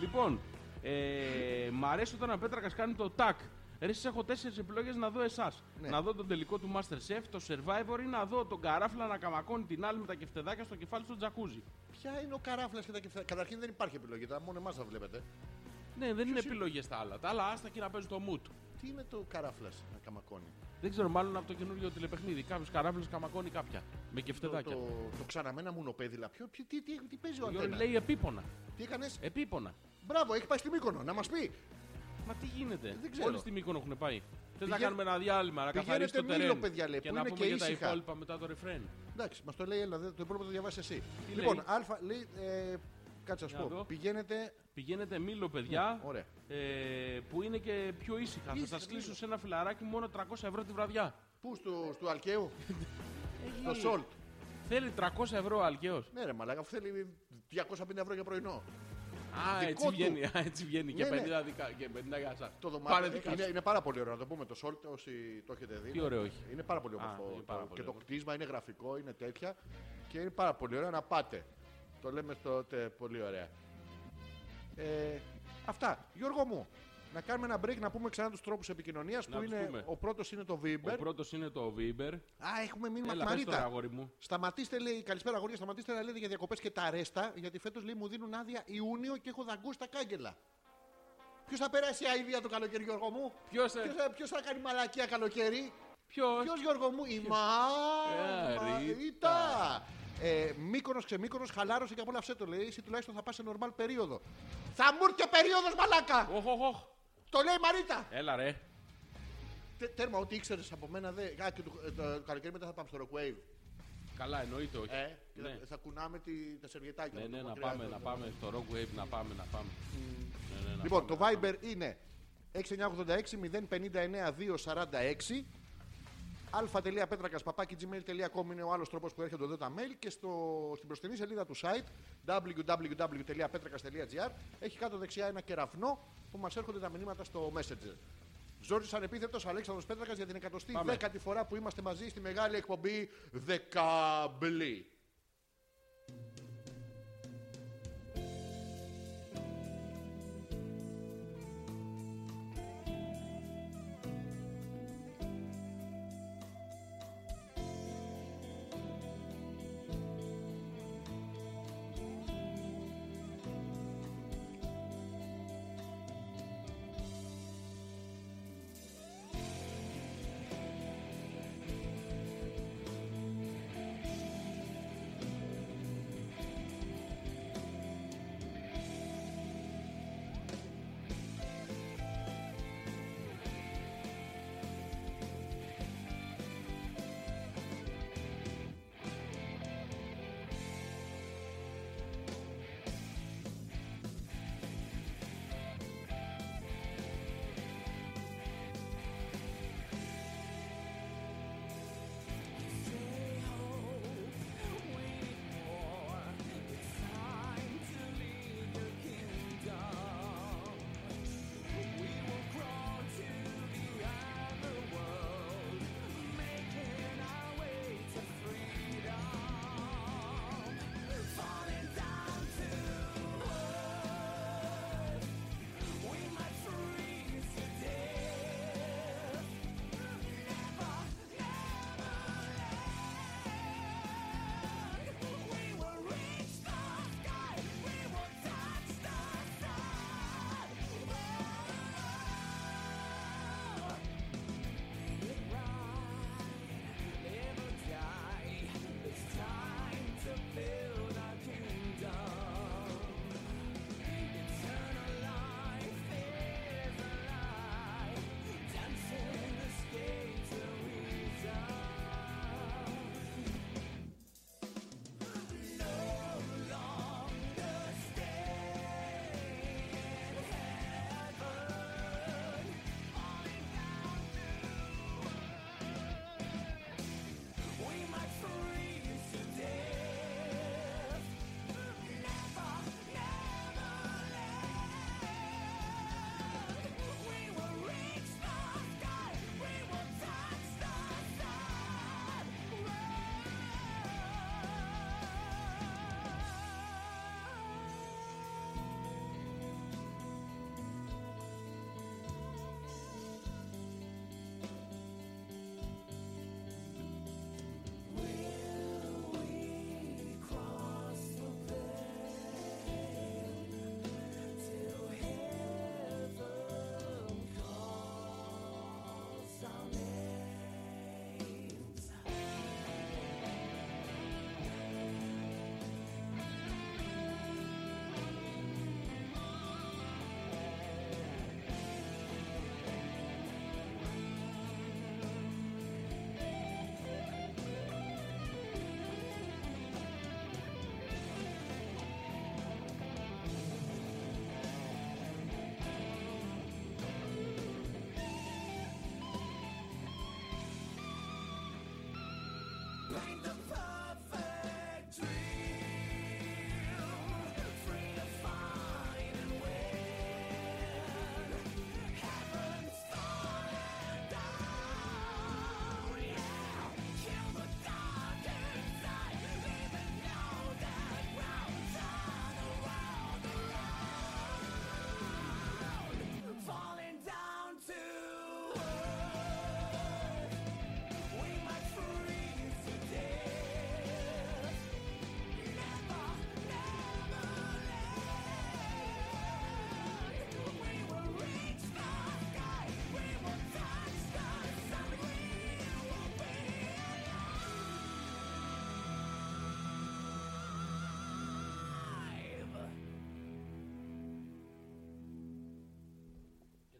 Λοιπόν, ε, μ' αρέσει όταν ο Πέτρακας κάνει το τάκ. Ρε, εσείς έχω τέσσερις επιλογές να δω εσάς.
Ναι.
Να δω τον τελικό του Masterchef, το Survivor ή να δω τον καράφλα να καμακώνει την άλλη με τα κεφτεδάκια στο κεφάλι στο τζακούζι.
Ποια είναι ο καράφλας και τα κεφτά. Καταρχήν δεν υπάρχει επιλογή, τα μόνο εμάς θα βλέπετε.
Ναι, δεν είναι επιλογές τα άλλα. Τα άλλα άστα και να παίζει το mood.
Τι είναι το καράφλας να καμακώνει.
Δεν ξέρω, μάλλον από το καινούριο τηλεπαιχνίδι. Κάποιος καράφλας καμακώνει κάποια. Με
Το,
κεφτεδάκια.
το, το ξαναμένα μουνοπέδιλα. Ποιο, ποιο- τι, τι, τι παίζει ο
Η Γιώργη
Αντένα.
λέει επίπονα.
Τι έκανες.
Επίπονα.
Μπράβο, έχει πάει στη Μύκονο, να μας πει.
Μα τι γίνεται.
Ε, Δεν ξέρω.
Όλοι στη Μύκονο έχουν πάει. Θες να
Πηγα-
κάνουμε ένα διάλειμμα, να
πηγαίνετε
καθαρίσει το
Μήλο,
τερέν.
παιδιά, λέει,
και
που
να
είναι
πούμε
και
για τα
ήσυχα.
υπόλοιπα μετά το ρεφρέν.
Εντάξει, μας το λέει, αλλά δεν- το υπόλοιπο το διαβάσει εσύ.
Τι
λοιπόν,
λέει?
Α λέει. Ε, κάτσε να
Για
σου
να δω.
πω. Πηγαίνετε.
Πηγαίνετε μήλο, παιδιά.
Ωραία.
ε, που είναι και πιο ήσυχα.
Ήσυχα,
θα σας κλείσω
μήλο.
σε ένα φιλαράκι μόνο 300 ευρώ τη βραδιά.
Πού, στο, στο Αλκαίου, Ε, στο
Έχει-
Σολτ.
Θέλει 300 ευρώ ο Αλκαίος.
Ναι, ρε Μαλάκα, αφού θέλει 250 ευρώ για πρωινό.
Α,
Δικό
έτσι
του.
βγαίνει, α, έτσι βγαίνει. και
Ναι, ναι.
50 δικά και 50 για εσάς.
Το δωμάτιο
δικά
είναι,
σου.
είναι πάρα πολύ ωραίο να το πούμε. Το Salt, όσοι το έχετε δει.
Τι ωραίο έχει.
Είναι πάρα πολύ
Α,
όμορφο.
είναι
το-
πάρα πολύ
και το
ωραίο.
κτίσμα είναι γραφικό, είναι τέτοια. Και είναι πάρα πολύ ωραίο να πάτε. Το λέμε στο τε, πολύ ωραία. Ε, αυτά. Γιώργο μου, να κάνουμε ένα break να πούμε ξανά τους τρόπους επικοινωνίας
Να
που
τους
είναι.
πούμε.
Ο πρώτος είναι το
Ο
Viber.
πρώτος είναι το Βίμπερ.
Α, έχουμε μήνυμα από τη
Έλα, πες τώρα,
Μαρίτα.
αγόρι μου.
Σταματήστε, λέει, καλησπέρα αγόρια, σταματήστε να λέτε για διακοπές και τα αρέστα, γιατί φέτος λέει μου δίνουν άδεια Ιούνιο και έχω δαγκώσει τα κάγκελα. Ποιος θα περάσει αηδία το καλοκαίρι, Γιώργο μου,
Ποιος.
Ποιος θα, ποιος ε, θα κάνει μαλακία καλοκαίρι,
Ποιος.
Ποιος Γιώργο μου, η Μαρίτα. Ε, Μήκονος ξεμήκονος, χαλάρωσε και απόλαυσέ το λέει. Εσύ τουλάχιστον θα πας σε νορμάλ περίοδο. Θα μου έρθει και περίοδος, μαλάκα!
Οχ, οχ, οχ.
Το λέει η Μαρίτα!
Έλα ρε.
Τε- Τέρμα, ό,τι ήξερες από μένα δεν. Α, και το, ε, το καλοκαίρι μετά θα πάμε στο Rockwave.
Καλά, εννοείται όχι.
Ε, και
ναι.
θα, θα κουνάμε τη, τα σερβιετάκια.
Ναι,
το
ναι, να
μακριά,
πάμε,
το-
να πάμε στο Rock Wave, να πάμε, να πάμε. Ναι, ναι, να
Mm. Λοιπόν,
πάμε.
το Viber είναι 6986-059-246. αλφα.πέτρακα.gmail.com είναι ο άλλος τρόπος που έρχεται εδώ τα mail και στο, στην προσθενή σελίδα του site www.πέτρακα.gr έχει κάτω δεξιά ένα κεραυνό που μας έρχονται τα μηνύματα στο Messenger. Ζόρι ανεπίθετος Αλέξανδρος Πέτρακας για την 110η φορά που είμαστε μαζί στη μεγάλη εκπομπή Δεκαμπλή.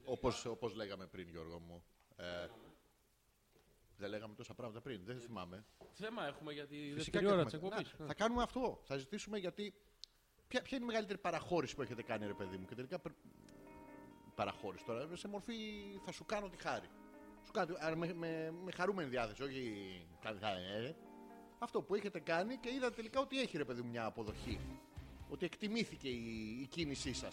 Όπως, όπως λέγαμε πριν, Γιώργο μου. Ε, δεν λέγαμε τόσα πράγματα πριν, δεν θυμάμαι.
Θέμα έχουμε για τη
Φυσικά
δεύτερη
και
ώρα Ναι.
έχουμε.
της εκπομπής.
Να, Θα κάνουμε αυτό. Θα ζητήσουμε γιατί. Ποια, ποια είναι η μεγαλύτερη παραχώρηση που έχετε κάνει, ρε παιδί μου. Και τελικά. πρέ- Παραχώρηση τώρα. ε, Σε μορφή θα σου κάνω τη χάρη. Σου κάτι, αλλά με, με, με χαρούμενη διάθεση, όχι κάτι. ε, ε. Αυτό που έχετε κάνει και είδα τελικά ότι έχει ρε παιδί μου μια αποδοχή. Ότι εκτιμήθηκε η, η κίνησή σας.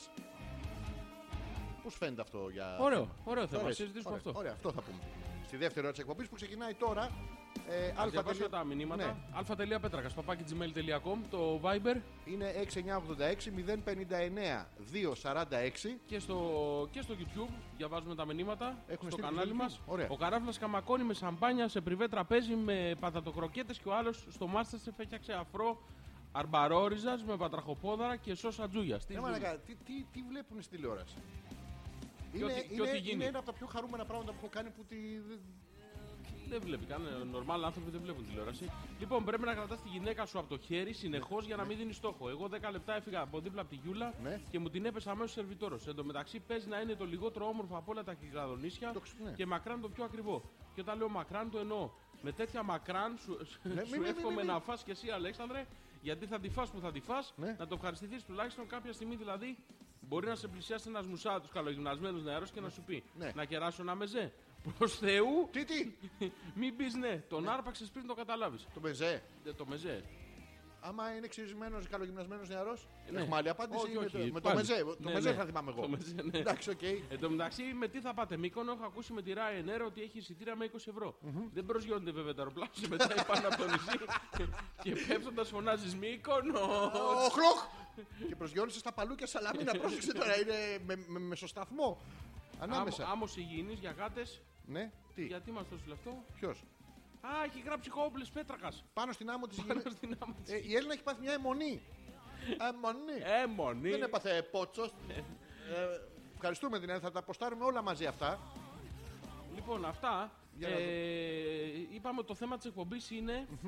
Πώς φαίνεται αυτό για.
Ωραίο, ωραίο θέμα.
Ωραία,
Συζητήσουμε
ωραία,
αυτό.
Ωραία, αυτό θα πούμε. Στη δεύτερη ώρα της εκπομπής που ξεκινάει τώρα. Ε,
Α
α,
διαβάσουμε
τελεία-
τα μηνύματα.
Ναι.
αλφα.πέτρακα, παπάκι gmail.com, το Viber
Είναι 6986 059 246.
και στο, και στο YouTube. Διαβάζουμε τα μηνύματα
Έχουμε
στο
στείλει
κανάλι
στο
μας.
YouTube. Ωραία.
Ο καράφλα καμακώνει με σαμπάνια σε πριβέ τραπέζι με πατατοκροκέτες και ο άλλος στο Masterchef έφτιαξε αφρό αρμπαρόριζας με πατραχοπόδαρα και σώσα τζούγια. Τι
Ναι,
ζούμε.
μαλάκα, τι, τι, τι βλέπουν στην τηλεόραση. Είναι,
ό,τι- και
είναι,
ό,τι γίνει.
είναι ένα από τα πιο χαρούμενα πράγματα που έχω κάνει που τη.
Δεν βλέπει κανένα. Νορμάλ άνθρωποι δεν βλέπουν τηλεόραση. Λοιπόν, πρέπει να κρατάς τη γυναίκα σου από το χέρι συνεχώς για να μην δίνεις στόχο. Εγώ 10 λεπτά έφυγα από δίπλα από τη Γιούλα
Ναι.
και μου την έπεσε αμέσως σερβιτόρος. Εν τω μεταξύ, παίζει να είναι το λιγότερο όμορφο από όλα τα κυκλαδονήσια
Το ξε- ναι.
και μακράν το πιο ακριβό. Και όταν λέω μακράν, το εννοώ. Με τέτοια μακράν σου,
μη- Ναι, μη-
σου
μη-
εύχομαι
μη-
να φας και εσύ, Αλέξανδρε, γιατί θα τη φας που θα τη φας,
Ναι.
να το ευχαριστηθείς τουλάχιστον κάποια στιγμή δηλαδή. Μπορεί να σε πλησιάσει ένας μουσάτος καλογυμνασμένος νεαρός και να σου πει:
Ναι.
Να κεράσω ένα μεζέ. Προς Θεού,
Τι, τι!
μην πεις ναι, τον άρπαξες πριν το καταλάβεις.
Το μπεζέ.
το μεζέ.
Άμα είναι ξυρισμένος, καλογυμνασμένος νεαρός.
ναι.
Έχουμε άλλη απάντηση.
Όχι,
με
όχι,
το- με το
πάλι.
μεζέ. Το
Ναι,
μεζέ
ναι.
θα θυμάμαι εγώ.
Το μεζέ, ναι.
Εντάξει, οκ.
Εν τω μεταξύ, με τι θα πάτε, Μήκονο, έχω ακούσει με τη Ryanair ότι έχει εισιτήρια με 20 ευρω Δεν προσγειώνεται βέβαια τα αεροπλάνα και μετά πάνω από το νησί και πέφτοντας φωνάζεις Μήκονο.
Ο Χροχ! Και προσγειώνεσαι στα παλούκια σαλαμίνα. Πρόσεξε τώρα, είναι με, με, μεσοσταθμό. Ανάμεσα.
Άμμο υγιεινή για γάτες.
Ναι, τι,
Γιατί μας το στείλε αυτό.
ποιος.
Α, έχει γράψει χόμπλε πέτρακας.
Πάνω στην άμμο της
Πάνω στην άμμο της.
Η Έλληνα έχει πάθει μια αιμονή. Αιμονή.
Ε, μονή.
Δεν έπαθε πότσος. Ευχαριστούμε την Έλληνα, θα τα αποστάρουμε όλα μαζί αυτά.
Λοιπόν, αυτά.
Για να
Ε, είπαμε ότι το θέμα της εκπομπής είναι. Ποια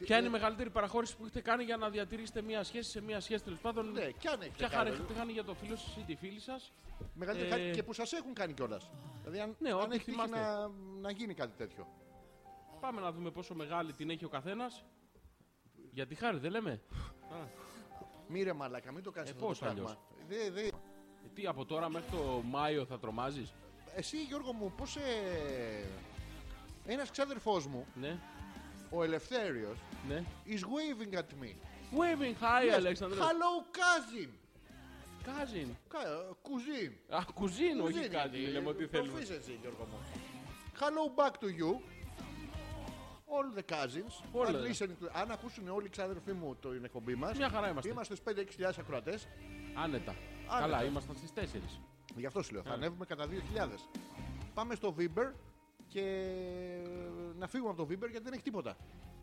Ε, ναι.
είναι η μεγαλύτερη παραχώρηση που έχετε κάνει για να διατηρήσετε μία σχέση σε μία σχέση τέλος πάντων.
Ναι, κι αν έχετε
Ποια χάρη
κάνει.
έχετε κάνει για το φίλο σας ή τη φίλη σας.
Μεγαλύτερη
Ε,
χάρη και που σας έχουν κάνει κιόλας. Δηλαδή, αν,
Ναι,
αν
ό,τι
έχει τύχει
θυμάστε.
να, να γίνει κάτι τέτοιο.
Πάμε να δούμε πόσο μεγάλη την έχει ο καθένας. Για τη χάρη, δεν λέμε.
Μύρε μαλακά, μην το κάνεις
Ε,
αυτό το
πώς αλλιώς.
πράγμα. Δε, δε.
Ε, Τι από τώρα μέχρι το Μάιο θα τρομάζεις.
Εσύ, Γιώργο μου, πώς. Ε... Ένας ξάδερφός μου,
Ναι,
ο Ελευθέριος,
ναι.
is waving at me.
Waving high,
Yes,
Αλέξανδρο.
Hello, cousin.
Cousin.
Κα- Κουζίν.
Α, κουζίν, όχι
Κουζίν,
κάτι.
ε,
Λέμε ό,τι
το
θέλουμε.
αφήσεις εσύ, Γιώργο μου. Hello back to you. All the cousins.
Όλα. ναι.
Are listening to- Αν ακούσουν όλοι οι ξάδερφοί μου το- την εκπομπή μας.
Μια χαρά είμαστε.
Είμαστε στους 5-6.000 ακροατές.
Άνετα. Καλά, ήμασταν στι 4.
Γι' αυτό σου λέω. Θα
Ε.
ανέβουμε κατά 2.000. Πάμε στο Viber και ε, να φύγουμε από το Viber γιατί δεν έχει τίποτα.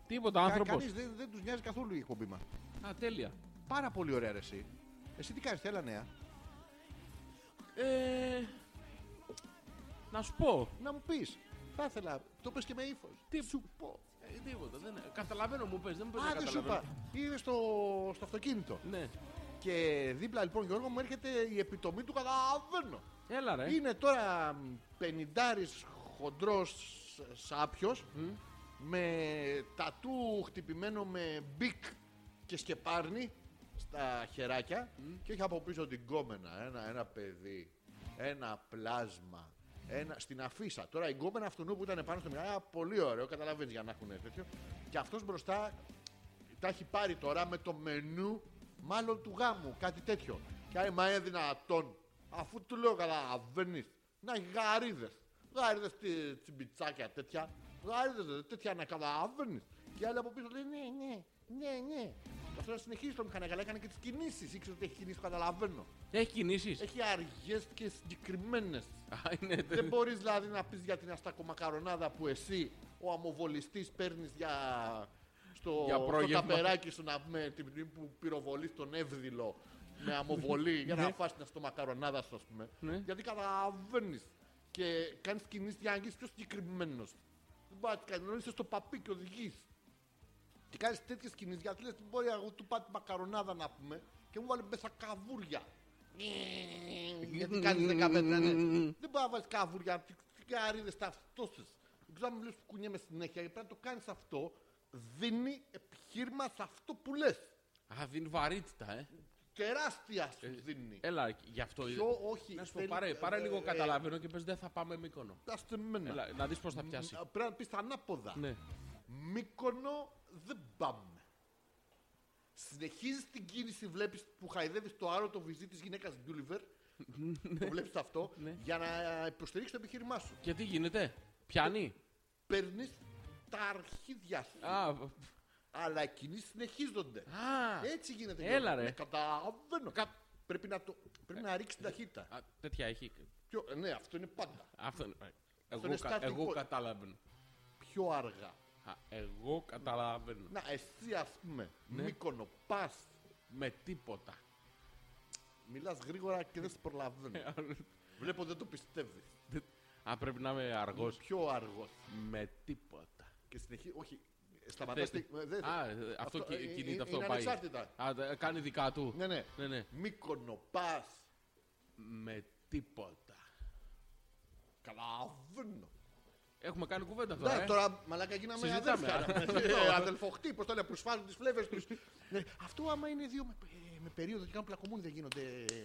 Τίποτα άνθρωπος.
Κανείς δεν, δεν τους νοιάζει καθόλου η εκπομπή μας.
Α, τέλεια.
Πάρα πολύ ωραία ρε, εσύ. Εσύ τι κάνεις, θέλα νέα.
Ε, να σου πω.
Να μου πεις. Θα ήθελα. Το πες και με ύφος.
Τι-
σου πω.
Ε, τίποτα. Δεν... Καταλαβαίνω, μου πες. Δεν μου πες να
Α, δεν σου
καταλαβαίνω.
είπα. Είδε στο, στο αυτοκίνητο.
Ναι.
Και δίπλα λοιπόν Γιώργο μου έρχεται η επιτομή του καταλαβαίνω.
Έλα ρε.
Είναι τώρα μ, πενιντάρης χοντρός ε, σάπιος με τατού χτυπημένο με μπικ και σκεπάρνι στα χεράκια και έχει από πίσω την κόμενα, ένα, ένα παιδί, ένα πλάσμα, ένα, στην αφίσα. Τώρα η κόμενα αυτού που ήταν πάνω στο μυαλό, «Α, πολύ ωραίο, καταλαβαίνεις για να έχουν τέτοιο. Και αυτός μπροστά τα έχει πάρει τώρα με το μενού μάλλον του γάμου, κάτι τέτοιο. Και άρα, μα είναι δυνατόν, αφού του λέω καταλαβαίνει, να έχει γαρίδες. Γαρίδε τσιμπιτσάκια τέτοια. Γαρίδε τέτοια να καταλαβαίνει. Και άλλοι από πίσω λέει ναι, ναι, ναι, ναι. Και Αυτό να συνεχίζει το μηχανάκι, αλλά έκανε και τις κινήσεις. Ήξερε ότι έχει κινήσεις, το καταλαβαίνω.
Έχει κινήσεις.
Έχει αργές και συγκεκριμένες.
Α, είναι τε-
Δεν μπορείς δηλαδή να πεις για την αστακομακαρονάδα που εσύ, ο αμοβολιστής, παίρνεις για. Στο,
Για
στο
πρόγευμα.
ταπεράκι σου να με την στιγμή που πυροβολείς τον εύδηλο με αμοβολή για να
Ναι.
φας την αστομακαρονάδα σου, ας πούμε.
Ναι.
Γιατί καταλαβαίνεις και κάνεις κινήσεις για να γίνεις πιο συγκεκριμένος. Δεν μπορείς να τις κάνεις, είσαι στο παπί και οδηγείς. Και κάνεις τέτοιες κινήσεις γιατί λες: Μπορεί εγώ του πάω τη μακαρονάδα να πούμε και μου βάλει μέσα καβούρια. Γιατί κάνεις 15. ναι. Δεν μπορείς να βάλεις καβούρια, τσιγάριδε τα αυτό σου. Δεν ξέρω αν μιλήσει που κουνιέμαι συνέχεια. γιατί Πρέπει να το κάνεις αυτό. Δίνει επιχείρημα σε αυτό που λες.
Α, δίνει βαρύτητα, ε.
τεράστια σου δίνει.
Έλα, γι' αυτό.
Πιο όχι.
Να σου πω,
θέλει-
πάρε, πάρε λίγο
ε,
καταλαβαίνω και πες δεν θα πάμε Μύκονο.
ε, άστε μένα.
Έλα, να δεις πώς θα πιάσει.
Α, Πρέπει να πεις τα ανάποδα.
Ναι.
Μύκονο δεν πάμε. Συνεχίζεις την κίνηση, βλέπεις που χαϊδεύεις το άρο το βυζί της γυναίκας Γκούλιβερ.
Ναι.
το βλέπεις αυτό. για να υποστηρίξει το επιχείρημά σου.
Και τι γίνεται, πιάνει.
Παίρνεις τα αρχίδια σου.
Α,
Αλλά οι κινήσει συνεχίζονται.
α,
Έτσι γίνεται.
Έλα,
Γιώργο.
ρε.
Ναι, καταλαβαίνω.
Κα-
Πρέπει να, το... πρέπει να ρίξει την ταχύτητα.
α, τέτοια έχει.
Πιο... Ναι, αυτό είναι πάντα.
Αυτό είναι. Εγώ,
είναι
κα-
starting
εγώ
point.
καταλαβαίνω.
Πιο αργά.
Α, εγώ καταλαβαίνω.
Να, εσύ ας πούμε,
Ναι.
Μύκονο, πα.
Με τίποτα.
Μιλάς γρήγορα και δεν σε
Ε,
προλαβαίνω. Βλέπω δεν το πιστεύεις.
Α, πρέπει να είμαι αργός.
Πιο αργός.
Με τίποτα.
Και συνεχίζει. Όχι, σταματάς.
Θε- Α, ε, αυτό
Αυτό,
κι-
ε, ε,
κινείται,
είναι
αυτό πάει.
ανεξάρτητα.
Α, δε- κάνει δικά του.
Ναι, ναι.
ναι, ναι.
Μύκονο, πα.
Με τίποτα.
Καταλαβαίνω.
Έχουμε κάνει κουβέντα τώρα.
Ναι,
ε.
τώρα μαλάκα γίναμε Ε,
Συζητάμε,
αδέλφια. Αδελφοχτή, πώς το λένε, προσφάζουν τις φλέβες τους. Ε, Αυτό άμα είναι δύο με, ε, με περίοδο και κάνουν πλακομούνι δεν γίνονται. ε, ε,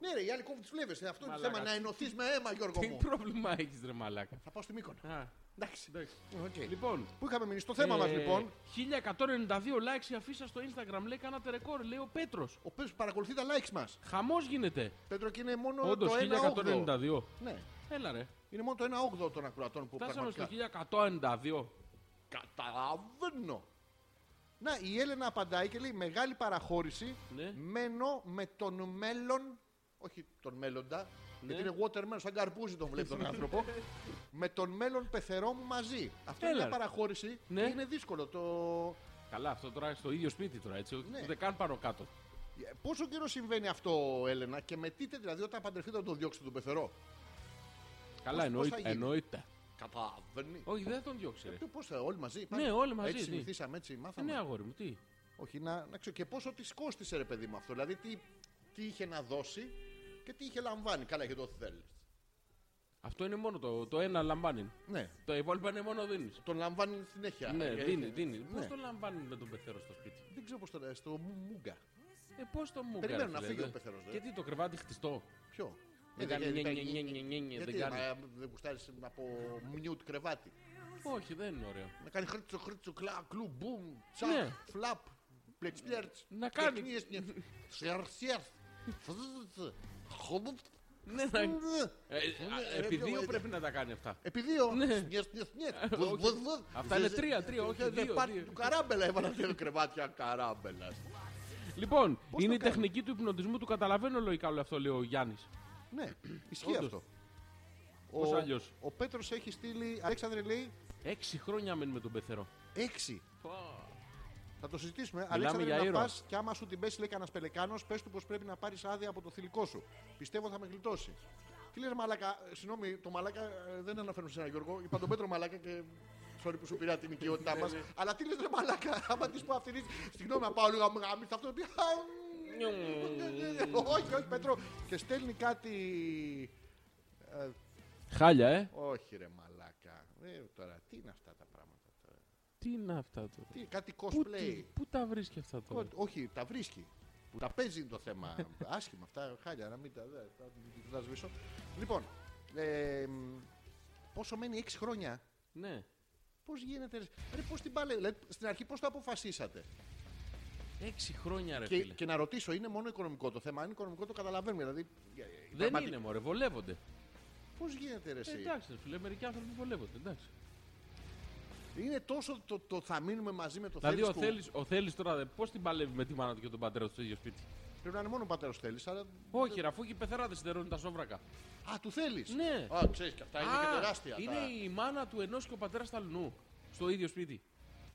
Ναι, ρε, οι άλλοι κόβουν τις φλέβες. Αυτό είναι το
Μαλάκα.
θέμα, να ενωθείς με αίμα, Γιώργο
Τι
μου.
πρόβλημα έχεις ρε μαλάκα.
Θα πάω στη Μύκονο.
Α,
Εντάξει.
εντάξει.
Οκ.
Λοιπόν,
Πού είχαμε μείνει, στο θέμα μας
Ε.
λοιπόν.
1192 likes η αφίσα στο Instagram λέει κάνατε ρεκόρ, λέει ο Πέτρος.
Ο Πέτρος παρακολουθεί τα likes μας.
Χαμός γίνεται.
Πέτρο και είναι μόνο
Όντως
το 1,8.
1192.
Ναι,
Έλα ρε.
είναι μόνο το 1,8 των ακροατών που
Φτάσαμε στο
πραγματικά.
1192.
Καταλαβαίνω. Να, η Έλενα απαντάει και λέει μεγάλη παραχώρηση.
Ναι.
Μένω με τον μέλλον. Όχι τον μέλλοντα.
Ναι.
Γιατί είναι waterman, σαν καρπούζι τον βλέπει τον άνθρωπο. με τον μέλλον πεθερό μου μαζί. Αυτό είναι μια
Έλα, ρε.
παραχώρηση.
Ναι.
Και είναι δύσκολο. Το...
Καλά, αυτό τώρα στο ίδιο σπίτι τώρα έτσι.
Ναι.
Ούτε καν πάνω κάτω.
Πόσο καιρό συμβαίνει αυτό, Έλενα, και με τίτε δηλαδή όταν παντρευτείτε να τον διώξετε τον πεθερό.
Καλά,
πώς θα
εννοείται.
γίνει.
εννοείται.
Καταλαβαίνει.
Όχι, δεν θα τον διώξει. Ρε.
Ποιο πώς θα, όλοι μαζί.
Ναι, όλοι μαζί,
Έτσι
τι.
συνηθίσαμε, έτσι
Ε,
μάθαμε.
Ναι, αγόρι μου, τι.
Όχι, να, να ξέρω. Και πόσο της κόστησε ρε παιδί μου αυτό. Δηλαδή τι, τι είχε να δώσει και τι είχε λαμβάνει. Καλά, είχε το θέλεις.
Αυτό είναι μόνο το, το ένα λαμβάνει.
Ναι.
Το υπόλοιπο είναι μόνο δίνεις.
Τον λαμβάνει συνέχεια.
Ναι,
Ε,
δίνει,
ε,
δίνει.
ναι.
Πώ το λαμβάνει με τον πεθερό στο σπίτι.
Δεν ξέρω πώς το λέει. Στο Μου- μούγκα.
Ε, πώς το μου
Περιμένω
κάνει,
να
ρε,
φύγει ο
δε.
πεθερός, δε.
Και τι, το κρεβάτι χτιστό.
Ποιο.
Δεν
Ε,
κάνει νιε,
δεν-
νιε, νιε, νιε, νιε, νιε,
Γιατί
δεν κάνει.
μα, ε, δεν κουστάρει να πω μνιούτ κρεβάτι.
Όχι, δεν είναι ωραίο.
Να κάνει χρήτσο, χρήτσο, κλα, κλου, μπουμ, τσακ,
Ναι.
φλαπ, πλεξπλέρτς.
Να κάνει.
τεχνίες, νιε, σιαρσιαρς, φζζζ, χομπουπ,
Ναι, να-
ναι.
Ε, α,
Ε,
Επί
ρε,
δύο
ε,
πρέπει να τα κάνει αυτά.
Επί δύο.
Ναι.
Νιες, νιες, νιες. Βουζ,
όχι.
βουζ, βουζ.
Αυτά είναι
Ζε,
τρία,
ζε,
τρία,
ζε,
όχι,
ζε,
δύο,
πάρτι
δύο.
του Ε, καράμπελα έβαλα δύο κρεβάτια καράμπελας.
Λοιπόν,
Πώς
είναι
το
η
κάνει?
τεχνική του υπνοτισμού, του καταλαβαίνω λογικά όλο αυτό, λέει ο Γιάννης.
Ναι, ισχύει
Όντως.
αυτό.
Πώς
Ο-
αλλιώς.
Ο Πέτρος έχει στείλει, Αλέξανδρε λέει,
Έξι χρόνια μένει με τον πεθερό.
έξι. Θα το συζητήσουμε.
Μιλάμε για
Αλέξανδρε, να
ήρωα.
πας και άμα σου την πέσει, λέει κανένας πελεκάνος, πες του πως πρέπει να πάρεις άδεια από το θηλυκό σου. Πιστεύω θα με γλιτώσει. Τι λες, Μαλάκα, ε, συγγνώμη, το Μαλάκα ε, δεν αναφέρουμε σε έναν Γιώργο. Είπα τον Πέτρο Μαλάκα και. Sorry που σου πειρά την
Ναι,
οικειότητά μα. Αλλά τι λες, ρε Μαλάκα, άμα της πω αυτήν. Συγγνώμη, να πάω λίγο να μου γάμισε αυτό. πει, «Α, μ, Όχι, όχι, Πέτρο. Και στέλνει κάτι. ε,
Χάλια, ε.
Όχι, ρε Μαλάκα. Ε, τώρα, τι είναι αυτά τα πράγματα τώρα.
Τι είναι αυτά τώρα.
Τι, κάτι
Πού, τι-
cosplay.
πού τα βρίσκει αυτά τώρα.
Όχι, τα βρίσκει. Που τα παίζει είναι το θέμα. Άσχημα αυτά, χάλια να μην τα, δεν θα- δεν τα σβήσω. Λοιπόν, ε, μ, πόσο μένει 6 χρόνια,
Ναι.
πώς γίνεται. ρε, Ρε, πώς την πάλε, δηλαδή, στην αρχή πώς το αποφασίσατε.
Έξι χρόνια, ρε
Και,
Ε, φίλε.
και να ρωτήσω, είναι μόνο οικονομικό το θέμα. Αν είναι οικονομικό το καταλαβαίνουμε. Δηλαδή,
Δεν είναι, μωρέ, βολεύονται.
Πώς γίνεται, ρε, εσύ.
Ε, εντάξει, ρε φίλε, μερικοί άνθρωποι βολεύονται. Εντάξει.
Είναι τόσο το, το θα μείνουμε μαζί με το
Δηλαδή, ο
θέλεις που-
Θέλης, ο Θέλης τώρα πώς την παλεύει με τη μάνα του και τον πατέρα του στο ίδιο σπίτι.
Πρέπει να είναι μόνο ο πατέρας θέλει, αλλά.
Όχι, ρε, αφού εκεί πεθεράτε στερώνουν τα σόβρακα.
Α, του θέλει.
Ναι.
Α, ξέρεις και αυτά είναι και
Α,
τεράστια.
Είναι
τα-
η μάνα του ενός και ο πατέρας του αλλού. Στο ίδιο σπίτι.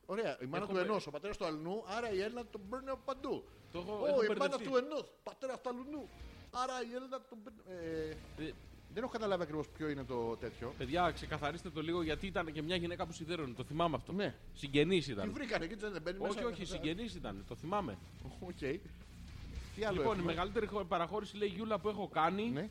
Ωραία, η μάνα
Έχουμε-
του ενός, ο πατέρας του αλλού, άρα η Έλληνα τον παίρνει από παντού.
Το έχω-
Ω,
έχω
η μάνα
μπερδευτεί.
του ενός, πατέρα του αλλού. Άρα η Έλληνα τον παίρνει. Ε,
Ε,
δεν έχω καταλάβει ακριβώς ποιο είναι το τέτοιο.
παιδιά, ξεκαθαρίστε το λίγο γιατί ήταν και μια γυναίκα που σιδέρωνε. Το θυμάμαι αυτό.
Ναι.
Συγγενής
Τη
ήταν.
βρήκανε και δεν μπαίνει
Όχι,
μέσα.
όχι, συγγενής ήταν. Το θυμάμαι.
Οκ. Τι άλλο
Λοιπόν, η
έχουμε?
μεγαλύτερη χο- παραχώρηση λέει Γιούλα που έχω κάνει,
Ναι.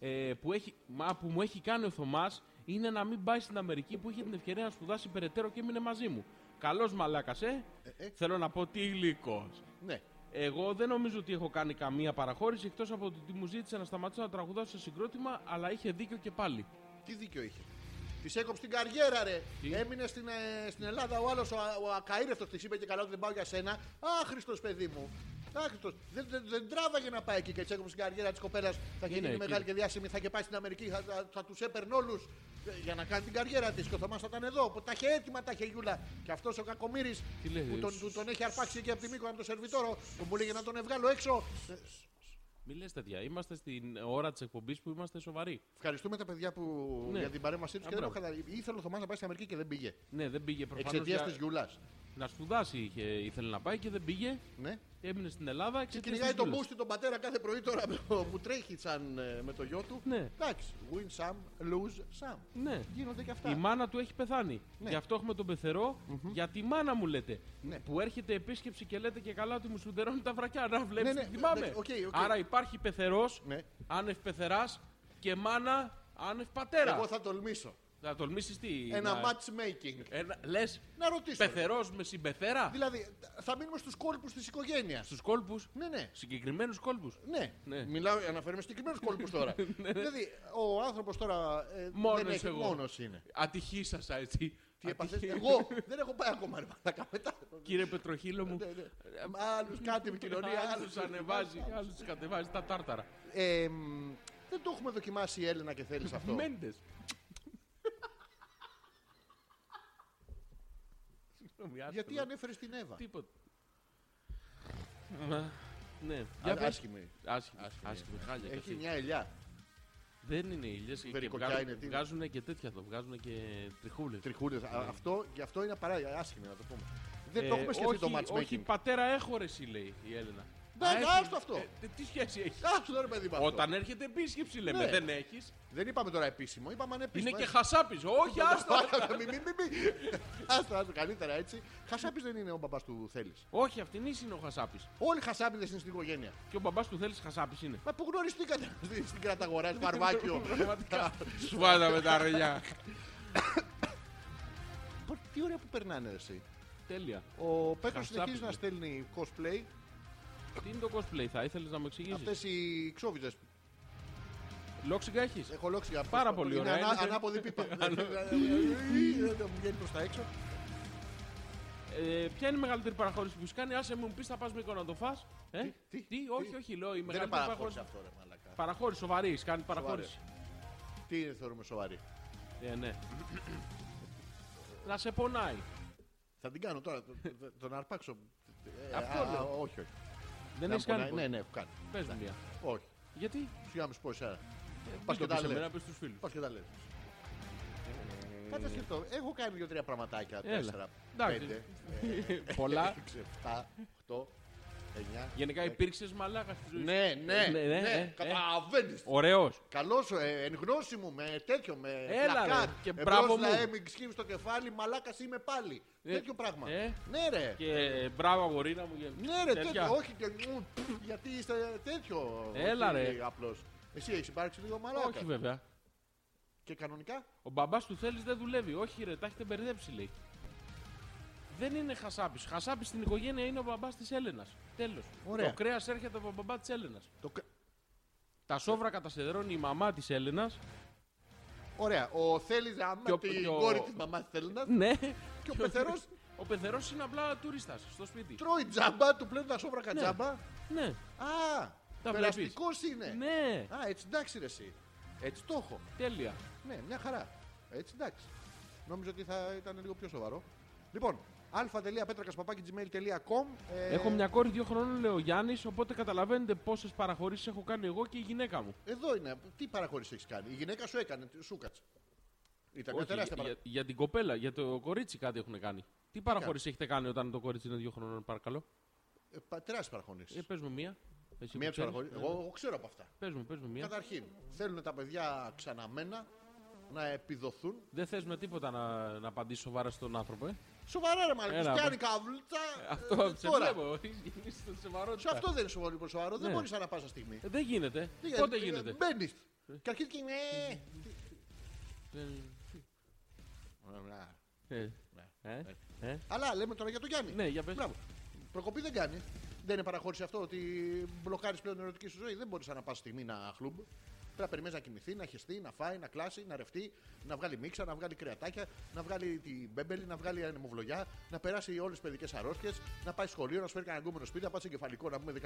ε, που, έχει, μα, που μου έχει κάνει ο Θωμάς, είναι να μην πάει στην Αμερική που είχε την ευκαιρία να σπουδάσει περαιτέρω και έμεινε μαζί μου. Καλός μαλάκας, ε.
ε.
Θέλω να πω τι υλικό.
Ναι.
Εγώ δεν νομίζω ότι έχω κάνει καμία παραχώρηση εκτός από το ότι μου ζήτησε να σταματήσω να τραγουδάω σε συγκρότημα, αλλά είχε δίκιο και πάλι.
Τι δίκιο είχε. Της έκοψε την καριέρα, ρε.
Τι?
Έμεινε στην, ε, στην Ελλάδα ο άλλος, ο, α- ο ακαήρευτο, της είπε και καλά ότι δεν πάω για σένα. Άχρηστο παιδί μου. Άχρηστο. Δεν, δεν, δεν τράβαγε να πάει εκεί και τη έκοψε την καριέρα της κοπέλας. Θα είχε
Είναι
γίνει
εκεί.
μεγάλη και διάσημη, θα είχε πάει στην Αμερική, θα, θα, θα τους έπαιρνε όλους για να κάνει την καριέρα της. Και ο Θωμάς θα ήταν εδώ. Που τα είχε έτοιμα, τα είχε γιούλα. Και αυτός ο Κακομήρης
Τι λέει,
που τον,
σ-
του τον έχει αρπάξει εκεί από τη Μήκο, από το σερβιτόρο, που μου λέγε να τον βγάλω έξω. Ε,
Μη λες τέτοια. Είμαστε στην ώρα της εκπομπής που είμαστε σοβαροί.
Ευχαριστούμε τα παιδιά που,
Ναι.
για την παρέμβασή τους
Α,
και δεν έχω
μπράβο.
καταλάβει. Ήθελε ο Θωμάς να πάει στην Αμερική και δεν πήγε.
Ναι, δεν πήγε προφανώς.
Εξαιτίας της γιούλας.
Να σπουδάσει είχε, ήθελε να πάει και δεν πήγε.
Ναι.
Έμεινε στην Ελλάδα.
Και
εξαιτίας
κυνηγάει
της
τον
γιούλας.
Μπούστη τον πατέρα κάθε πρωί τώρα με το- που τρέχει σαν ε, με το γιο του.
Ναι.
Εντάξει. Win some, lose some.
Ναι.
Γίνονται και
Η
αυτά.
μάνα του έχει πεθάνει.
Ναι.
Γι' αυτό έχουμε τον πεθερό. Για τη μάνα μου λέτε.
Ναι.
Που έρχεται επίσκεψη και λέτε και καλά ότι μου σουδερώνει τα βρακιά. Να βλέπεις.
Ναι, ναι,
θυμάμαι.
εντάξει, οκ, οκ.
Άρα υπάρχει πεθερός,
Ναι.
άνευ πεθερά και μάνα άνευ πατέρα.
Εγώ θα τολμήσω.
Να τολμήσεις τι.
Ένα
να...
matchmaking.
Λες
Να ρωτήσω.
πεθερός με συμπεθέρα.
Δηλαδή θα μείνουμε στους κόλπους της οικογένειας.
Στους κόλπους.
Ναι, ναι.
Συγκεκριμένους κόλπους.
Ναι,
Ναι.
μιλάω, αναφέρομαι συγκεκριμένους κόλπους τώρα. δηλαδή, ο άνθρωπος τώρα ε,
Μόνος
δεν έχει,
εγώ.
μόνος είναι.
Ατυχή σα, έτσι.
Τι έπαθες,
Ατυχή.
εγώ δεν έχω πάει ακόμα ρε μαλάκα μετά.
Κύριε Πετροχύλο μου.
Ναι, Άλλους κάτι επικοινωνία, άλλους-
Άλλους Ε, ανεβάζει, άλλους κατεβάζει τα τάρταρα.
Ε, μ, δεν το έχουμε δοκιμάσει η Έλενα και θέλεις αυτό.
Μέντες. Συγγνώμη, άστο
Γιατί
με.
ανέφερες την Εύα.
Τίποτα. Ναι,
Α,
για πες.
Άσχημη.
Άσχημη,
Άσχημη.
άσχημη, χάλια. και
Έχει
αυτή.
μια ελιά.
Δεν είναι ηλιές και
Βερικοκιά είναι,
βγάζουν,
τι είναι.
βγάζουν και τέτοια εδώ, βγάζουν και τριχούλες.
Τριχούρε. Αυτό, γι' αυτό είναι παράγια. Άσχημη να το πούμε.
Ναι. Ε,
Δεν το έχουμε σκεφτεί το
όχι- Όχι,
matchmaking.
πατέρα έχω ρε, εσύ, λέει η Έλενα.
Ναι,
Α,
ναι,
έχει.
άστο αυτό.
Ε, τε- τι σχέση έχεις.
Κάτσε τώρα, παιδί μου. αυτό.
Όταν έρχεται επίσκεψη, λέμε,
Ναι.
δεν έχεις.
Δεν είπαμε τώρα επίσημο, είπαμε ανεπίσημο.
Είναι και
έτσι.
χασάπης. Όχι, άστο.
Μη, μη, μη, μη. Άστο, άστο, καλύτερα έτσι. Χασάπης δεν είναι ο μπαμπάς του θέλει.
όχι, αυτήν είναι ο χασάπης.
Όλοι οι χασάπηδε είναι στην οικογένεια.
Και ο μπαμπάς του θέλεις χασάπης είναι.
Μα που γνωριστήκατε στην- στην κραταγορά, βαρβάκιο.
Πραγματικά. Σου βάζαμε τα ρελιά.
Τι ωραία που περνάνε εσύ.
Τέλεια.
Ο Πέτρος
Χασάπης,
συνεχίζει να
ναι.
στέλνει cosplay.
Τι είναι το cosplay, θα ήθελες να μου εξηγήσεις.
Αυτές οι ξόβιδε.
Λόξιγκα έχεις.
Έχω λόξει για
Πάρα πολύ
Είναι
ωραία,
ανά-
είναι.
ανάποδη πίπα. Δηλαδή, Μου βγαίνει προ τα έξω.
Ε, ποια είναι η μεγαλύτερη παραχώρηση που σου κάνει, άσε μου πει θα πα μικρό να το φας. Ε?
Τι, τι, τι.
όχι, όχι, λέω. Η
Δεν είναι παραχώρηση
μεγαλύτερη παραχώρηση.
αυτό, ρε μαλακά.
Παραχώρηση, σοβαρή, έχεις κάνει παραχώρηση.
Τι είναι, θεωρούμε σοβαρή.
Ε, ναι. να σε πονάει.
Θα την κάνω τώρα, το- το- το- τον αρπάξω. Ε,
Αυτό
α,
λέω.
Όχι, όχι.
Δεν
Να
έχεις
μου
κάνει.
πονάει. Ναι, ναι, έχω κάνει.
Πες μου μια.
Όχι.
Γιατί.
Σου για να σου πω εσένα.
Πα και
και τα
τα
λες.
μένα, πες στους φίλους.
Πώς και τα λες. Κάτσε να σκεφτώ. Έχω κάνει δύο-τρία πραγματάκια.
Έλα.
Τέσσερα,
Εντάξει.
πέντε,
Πολλά.
έξι, εφτά, οχτώ, εννιά.
Γενικά
δέκα.
υπήρξες μαλάκας στη ζωή.
Ναι, ναι,
Ναι, ναι,
ναι.
ναι.
Καταλαβαίνεις.
Ωραίος.
Καλός ε, εν γνώση μου, με τέτοιο, με Ε,
Έλα,
πλακάτ.
ρε, και
Εμπρός
μπράβο μου.
λαέ, μην σκύβεις το κεφάλι, μαλάκας είμαι πάλι.
Ε,
τέτοιο πράγμα.
ε.
ναι, ρε.
Και μπράβο, αγορίνα μου. για-
Ναι, ρε,
τέτοια.
τέτοιο. Όχι, και, μου, πφ, γιατί είστε τέτοιο.
Έλα,
όχι,
ρε.
Απλώς. Εσύ έχεις υπάρξει λίγο μαλάκα.
Όχι, βέβαια.
Και κανονικά.
Ο μπαμπάς του θέλεις δεν δουλεύει. Όχι, ρε, τα έχετε μπερδέψει, λέει. Δεν είναι χασάπης. Χασάπης στην οικογένεια είναι ο μπαμπάς της Έλενας. Τέλος.
Ωραία.
Το κρέας έρχεται από τον μπαμπά της Έλενας.
Το... κα-
Τα σόβρα κατασυδερώνει η μαμά της Έλενας.
Ωραία. Ο Θέλεις
Και ο-
άμα την
και ο-
κόρη της μαμάς Θέληνα.
Ναι.
Και ο πεθερός
Ο πεθερός είναι απλά τουρίστας στο σπίτι.
τρώει τζάμπα, του πλένει τα σόβρακα
Ναι.
τζάμπα.
Ναι.
Α,
Τα
περαστικός είναι.
Ναι.
Α, έτσι εντάξει, ρε, εσύ. Έτσι το έχω.
Τέλεια.
Ναι, μια χαρά. Έτσι εντάξει. Νόμιζα ότι θα ήταν λίγο πιο σοβαρό. Λοιπόν, α.πέτρακα.gmail.com ε,
Έχω μια κόρη δύο χρόνων, λέει ο Γιάννης, οπότε καταλαβαίνετε πόσες παραχωρήσεις έχω κάνει εγώ και η γυναίκα μου.
Εδώ είναι. Τι παραχώρηση έχεις κάνει. Η γυναίκα σου έκανε, τι- σου κάτσε. Ήταν μια
Όχι,
τεράστια
για,
παραχώρηση.
για την κοπέλα, για το κορίτσι κάτι έχουν κάνει. Τι παραχωρήσεις έχετε κάνει όταν το κορίτσι είναι δύο χρόνων, παρακαλώ.
Ε, Τεράστια παραχώρηση.
Ε, πες μου μία. Εσύ
Μία
που ξέρεις.
παραχώρηση.
Ναι,
Εγώ,
ναι.
εγώ ξέρω από αυτά.
Πες μου, πες μου μία.
Καταρχήν, θέλουν τα παιδιά ξαναμένα να επιδοθούν.
Δεν θες με τίποτα να, να απαντήσεις σοβαρά στον άνθρωπο, ε.
Σοβαρά ρε μάλλον.
Έλα,
Πιάνει καβλίτσα.
Αυτό
ε,
σε
τώρα.
βλέπω. έχεις γυρίσει στο
Σε
σοβαρότητα.
αυτό δεν είναι πολύ σοβαρό. Δεν
Ναι.
μπορείς ανά πάσα στιγμή.
Ε, Δεν γίνεται.
Τι-
Πότε
ε,
γίνεται.
Μπαίνεις. Και αρχίζει και. ναι.
Ε, ε, ε, ε. Ε,
Αλλά λέμε τώρα για τον Γιάννη.
Ναι, για πες. Ναι,
Μπράβο. Προκοπή δεν κάνει. Δεν Δεν είναι παραχώρηση αυτό ότι μπλοκάρεις πλέον την ερωτική σου ζωή. Δεν μπορείς να πα στη μήνα χλουμπ. Πρέπει να περιμένεις να κοιμηθεί, να χεστεί, να φάει, να κλάσει, να ρευτεί, να βγάλει μίξα, να βγάλει κρεατάκια, να βγάλει την μπέμπελη, να βγάλει ανεμοβλογιά, να περάσει όλες τις παιδικές αρρώστιες, να πάει σχολείο, να σου φέρει κανένα γκούμενο σπίτι, να πάει σε κεφαλικό, να πούμε 13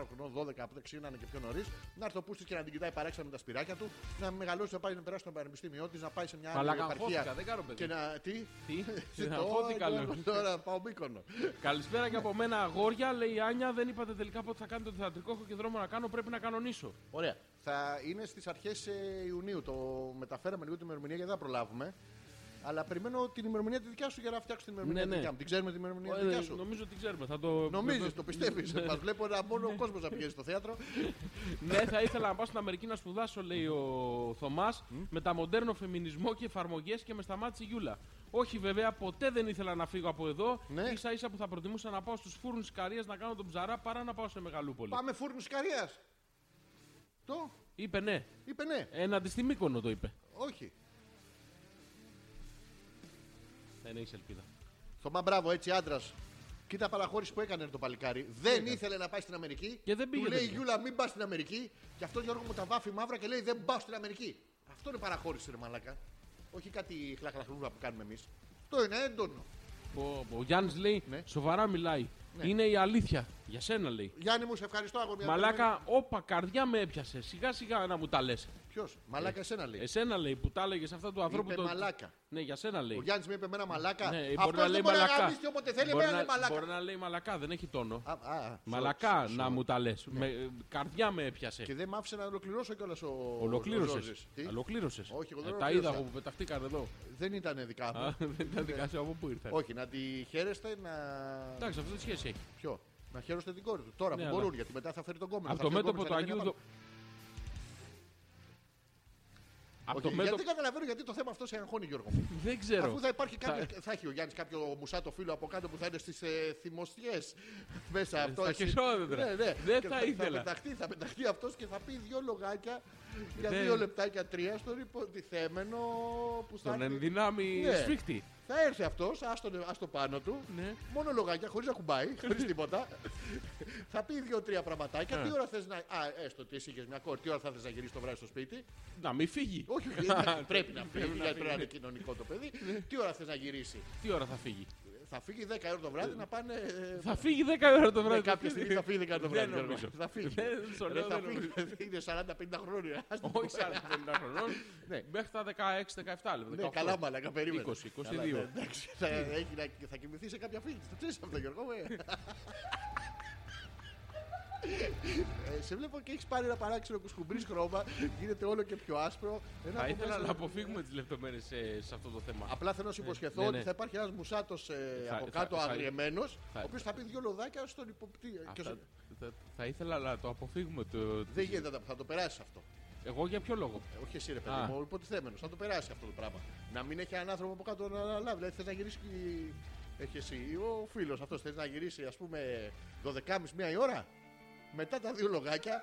14 χρονών, 12 από τα ξύνα είναι και πιο νωρίς, να έρθει ο πούστης και να την κοιτάει παράξενα με τα σπυράκια του, να μεγαλώσει, να πάει να περάσει στο πανεπιστήμιό της, να πάει σε μια άλλη
Μαλάκα,
επαρχία.
αγχώθηκα, δεν κάνω παιδί.
Και να. Τι.
Τι,
Ζητώ, ε,
αγχώθηκα, λέω.
τώρα- Τώρα πάω μήκονο.
Καλησπέρα και από μένα, αγόρια. Λέει η Άνια, δεν είπατε τελικά πότε θα κάνετε το θεατρικό. Έχω και δρόμο να κάνω, πρέπει να κανονίσω.
Ωραία. Θα είναι στις αρχές Ιουνίου. Το μεταφέραμε λίγο την ημερομηνία γιατί δεν θα προλάβουμε. Αλλά περιμένω την ημερομηνία τη δικιά σου για να φτιάξω την ημερομηνία
Ναι,
τη
ναι.
δικιά μου. Την ξέρουμε την ημερομηνία τη
Ε,
δικιά σου.
νομίζω ότι ξέρουμε. Θα το...
Νομίζεις, το πιστεύεις. Μας βλέπω να μόνο ο κόσμος να πηγαίνει στο θέατρο.
ναι, θα ήθελα να πάω στην Αμερική να σπουδάσω, λέει ο Θωμάς, με τα μοντέρνο φεμινισμό και εφαρμογές και με σταμάτησε η Γιούλα. Όχι, βέβαια, ποτέ δεν ήθελα να φύγω από εδώ.
Ναι.
σα ίσα που θα προτιμούσα να πάω στους φούρνους της Καρίας να κάνω τον ψαρά παρά να πάω σε Μεγαλούπολη.
Πάμε φούρνους Καρίας. Το
Είπε ναι.
είπε ναι.
Έναντι στη Μύκονο το είπε.
Όχι.
Δεν έχεις ελπίδα.
Θωμά, μπράβο, έτσι άντρας. Κοίτα παραχώρηση που έκανε το παλικάρι. Δεν ήθελε να πάει στην Αμερική.
Και δεν πήγε,
Του λέει η
δεν πήγε.
Γιούλα, μην πας στην Αμερική. Και αυτό Γιώργο μου τα βάφει μαύρα και λέει δεν πάω στην Αμερική. Αυτό είναι παραχώρηση, ρε Μαλάκα. Όχι κάτι χλαχλαχρούβα που κάνουμε εμείς. Το είναι έντονο.
Ο, ο Γιάννης λέει:
Ναι.
Σοβαρά μιλάει. Είναι η αλήθεια. Για σένα λέει.
Γιάννη μου, σε ευχαριστώ εγώ μια
Μαλάκα, όπα, καρδιά με έπιασε. Σιγά σιγά να μου τα λες.
Ποιος,
Ε,
Μαλάκα, εσένα λέει.
Εσένα λέει που τα έλεγες αυτά του ανθρώπου.
Ε. Είπε
το-
μαλάκα.
Ναι, για σένα λέει.
Ο Γιάννης μου είπε εμένα μαλάκα.
Ναι,
Αυτός δεν μπορεί να γαμίσει όποτε θέλει,
Μπορεί
εμένα λέει
να- Μπορεί
μαλάκα.
να λέει μαλακά, δεν έχει τόνο.
Α, α, α,
μαλακά
sorry,
να
sorry.
μου τα λες. Καρδιά με έπιασε.
Ναι. Και δεν μ' άφησε να ολοκληρώσω κιόλας ο. ο
Ολοκλήρωσες.
Ζόρζης. Τι?
Ολοκλήρωσες.
Όχι, εγώ δεν
Ε, Τα είδα
ολοκλήρωσα.
εγώ που πεταχτήκαν εδώ.
Δεν ήταν δικά
Α,
μου.
Δεν ήταν δικά σου από πού ήρθαν.
Ναι. Όχι, να τη χαίρεστε, να.
Εντάξει, αυτό τι σχέση έχει.
Ποιο. Να χαίρεστε την κόρη του. Τώρα
Ναι,
που
αλλά-
μπορούν, γιατί μετά θα φέρει τον κόμμα.
Από το μέτωπο του Αγίου. Δο- Από το μέτωπο.
Γιατί δεν καταλαβαίνω γιατί το θέμα αυτό σε αγχώνει, Γιώργο. μου.
Δεν ξέρω.
Αφού θα υπάρχει κάποιο. Θα... έχει ο Γιάννης κάποιο μουσάτο φίλο από κάτω που θα είναι στις ε, θυμοστιέ. Μέσα αυτό.
στα
εσύ-
χεσόδεντρα.
Ναι, ναι.
Δεν
Και
θα ήθελα.
Θα πεταχτεί, θα πεταχτεί αυτός και θα πει δύο λογάκια για
Δεν-
δύο λεπτάκια τρία στον υποτιθέμενο που θα
Τον
έρθει.
ενδυνάμει
Ναι.
σφίχτη.
Θα έρθει αυτός, ας το πάνω του.
Ναι.
Μόνο λογάκια, χωρίς να κουμπάει, χωρίς τίποτα. θα πει δύο-τρία
Ε.
πραγματάκια. τι ώρα θες να. Α, έστω ότι εσύ είχες μια κόρη, τι ώρα θα θες να γυρίσεις το βράδυ στο σπίτι.
Να μην φύγει.
Όχι, όχι, εντάξει, πρέπει να φύγει,
να
γιατί
φύγει, Ναι.
πρέπει να είναι κοινωνικό το παιδί. τι ώρα θες να γυρίσει.
Τι ώρα θα φύγει.
Θα φύγει 10 ώρα το βράδυ να πάνε. ε,
Θα φύγει 10 ώρα το
ναι,
βράδυ. Ε,
κάποια στιγμή θα φύγει 10 ώρα το
Δεν
βράδυ. Γιώργο.
νομίζω.
Θα φύγει.
Δεν σου
Ρε,
λέω,
θα
δεν νομίζω.
φύγει. Είναι 40-50 χρόνια. Ας το
Όχι
πούμε.
40-50 χρονών.
Ναι.
Μέχρι τα 16-17 λεπτά.
Ναι, καλά μαλακα, περίμενε.
20, 22.
Καλά, ναι, Εντάξει, θα, έχει να- θα κοιμηθεί σε κάποια φίλη. Το ξέρεις αυτό, Γιώργο. ε. Ε, σε βλέπω και έχεις πάρει ένα παράξενο κουσκουμπρί χρώμα. Γίνεται όλο και πιο άσπρο. Ένα
Θα
από
ήθελα
μέσα-
να αποφύγουμε τις λεπτομέρειες σε, σε αυτό το θέμα.
Απλά θέλω να σου υποσχεθώ
ναι,
ότι
ναι.
θα υπάρχει ένας μουσάτος ε,
Θα-
από
θα-
κάτω
θα-
αγριεμένος,
θα-
ο οποίος θα πει δύο λοδάκια στον υποπτή. και
Αυτά,
στο-
θα, θα ήθελα να το αποφύγουμε. Το,
Δεν γίνεται, να- θα το περάσει αυτό.
Εγώ για ποιο λόγο.
Ε, Όχι εσύ, ρε παιδί
Α.
μου, ο υποτιθέμενος. Θα το περάσει αυτό το πράγμα. Να μην έχει έναν άνθρωπο από κάτω να αναλάβει. Δηλαδή θες να γυρίσεις. και- Έχεις εσύ ή ο φίλος αυτός. Θες να γυρίσει, ας πούμε, 12.30 μία η ώρα. Μετά τα δύο λογάκια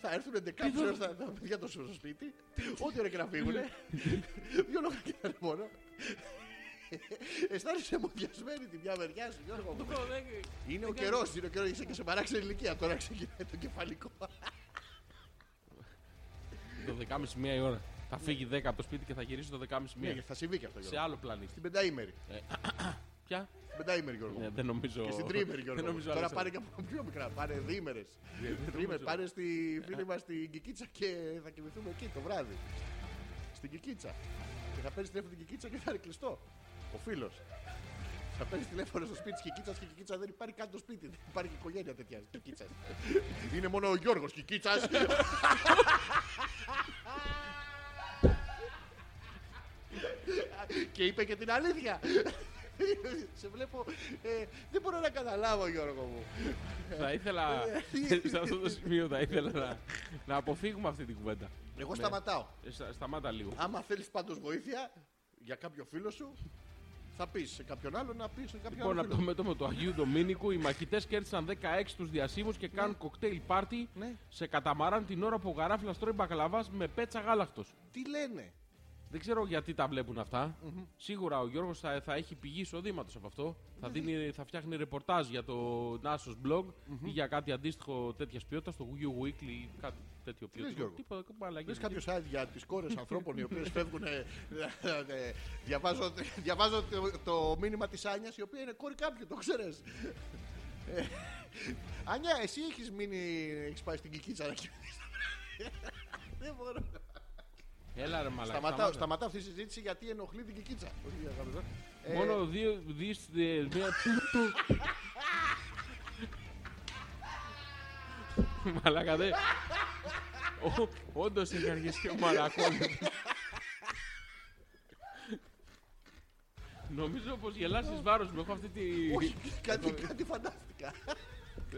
θα έρθουν 11.30 ώρα στα- τα παιδιά του στο σπίτι. Ό,τι ώρα και να φύγουν.
Ναι.
δύο λογάκια είναι μόνο. Αισθάνεσαι μοδιασμένη τη μια μεριά σου, Γιώργο. μου. Είναι ο
Ναι.
καιρός, είναι ο καιρός, είσαι και σε παράξενη ηλικία. Τώρα ξεκινάει το κεφαλικό.
Το 12.30 μία η ώρα. Θα φύγει 10 από το σπίτι και θα γυρίσει το 12.30
Ναι,
μία.
θα συμβεί και αυτό,
Σε
Γιώργο.
άλλο πλανήτη.
Στην πενταήμερη.
Πια.
Πενταήμερη, Γιώργο.
Ναι, δεν νομίζω.
Και στην τρίμερη, Γιώργο.
Δεν νομίζω
Τώρα
άλλες
πάνε και από πιο μικρά. Πάνε διήμερε. Διήμερε. Πάνε στη φίλη μας στην Κικίτσα και θα κοιμηθούμε εκεί το βράδυ. Στην Κικίτσα. Και θα παίρνεις τηλέφωνο την Κικίτσα και θα είναι κλειστό. Ο φίλος. Θα παίρνεις τηλέφωνο στο σπίτι της Κικίτσας και η Κικίτσα δεν υπάρχει καν το σπίτι. Δεν υπάρχει οικογένεια τέτοια Κικίτσας. Είναι μόνο ο Γιώργος Κικίτσας. και είπε και την αλήθεια. Σε βλέπω. ε, δεν μπορώ να καταλάβω, Γιώργο μου.
Θα ήθελα.
Ναι.
σε αυτό το σημείο θα ήθελα να, να αποφύγουμε αυτή την κουβέντα.
Εγώ σταματάω.
Ε, στα- σταμάτα λίγο.
Άμα θέλεις πάντως βοήθεια για κάποιο φίλο σου, θα πεις σε κάποιον άλλον να πεις σε κάποιον
Λοιπόν, από
άλλο.
το
Φίλο.
μέτωπο του Αγίου Δομήνικου, οι μαχητές κέρδισαν 16 τους διασύμους και κάνουν κοκτέιλ πάρτι
Ναι.
σε καταμαράν την ώρα που ο γαράφλας τρώει μπακλαβάς με πέτσα γάλακτος.
Τι λένε.
Δεν ξέρω γιατί τα βλέπουν αυτά. Σίγουρα ο Γιώργος θα, θα έχει πηγή εισοδήματος από αυτό. Θα,
Ναι.
δίνει, θα φτιάχνει ρεπορτάζ για το Nasos blog ή για κάτι αντίστοιχο τέτοιας ποιότητας, το Google Weekly ή κάτι τέτοιο
λες,
ποιότητα.
Γιώργο?
Τίποτα, κάπου αλλαγή.
Βρει κάποιος site για τις κόρες ανθρώπων οι οποίες φεύγουν. ε, ε, διαβάζω διαβάζω το, το μήνυμα της Άνιας η οποία είναι κόρη κάποιου, το ξέρεις. Άνια, εσύ έχεις μείνει, έχεις πάει στην κικίτσα. να κοιμηθείς. Δεν μπορώ.
Έλα ρε μαλάκα.
Σταματάω,
σταμάτα.
σταματάω αυτή τη συζήτηση γιατί ενοχλεί την κικίτσα. Όχι, για κάποιο λόγο. Ε,
Μόνο δύο. δύο ε, μία... Μαλάκα δε. Όντως έχει αργήσει ο μαλακόλ. Νομίζω πως γελάς εις βάρος μου. Έχω αυτή τη...
Όχι, κάτι,
Λοιπόν,
κάτι φαντάστηκα.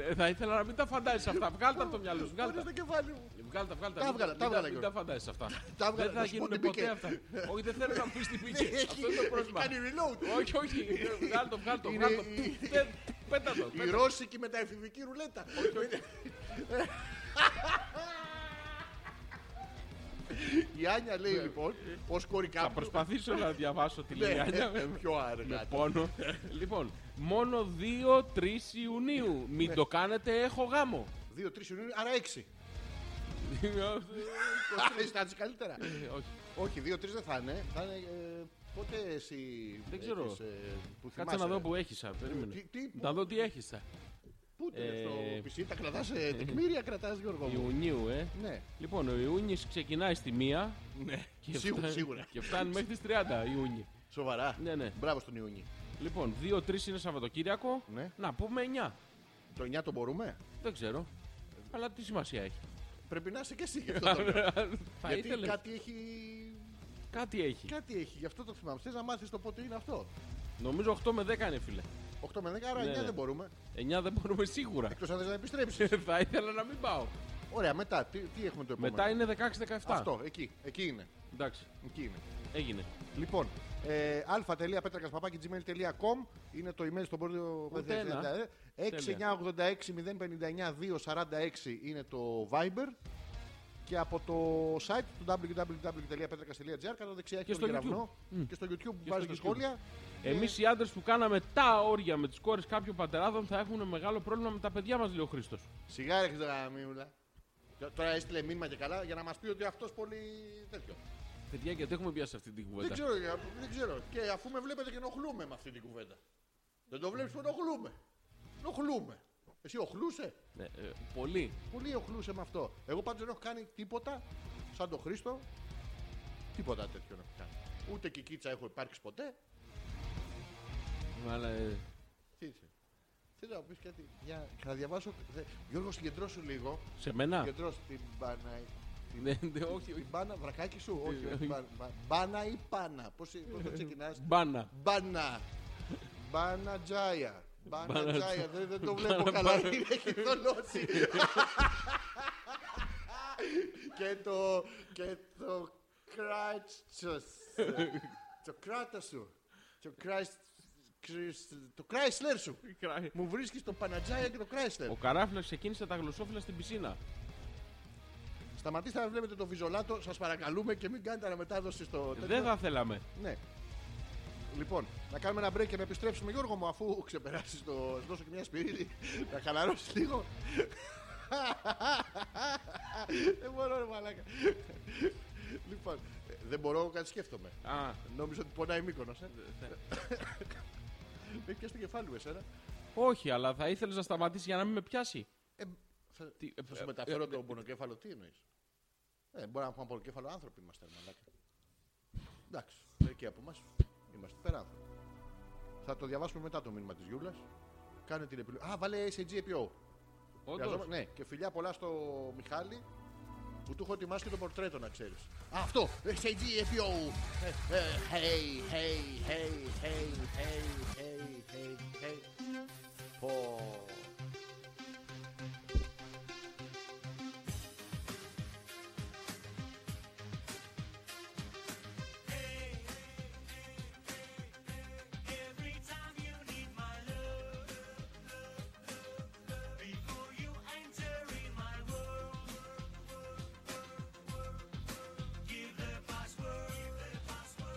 Ε, Θα ήθελα να μην τα φαντάζεις αυτά. Βγάλ' τα από το μυαλό σου. Βγάλ'
Χωρίς
τα.
το κεφάλι μου.
Βγάλ' τα, βγάλ' τα.
Τα
Μην-
έβγαλα,
μην
τα έβγαλα,
Μην
Γιώργο.
τα φαντάζεις αυτά.
Τα έβγαλα,
Δεν
να
θα
σου πω
γίνουν
την
ποτέ
πήκε.
αυτά. Όχι, δεν θέλω να μου πεις τι πήγε.
Έχει-
Αυτό είναι το
Έχει
πρόβλημα.
κάνει reload.
Όχι, όχι. Βγάλ' το, βγάλ' το,
Είναι
βγάλ' το.
η-
Τε- Πέτα το.
Η Ρώσικη με τα εφηβική ρουλέτα. Η Άνια λέει λοιπόν, ω κόρη
Θα
κάποιου.
προσπαθήσω να διαβάσω τη
Ναι,
λέει η Άνια, με-
Πιο αργά.
με πόνο. Λοιπόν, μόνο 2-3 Ιουνίου.
Ναι.
Μην το κάνετε, έχω γάμο.
2-3 Ιουνίου, άρα 6. Θα τις καλύτερα.
Όχι.
Όχι, 2-3 δεν θα είναι. Θα είναι ε, πότε εσύ.
Δεν ξέρω.
έχεις, ε, που
Κάτσε να
θυμάσαι.
δω που έχεις. α, Περίμενε.
Τι- τι-
Να δω τι έχεις. α.
Πού είναι
Ε,
στο PC, τα κρατάς ε, τεκμήρια, κρατάς Γιώργο μου.
Ιουνίου, ε.
Ναι,
Λοιπόν, ο Ιούνιος ξεκινάει στη μία
ναι.
και
Σίγουρα,
φτάνει-
σίγουρα.
και φτάνει μέχρι τις 30 Ιούνιου.
Σοβαρά.
Ναι, ναι.
Μπράβο στον Ιούνιο.
Λοιπόν, 2-3 είναι Σαββατοκύριακο.
Ναι.
Να πούμε 9.
Το 9 το μπορούμε.
Δεν ξέρω. Αλλά τι σημασία έχει.
Πρέπει να είσαι και εσύ γι' αυτό το λέω.
Θα
Ναι. Γιατί
ήθελες.
κάτι έχει.
Κάτι έχει.
Κάτι έχει, γι' αυτό το θυμάμαι. Θες να μάθεις το πότε είναι αυτό.
Νομίζω 8 με 10 είναι, φίλε.
8 με 10, άρα
Ναι,
9
ναι.
δεν μπορούμε.
9 δεν μπορούμε σίγουρα.
Εκτός αν θες να επιστρέψεις.
Θα ήθελα να μην πάω.
Ωραία, μετά τι, τι έχουμε το επόμενο.
Μετά είναι 16-17.
Αυτό, εκεί, εκεί είναι.
Εντάξει,
Εκεί είναι.
έγινε.
Λοιπόν, ε, α.πέτρακα.gmail.com είναι το email ε, στον πόρτο
Ούτε
ε,
ένα.
6986-059-246 είναι το Viber και από το site του www.petrakas.gr κατά δεξιά έχει
Και
το
στο
γραφνό και στο YouTube που βάζει τα
YouTube.
σχόλια.
Εμείς οι άντρες που κάναμε τα όρια με τις κόρες κάποιων πατεράδων θα έχουν μεγάλο πρόβλημα με τα παιδιά μας, λέει ο Χρήστος.
Σιγά ρε γαμίουλα. Τώρα έστειλε μήνυμα και καλά για να μας πει ότι αυτός πολύ τέτοιο.
Παιδιά, γιατί έχουμε πιάσει αυτή την κουβέντα.
Δεν ξέρω, για- δεν ξέρω. Και αφού με βλέπετε και ενοχλούμε με αυτή την κουβέντα. Δεν το βλέπεις που ενοχλούμε. Ενοχλούμε. Εσύ οχλούσε.
Ναι, ε, πολύ.
Πολύ οχλούσε με αυτό. Εγώ πάντως δεν έχω κάνει τίποτα σαν τον Χρήστο. Τίποτα τέτοιο να έχω κάνει. Ούτε κικίτσα έχω υπάρξει ποτέ.
Αλλά, ε,
Τι είσαι. Θέλω να πεις κάτι. Για... Θα διαβάσω. Δε- Γιώργο, συγκεντρώσου λίγο.
σε μένα.
Συγκεντρώσου την μπάνα. Την,
Ναι, ναι, όχι,
την μπάνα, βρακάκι σου. Όχι, όχι. μπα- μπα- Μπάνα ή πάνα. Πώς το ξεκινάς.
μπάνα.
Μπάνα. Μπάνα τζάια. Μπάνα
Μπάνα
τζάια. Δεν, δεν το βλέπω καλά. Είναι- Έχει θολώσει. και το. Και το. Κράτσος. το κράτα σου. Το κράις- κρίς- Το Chrysler σου. Μου βρίσκεις το Πανατζάια και το Chrysler.
Ο καράφλας ξεκίνησε τα γλωσσόφυλλα στην πισίνα.
Σταματήστε να βλέπετε το βιζολάτο. Σας παρακαλούμε και μην κάνετε αναμετάδοση στο. τέτοιο.
Δεν θα θέλαμε.
Ναι. Λοιπόν, να κάνουμε ένα break και να επιστρέψουμε, Γιώργο μου, αφού ξεπεράσεις το. σου δώσω και μια σπυρίδη. να χαλαρώσεις λίγο. δεν μπορώ, ρε μαλάκα. λοιπόν, ε, δεν μπορώ, κάτι σκέφτομαι.
Α,
Νόμιζα ότι πονάει μήκονος. Ε. Με έχει πιάσει το κεφάλι μου, εσένα.
όχι, αλλά θα ήθελες να σταματήσεις για να μην με πιάσει.
Ε, θα,
Τι,
θα σου μεταφέρω το πονοκέφαλο, τι εννοείς. Ε, μπορεί να έχουμε πονοκέφαλο άνθρωποι είμαστε, ρε μαλάκα. Εντάξει, μερικοί από εμάς είμαστε πέρα άνθρωποι. Θα το διαβάσουμε μετά το μήνυμα της Γιούλας. Κάνε την επιλογή. Α, βάλε SAG EPO.
Ε, Όντως.
Χρειαζόμαστε- Ναι, και φιλιά πολλά στο Μιχάλη που του έχω ετοιμάσει και το πορτρέτο να ξέρεις. Αυτό! SAG EPO! Ε, ε, Hey, hey, hey, hey, hey, hey, hey, hey. Πω.
Give the password.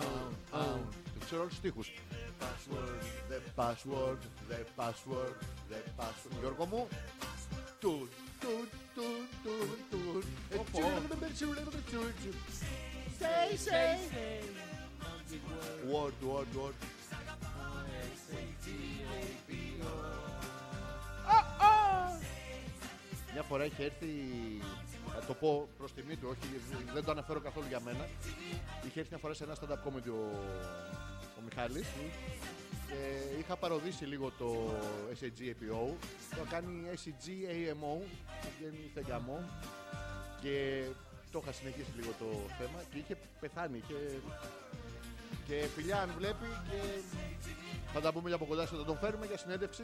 Δεν ξέρω όλους τους στίχους. Password, the password, the password, the password. Γιώργο μου. Τουν, τουν, τουν, τουν, τουν. Say, say. Word, word, word. Α, α. Μια φορά έχει έρθει, θα το πω προς τιμή του, όχι, δεν το αναφέρω καθόλου για μένα. Είχε έρθει μια φορά σε ένα stand-up comedy ο, ο Μιχάλης και είχα παροδίσει λίγο το SAGAPO. Το κάνει SAGAMO, βγαίνει θεγαμό. Και το είχα συνεχίσει λίγο το θέμα και είχε πεθάνει. Και, και φιλιά αν βλέπει και θα τα πούμε για από κοντά σε όταν τον φέρουμε για συνέντευξη.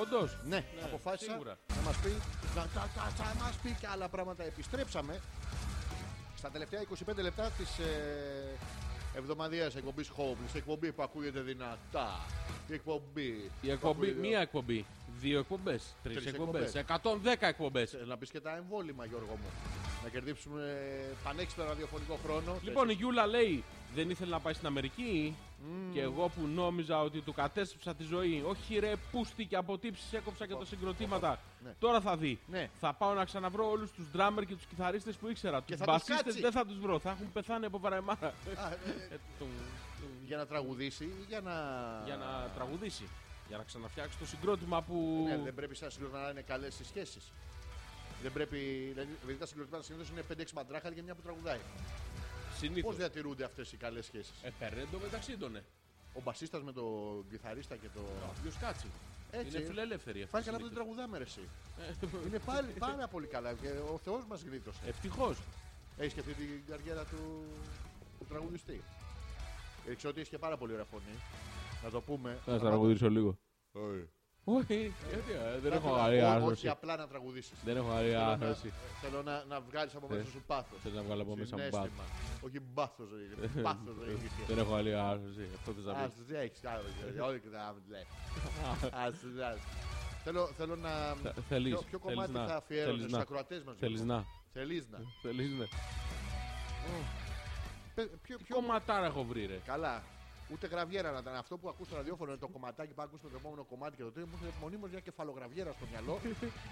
Όντως.
Ναι, αποφάσισα
σίγουρα.
να μας πει, να, να, να, να μας πει και άλλα πράγματα. Επιστρέψαμε στα τελευταία 25 λεπτά της ε, εβδομαδιαίας εκπομπής Hopeless, εκπομπή που ακούγεται δυνατά, η εκπομπή...
Η
που
εκπομπή,
ακούγεται-
μία εκπομπή, δύο εκπομπές, τρεις
Τρεις
εκπομπές,
εκπομπές.
110 εκπομπές.
Ε, Να πεις και τα εμβόλυμα, Γιώργο μου. Να κερδίσουμε ε, πανέξυπνο ραδιοφωνικό χρόνο.
Λοιπόν, η Γιούλα λέει δεν ήθελε να πάει στην Αμερική. Και εγώ που νόμιζα ότι του κατέστρεψα τη ζωή. Όχι ρε, πούστη και αποτύψεις, έκοψα και τα συγκροτήματα.
ναι.
Τώρα θα δει.
Ναι.
Θα πάω να ξαναβρω όλους τους ντράμερ και τους κιθαρίστες που ήξερα. Τους
θα τους
μπασίστες
κάτσει.
δεν θα τους βρω, θα έχουν πεθάνει από βαρεμάρα.
Α, ε,
Ε, του-
για να τραγουδήσει ή για να...
για να τραγουδήσει. Για να ξαναφτιάξει το συγκρότημα που.
Ναι, δεν πρέπει σαν συγκροτήματα να είναι καλές οι σχέσεις. Δεν πρέπει. Δηλαδή, επειδή τα συγκροτήματα συνήθως είναι 5-6 μαντράχαλοι και μια που τραγουδάει. Πώ
Συνήθω.
διατηρούνται αυτές οι καλές σχέσεις.
Ε, παίρνε το μεταξύ των. ε.
Ο μπασίστας με τον κιθαρίστα και το.
Ποιος κάτσει.
Έτσι.
Ναι. Είναι Ε. φιλελεύθερη αυτή.
Πάλι καλά που δεν τραγουδάμε, ρε, εσύ. είναι πάλι πάρα πολύ καλά. Και ο Θεός μας γλίτωσε.
Ευτυχώς.
Έχεις σκεφτεί την καριέρα του, του τραγουδιστή. Ε, Ξέρω ότι έχεις και πάρα πολύ ωραία φωνή. Να το πούμε.
Θα τραγουδήσω λίγο.
Όχι.
Όχι, γιατί, ε, δεν
Θα
ε. έχω
ήθελα-
καλή
ό-
άρθρωση.
Όχι απλά να τραγουδήσεις.
Δεν έχω καλή άρθρωση.
Θέλω να, να βγάλεις από μέσα
Ε.
σου πάθος.
Θες να βγάλω από μέσα μου μπάτ.
Συνέστημα. Όχι μπάθος, ρε. Πάθος, ρε.
Δεν έχω καλή άρθρωση. Αυτό δεν
Α
θα
δέξει άλλο. Όχι, Α Θέλω, θέλω να.
Θε- θέλεις,
ποιο- Ποιο
θέλεις
κομμάτι
να,
θα αφιέρωνε
θέλεις
στους
να,
ακροατές μας.
Θέλεις να.
Θέλεις να.
Θέλεις να.
Πε- Ποιο.
Τι
ποιο-
κομματάρα έχω βρει, ρε.
Καλά. Ούτε γραβιέρα να ήταν. Αυτό που ακούς στο ραδιόφωνο είναι το κομματάκι που ακούς το επόμενο κομμάτι και το τρίτο. Μου έρχεται μονίμως μια κεφαλογραβιέρα στο μυαλό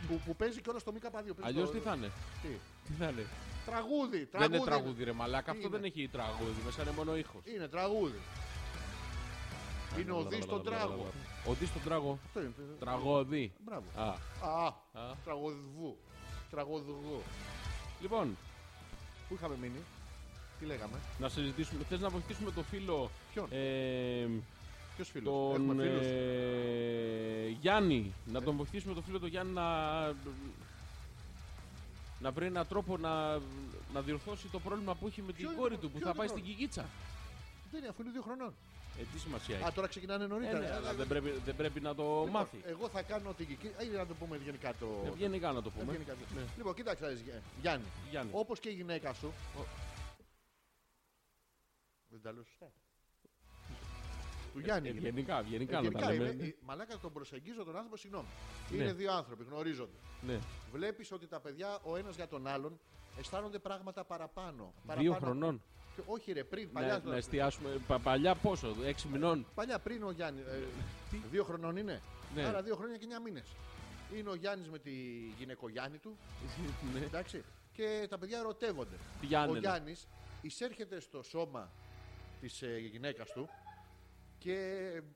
που, που παίζει και όλο στο ΜΚ2. Παίζει
Αλλιώ
το-
τι θα είναι.
τι?
Τι θα είναι.
Τραγούδι.
Δεν είναι
Τραγούδι.
τραγούδι, ρε Μαλάκα.
Τι
Αυτό
είναι?
δεν έχει τραγούδι. Μέσα είναι μόνο ήχος.
Είναι τραγούδι. Είναι
ναι,
ο Δη στον τράγο.
Ο Δη στον τράγο.
Αυτό είναι.
Τραγωδί.
Μπράβο.
Α.
Α,
Α.
τραγωδβού. Τραγωδγού.
Λοιπόν,
Πού είχαμε μείνει, τι λέγαμε,
να συζητήσουμε. Θες να βοηθήσουμε το φίλο.
Ποιον?
ε,
ποιος φίλος.
τον
Έχουμε φίλους.
ε, Γιάννη. Να τον βοηθήσουμε το φίλο του Γιάννη να. να βρει έναν τρόπο να, να διορθώσει το πρόβλημα που έχει με
Ποιο
την
είναι
κόρη
το-
του που
ποιο
θα
είναι
πάει
το
στην Κικίτσα.
Δεν είναι, αφού είναι δύο χρονών.
Ε, τι σημασία
Α,
έχει.
τώρα ξεκινάνε
Ε,
νωρίτερα.
ναι,
Ε,
αλλά
ε,
δεν πρέπει, δεν πρέπει να το
λοιπόν,
μάθει.
Εγώ θα κάνω την κική. Ε, να το πούμε γενικά το.
Ε, Ναι. γενικά να το
Ε,
πούμε.
γενικά το- Λοιπόν, κοίταξε, να δεις, Γε- Γιάννη.
Γιάννη.
Όπως και η γυναίκα σου.
Ο-
Δεν τα λέω σωστά. Του Γιάννη.
Ε,
γυναίκα.
Γενικά, γενικά να τα
Γενικά
λέμε.
είναι. ε, Μαλάκα, τον προσεγγίζω τον άνθρωπο, συγγνώμη. Είναι δύο άνθρωποι, γνωρίζονται.
Ναι.
Βλέπεις ότι τα παιδιά ο ένας για τον άλλον αισθάνονται πράγματα παραπάνω.
Δύο
Παραπάνω-
χρονών.
Πιο- Όχι, ρε, πριν. Παλιά,
Να, να εστιάσουμε. Πα- παλιά πόσο, έξι μηνών.
παλιά πριν ο Γιάννη. ε, δύο χρονών είναι.
Ναι.
Άρα δύο χρόνια και εννιά μήνες. Είναι ο Γιάννης με τη γυναικογιάννη του.
ναι.
Εντάξει. Και τα παιδιά ερωτεύονται.
Πιάνε,
Ο
ναι.
Γιάννης εισέρχεται στο σώμα της ε, γυναίκας του και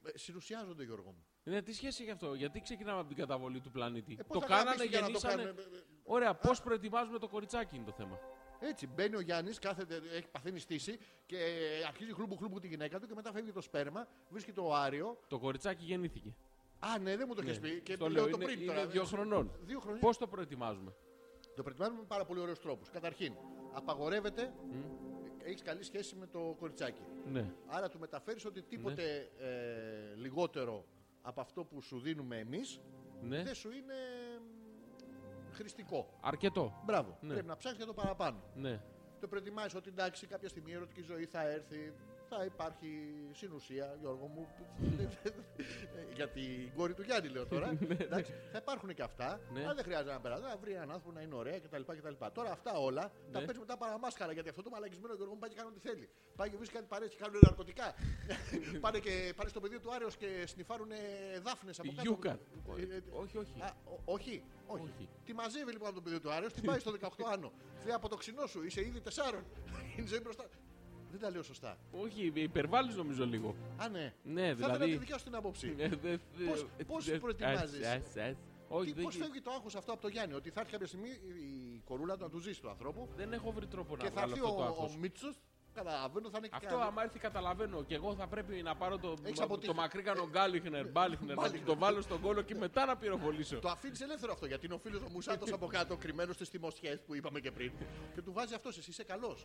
ε, συνουσιάζονται, Γιώργο μου.
Ναι, τι σχέση έχει αυτό, γιατί ξεκινάμε από την καταβολή του πλανήτη.
Ε, πώς
το
θα
κάνανε,
γράψεις για να το
γεννήσανε.
κάνουμε, ε, ε,
Ωραία, πώ προετοιμάζουμε το κοριτσάκι είναι το θέμα.
Έτσι, μπαίνει ο Γιάννης, κάθεται, έχει παθαίνει στήση και αρχίζει χλούμπου χλούμπου τη γυναίκα του και μετά φεύγει το σπέρμα, βρίσκει το άριο.
Το κοριτσάκι γεννήθηκε.
Α, ναι, δεν μου το έχει πει. Και
το
λέω
λέω,
το
είναι,
πριν
είναι
τώρα. ναι.
δύο χρονών.
Δύο χρόνια.
Πώς το προετοιμάζουμε.
Το προετοιμάζουμε με πάρα πολύ ωραίους τρόπους. Καταρχήν, απαγορεύεται, έχεις καλή σχέση με το κοριτσάκι.
Ναι.
Άρα του μεταφέρεις ότι τίποτε ε, λιγότερο από αυτό που σου δίνουμε εμείς
ναι.
δεν σου είναι ε, χρηστικό.
Αρκετό.
Μπράβο.
Ναι.
Πρέπει να ψάξεις για το παραπάνω.
Ναι.
το προετοιμάζεις ότι εντάξει, κάποια στιγμή η ερωτική ζωή θα έρθει. Θα υπάρχει συνουσία, Γιώργο μου. Για την κόρη του Γιάννη, λέω τώρα. εντάξει, θα υπάρχουν και αυτά.
Ναι.
Αλλά δεν χρειάζεται να περάσει. Θα βρει έναν άνθρωπο να είναι ωραία κτλ. κτλ. Τώρα αυτά όλα τα
Ναι.
παίζει μετά παραμάσκαρα. Γιατί αυτό το μαλακισμένο Γιώργο μου πάει και κάνει ό,τι θέλει. Πάει και βρίσκει κάτι παρέ και κάνουν ναρκωτικά. πάνε, και, πάνε στο πεδίο του Άριο και σνιφάρουν δάφνες από κάτω.
Γιούκα.
Ε, ε,
Όχι, όχι.
Α, ο- όχι, όχι.
Όχι.
Τη μαζεύει λοιπόν από το παιδί του Άριο, τη πάει στο 18 άνω. Λέει από το ξινό σου, είσαι ήδη τεσσάρων. Είναι ζωή μπροστά. Δεν τα λέω σωστά.
Όχι, υπερβάλλεις νομίζω λίγο.
Α, ναι.
Ναι,
Θα ήθελα τη
δηλαδή.
δικιά σου την άποψη.
Ε, δε-
Πώς-
ε,
πώς
δε-
προετοιμάζεσαι?
ας, ας, ας. Όχι, δεν-
Πώς φεύγει το άγχος αυτό από το Γιάννη, ότι θα έρθει κάποια στιγμή η κορούλα του να του ζήσει του ανθρώπου
δεν έχω βρει τρόπο να
και θα
βγάλω
έρθει
αυτό το
ο, ο
άγχος.
Μίτσος. Καταλαβαίνω, θα είναι και
Αυτό
καλά.
άμα έρθει καταλαβαίνω και εγώ θα πρέπει να πάρω το,
Έχεις
το
αποτύχει.
μακρύκανο Γκάλιχνερ, Μπάλιχνερ, να του
Μπάλιχνερ.
το βάλω στον κόλο και μετά να πυροβολήσω.
Το αφήνεις ελεύθερο αυτό γιατί είναι ο φίλος του Μουσάτο από κάτω, κρυμμένος στις τιμωσιέ που είπαμε και πριν. και του βάζει αυτός, εσύ είσαι καλός.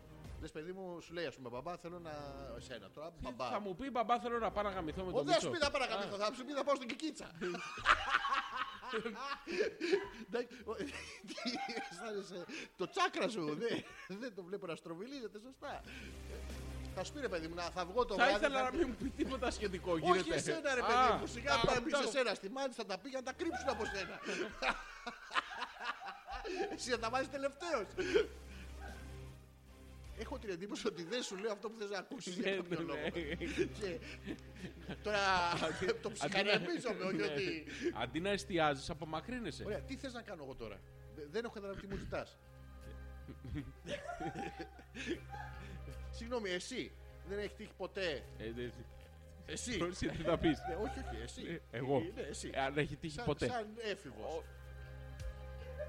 Λες, παιδί μου, σου λέει, ας πούμε, μπαμπά, θέλω να. Εσένα τώρα,
Τι
μπαμπά.
Θα μου πει μπαμπά θέλω να πάω να γαμηθώ με
Ο
τον
δεν
Μίτσο.
σου πει να παρακαμίσω, θα σου πει να πάω στην κικίτσα. Εντάξει, Ναι, ο- τι αισθάνεσαι, το τσάκρα σου, δεν- δεν το βλέπω να στροβιλίζεται σωστά. Ε, Θα σου πει ρε παιδί μου, να- θα βγω το
Θα
βράδυ.
ήθελα να
έρθει-
μην μου πει τίποτα σχετικό γίνεται.
Όχι εσένα ρε
Α,
παιδί μου, σιγά
α,
που θα πεις
αυτά.
εσένα στη μάνη θα τα πει για να τα κρύψουν από σένα. Εσύ θα τα βάζεις τελευταίος. Έχω την εντύπωση ότι δεν σου λέω αυτό που θες να ακούσεις για
Ναι,
κάποιο
ναι,
λόγο.
ναι.
Και Τώρα το ψυχανεμίζομαι,
Ναι.
όχι ότι.
Αντί να εστιάζεις, απομακρύνεσαι.
Ωραία, τι θες να κάνω εγώ τώρα. Δε- Δεν έχω καταλάβει τι μου ζητάς. Συγγνώμη, εσύ δεν έχεις τύχει ποτέ.
Ε, δε-
Εσύ.
Εσύ τι θα πεις.
Ναι, όχι, όχι, εσύ.
Ε, Εγώ.
Ναι, εσύ.
Αν έχει τύχει
Σαν,
ποτέ. Ε.
σαν έφηβο.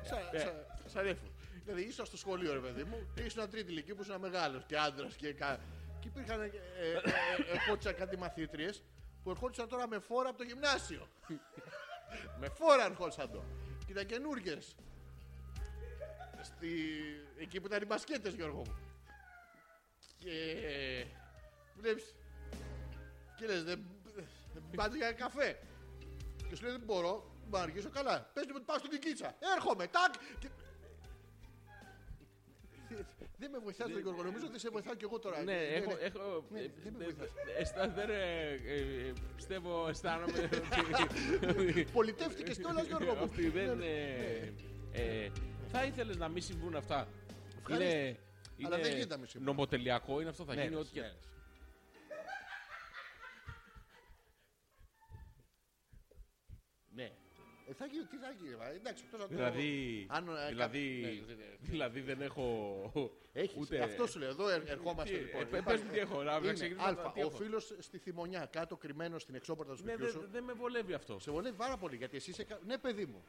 Σαν, σαν, σαν έφηβος. Δηλαδή ήσουν στο σχολείο, ρε παιδί μου, και ήσουν τρίτη ηλικία που ήσουν μεγάλος και άντρας και κα... Και υπήρχαν. ε, ε, ε, ερχόντουσαν κάτι μαθήτριες που ερχόντουσαν τώρα με φόρα από το γυμνάσιο. με φόρα ερχόντουσαν το. Και ήταν καινούργιες. Στη... Εκεί που ήταν οι μπασκέτες Γιώργο μου. Και. Βλέπεις. Και λες, δεν. δεν Πάτε για καφέ. Και σου λέει δεν μπορώ, να αργήσω καλά. Πες μου ότι πάω στην Κικίτσα. Έρχομαι, τάκ. Και... Δεν με βοηθάς τον Γιώργο, νομίζω ότι σε βοηθάω κι εγώ τώρα.
Ναι, έχω.
ναι.
έχω-
Ναι,
ε,
δεν με
ε,
βοηθάς.
ε, αισθά- Δεν ε, ε, ε, πιστεύω, αισθάνομαι ότι.
Πολιτεύτηκες κιόλας Γιώργο μου.
Αυτή δεν.
Ναι,
ε, ε, Θα ήθελες να μην συμβούν αυτά.
Ευχαριστώ. Αλλά
είναι
δεν γίνεται να μην συμβούν.
Νομοτελειακό είναι αυτό, θα
ναι,
γίνει
ναι,
ό,τι και.
ναι. Ναι. Ε, θα γίνει, τι θα γίνει, βα, εντάξει, εκτός αν το-
Δηλαδή,
αν, ε,
δηλαδή,
κα- ναι, ναι, ναι.
δηλαδή δεν έχω
Έχεις,
ούτε...
Ούτε... αυτό σου λέω, εδώ ερ-
Τι,
ερχόμαστε
ε,
λοιπόν.
πε- πες μου τι έχω, να να
Είναι,
ξεκινήσω να-
α,
τι
ο
έχω.
φίλος στη θυμονιά, κάτω κρυμμένο στην εξώπορτα του
Ναι,
σπιτιού
δεν
σου.
δεν με βολεύει αυτό.
Σε βολεύει πάρα πολύ γιατί εσύ είσαι. κα- Ναι, παιδί μου.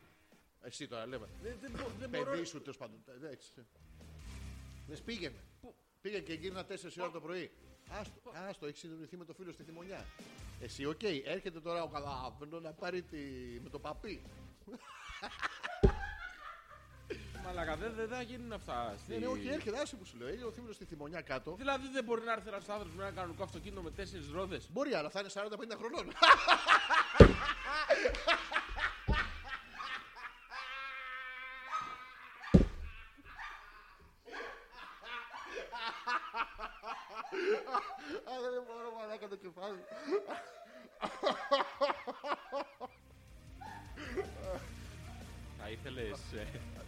Εσύ τώρα λέμε.
Δεν- δεν μπο- Δεν μπορώ...
Παιδί σου τέλος πάντων. Εντάξει. Δε πήγαινε. Πήγαινε και γύρνα 4 ώρα το πρωί. Άστο, άστο έχεις συνειδητοποιηθεί με το φίλο στη θυμονιά. Εσύ, οκ, έρχεται τώρα ο καλάβνο να πάρει τη... με το παπί.
Μαλακα, δεν δεν θα γίνουν αυτά. στη-
Ναι, ναι, όχι, έρχεται, άσε που σου λέω. Είναι ο φίλο στη θυμονιά κάτω.
Δηλαδή δεν μπορεί να έρθει ένας άνθρωπος με ένα κανονικό αυτοκίνητο με τέσσερις ρόδες.
Μπορεί, αλλά θα είναι 40-50 χρονών. Α, δεν μπορώ μαλάκα το κεφάλι. μου.
Θα ήθελε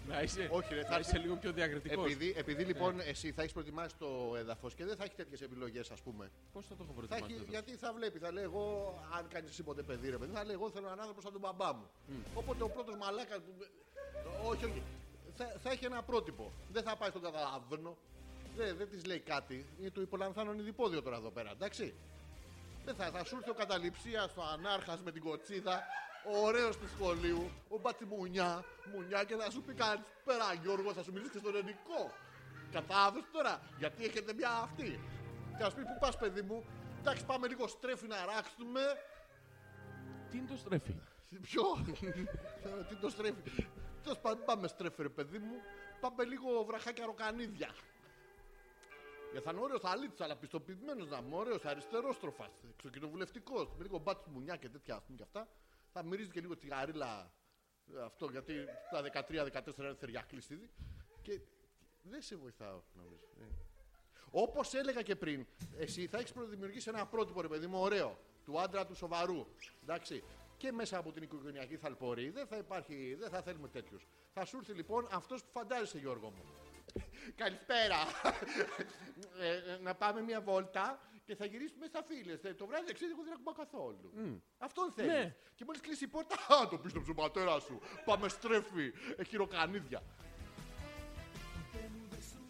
να είσαι,
Όχι, ρε,
να
θα
είσαι λίγο πιο διακριτικό.
Επειδή, επειδή λοιπόν εσύ θα έχεις προετοιμάσει το έδαφος και δεν θα έχει τέτοιες επιλογές, ας πούμε.
Πώς θα το έχω
Θα
προετοιμάσει
έχει,
αυτό.
γιατί θα βλέπει, θα λέει εγώ, αν κάνεις εσύ ποτέ παιδί, ρε παιδί, θα λέει εγώ θέλω έναν άνθρωπο σαν τον μπαμπά μου. Οπότε ο πρώτος μαλάκα. που- Όχι, όχι. Θα, θα έχει ένα πρότυπο. Δεν θα πάει στον καταλάβνο. Δεν, δεν της λέει κάτι. Είναι του υπολανθάνων ειδipόδιο τώρα εδώ πέρα, εντάξει. Δεν Ε, θα, θα σου έρθει ο καταληψίας, ο ανάρχας με την κοτσίδα, ο ωραίος του σχολείου, ο μπατσιμουνιά, μουνιά και θα σου πει καλησπέρα Γιώργος, θα σου μιλήσει και στον ελληνικό. Κατάλαβε τώρα, γιατί έχετε μια αυτή. Και θα σου πει που πας, παιδί μου, εντάξει, πάμε λίγο στρέφει να ράξουμε.
Τι είναι το στρέφι.
Ποιο, Ξέρω τι το στρέφει. Τέλος πάντων, πάμε στρέφει, ρε παιδί μου, πάμε λίγο βραχάκια ροκανίδια. Για θα είναι ωραίος αλήτης, αλλά πιστοποιημένος να είμαι ωραίος αριστερόστροφας, εξοκοινοβουλευτικός. Με λίγο μπάτσι μουνιά και τέτοια ας πούμε, και αυτά. Θα μυρίζει και λίγο ε, τσιγαρίλα αυτό, γιατί τα 13-14 είναι θεριά κλειστή. Και Δεν σε βοηθάω, νομίζω. Όπως έλεγα και πριν, εσύ θα έχεις προδημιουργήσει ένα πρότυπο, ρε παιδί μου, ωραίο. Του άντρα του σοβαρού. Εντάξει. Και μέσα από την οικογενειακή θαλπορή δεν θα υπάρχει, δεν θα θέλουμε τέτοιους. Θα σου έρθει λοιπόν αυτός που φαντάζεσαι, Γιώργο μου. Καλησπέρα. Ε, ε, να πάμε μια βόλτα και θα γυρίσουμε στα φίλες. Ε, Το βράδυ ξέρει, εγώ δεν ακούω καθόλου. Αυτόν θέλεις.
Ναι.
Και μόλις κλείσει η πόρτα, Α, το πίστεψε ο πατέρας σου. Πάμε στρέφει. Ε, χειροκανίδια.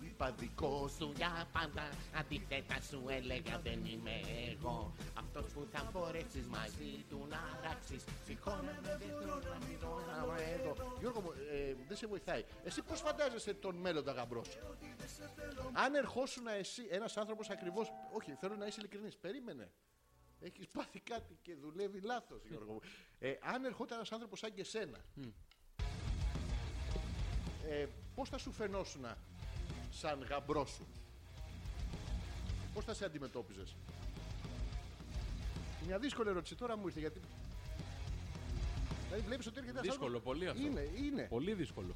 Είπα δικό
σου για πάντα Αντίθετα σου έλεγα δεν είμαι εγώ Αυτός που θα μπορέσεις μαζί του να ράξεις Σηκώνομαι δεν μπορώ να μην το κάνω εδώ
Γιώργο μου, ε, δεν σε βοηθάει. Εσύ πώς φαντάζεσαι τον μέλλοντα γαμπρό σου. Αν ερχόσουν εσύ, ένας άνθρωπος ακριβώς. Όχι, θέλω να είσαι ειλικρινής. Περίμενε. Έχεις πάθει κάτι και δουλεύει λάθος, Γιώργο μου. Ε, αν ερχόταν ένας άνθρωπος σαν και σένα. Ε, πώς θα σου φαινόσουν σαν γαμπρό σου. Πώς θα σε αντιμετώπιζες. Μια δύσκολη ερώτηση τώρα μου ήρθε γιατί. Δηλαδή βλέπεις ότι έρχεται ένας
Δύσκολο,
άνθρωπος-
πολύ αυτό.
Είναι, είναι.
Πολύ δύσκολο.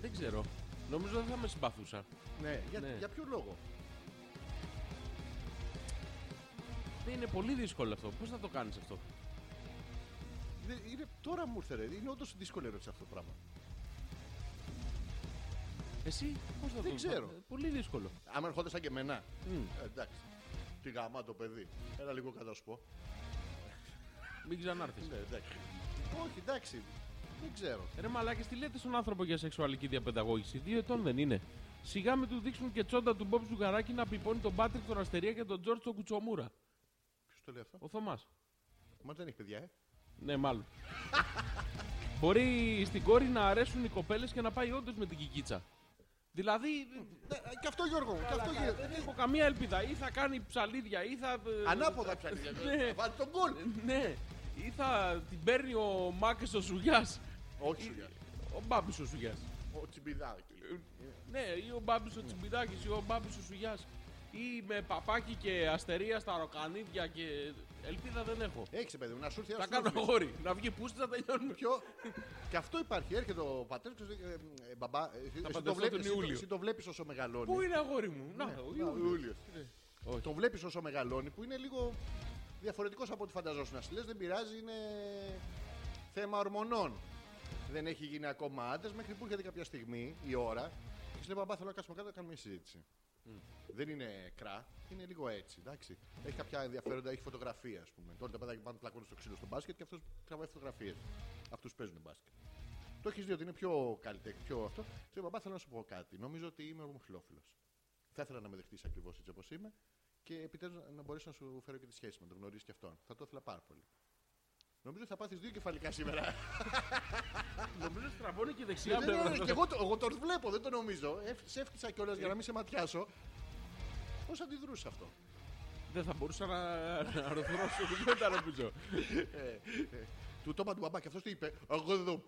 Δεν ξέρω. Νομίζω δεν θα με συμπαθούσα.
Ναι, για,
Ναι.
για ποιο λόγο.
Ναι, είναι πολύ δύσκολο αυτό. Πώς θα το κάνεις αυτό.
Δε- Είναι, τώρα μου ήρθε, ρε. Είναι όντως δύσκολη ερώτηση αυτό το πράγμα.
Εσύ πώς θα
Δεν
το
ξέρω.
Ε, Πολύ δύσκολο.
Άμα ερχόταν σαν και εμένα. Ε, εντάξει. Τι γαμά το παιδί. Έλα λίγο κατά σου πω.
Μην ξανάρθεις.
Ναι, εντάξει. Όχι, εντάξει. Δεν ξέρω.
Ρε μαλάκες, τι λέτε στον άνθρωπο για σεξουαλική διαπαιδαγώγηση. Δύο ετών δεν είναι. Σιγά με του δείξουν και τσόντα του Μπομπ Ζουγαράκη να πυπώνει τον Πάτρικ τον Αστερία και τον Τζόρτ τον Κουτσομούρα.
Ποιος το λέει αυτό.
Ο Θωμάς.
Μα δεν έχει παιδιά, ε.
Ναι, μάλλον. Μπορεί στην κόρη να αρέσουν οι κοπέλες και να πάει όντως με την κικίτσα. Δηλαδή.
Ναι, ε, και αυτό Γιώργο μου. Και αυτό
ε,
γίνεται.
Δεν έχω καμία ελπίδα. Ή θα κάνει ψαλίδια, ή θα. ε,
Ανάποδα ψάχνει.
Ναι.
Βάλει τον κόλ.
Ναι, ή θα την παίρνει ο Μάκης ο Σουγιάς.
Όχι,
ε,
σου λέει.
Ο Μπάμπης ο Σουγιάς.
Ο τσιμπιδάκι.
Ναι, ή ο Μπάμπης ο Τσιμπιδάκης, ή ο Μπάμπης ο Σουγιάς. Ή με παπάκι και αστερία στα ροκανίδια και. Ελπίδα δεν έχω.
Έχεις παιδί μου, να σου έρθει
Θα
ένας
κάνω
φίλος.
αγόρι. Ε, Να βγει πούστη, να τελειώνουμε.
Ποιο. και αυτό υπάρχει. Έρχεται ο πατέρας και σου λέει: ε, ε, Μπαμπά, ε, εσύ,
παντρευτώ
το βλέπεις,
τον
εσύ, το-
Ιούλιο.
εσύ το βλέπεις όσο μεγαλώνει.
Πού είναι αγόρι μου, Να,
Ναι,
ο
να, ο
Ιούλιος.
Ιούλιος.
Όχι.
Το βλέπεις όσο μεγαλώνει που είναι λίγο διαφορετικός από ό,τι φανταζόσουν. Λε, δεν πειράζει, είναι θέμα ορμονών. Δεν έχει γίνει ακόμα άντρας μέχρι που έρχεται κάποια στιγμή η ώρα και σου λέει: Μπαμπά, θέλω να κάτσουμε κάτω να κάνουμε μια συζήτηση. Δεν είναι κρά, είναι λίγο έτσι. Εντάξει. Έχει κάποια ενδιαφέροντα, έχει φωτογραφία, ας πούμε. Τώρα τα παιδάκια πάνε πλακώνουν στο ξύλο στο μπάσκετ και αυτός τραβάει φωτογραφίες. Αυτούς παίζουν μπάσκετ. Το έχεις δει ότι είναι πιο καλλιτέχνη, πιο αυτό. Σου λέει: Μπαμπά, θέλω να σου πω κάτι. Νομίζω ότι είμαι ομοφυλόφιλος. Θα ήθελα να με δεχτείς ακριβώς έτσι όπως είμαι και επιτέλους να μπορέσω να σου φέρω και τη σχέση με τον γνωρίζει και αυτόν. Θα το ήθελα πάρα πολύ. Νομίζω ότι θα πάθεις δύο κεφαλικά σήμερα. Ε,
Νομίζω στραβώνει και δεξιά
Δεν είναι, ρε, και
πλευρά.
εγώ, το- εγώ τον βλέπω, δεν το νομίζω. Ε, σε έφτιαξα κιόλας για να μην σε ματιάσω. Πώς αντιδρούσε αυτό.
Δεν θα μπορούσα να να αρθρώσω. Δεν τα νομίζω.
Του το είπα του μπαμπά και αυτός τι είπε. Γδουπ.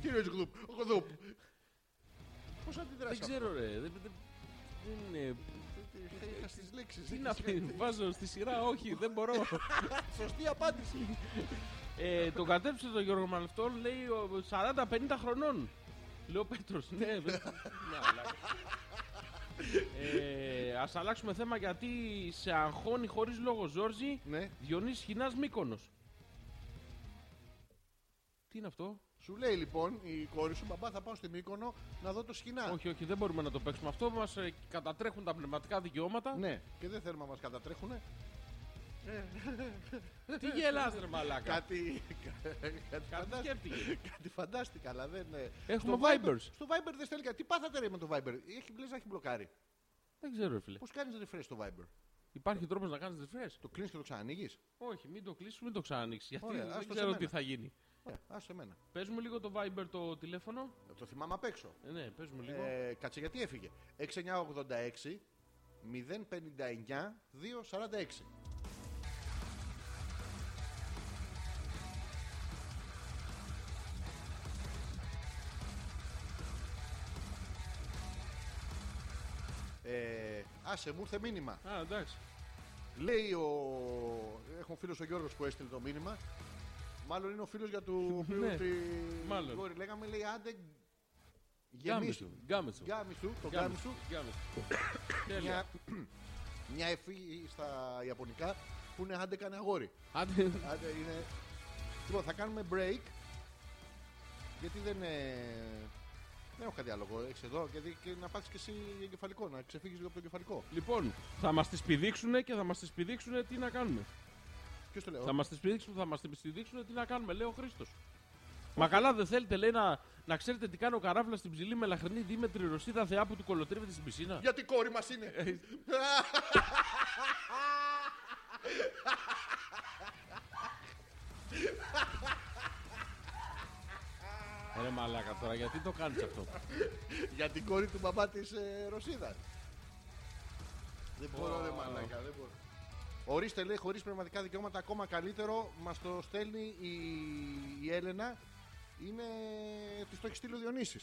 Κύριο Γδουπ. Γδουπ. Πώ
Δεν
αντιδράσεις.
ξέρω, ρε. δεν- δεν- Δεν είναι.
Είχα στι λέξεις.
Τι να πει, βάζω στη σειρά, όχι, δεν μπορώ.
Σωστή απάντηση.
Ε, τον κατέψε τον Γιώργο Μαλευτόν, λέει ο- 40-50 χρονών. Λέω Πέτρος, ναι, βε- ναι, αλλά- ε, Ας αλλάξουμε θέμα γιατί σε αγχώνει χωρίς λόγο Ζόρζι
Ναι.
Διονύσης Χινάς Μήκονο. Τι είναι αυτό,
Σου λέει λοιπόν η κόρη σου, μπαμπά, θα πάω στη Μύκονο να δω το σκηνά.
Όχι, όχι, δεν μπορούμε να το παίξουμε αυτό. Μας κατατρέχουν τα πνευματικά δικαιώματα.
Ναι, και δεν θέλουμε να μας κατατρέχουνε.
Τι γελάς ρε μαλάκα.
Κάτι. κάτι
Κάτι
φαντάστη-
σκέφτηκε.
Κάτι φαντάστηκα, αλλά δεν. ε,
Έχουμε
στο
Vibers.
Στο Viber δεν στέλνει κάτι. Τι πάθατε ρε με το Viber. Έχει μπλε, έχει μπλοκάρει.
Δεν ξέρω, ρε φίλε.
Πώς κάνεις refresh το Viber.
Υπάρχει τρόπος να κάνεις refresh.
Το κλείνεις και το ξανανοίγεις.
Όχι, μην το κλείσεις, μην το ξανανοίξεις. Γιατί
Ωραία,
δεν
άστο σε
ξέρω
μένα.
τι θα γίνει.
Ωραία, Ε, άσε εμένα.
Πες μου λίγο το Viber το τηλέφωνο.
Να Το θυμάμαι απ' έξω.
Ε, ναι, πες μου λίγο.
Ε, κάτσε γιατί έφυγε. 6986 059 246. Ε, άσε, μου ήρθε μήνυμα.
Α, εντάξει.
Λέει ο. Έχω φίλος ο Γιώργος που έστειλε το μήνυμα. Μάλλον είναι ο φίλος για του οποίου
Ναι,
τη...
μάλλον.
Γόρη λέγαμε, λέει άντε Γεμίσου.
Γκάμισου, γκάμισου.
Γκάμισου, το
Γκάμισου,
γκάμισου.
γκάμισου. Τέλεια.
Μια, μια εφή στα Ιαπωνικά που είναι άντε κάνε αγόρι.
Άντε,
Άντε είναι... Λοιπόν, θα κάνουμε break. Γιατί δεν... ε, Δεν έχω κάτι άλλο. Έχεις εδώ γιατί και να πάθει και εσύ εγκεφαλικό, να ξεφύγεις λίγο από το εγκεφαλικό.
Λοιπόν, θα μας τη πηδήξουν και θα μας τη πηδήξουν τι να κάνουμε.
Ποιος το λέω.
Θα μας τη πηδήξουν, θα μας τη πηδήξουν τι να κάνουμε, λέει ο Χρήστος. Μα καλά, δεν θέλετε, λέει, να, να ξέρετε τι κάνει ο καράφλα στην ψηλή με λαχρινή δίμετρη ρωσίδα θεά που του κολοτρίβεται στην πισίνα.
Γιατί η κόρη μας
Ε,
είναι.
Ρε μαλάκα τώρα, γιατί το κάνεις αυτό.
Για την κόρη του μπαμπά της ε, Ρωσίδας. Δεν μπορώ, ρε μαλάκα, δεν μπορώ. Ορίστε, λέει, χωρίς πνευματικά δικαιώματα ακόμα καλύτερο. Μας το στέλνει η, η Έλενα. Είναι. Της το έχει στείλει ο Διονύσης.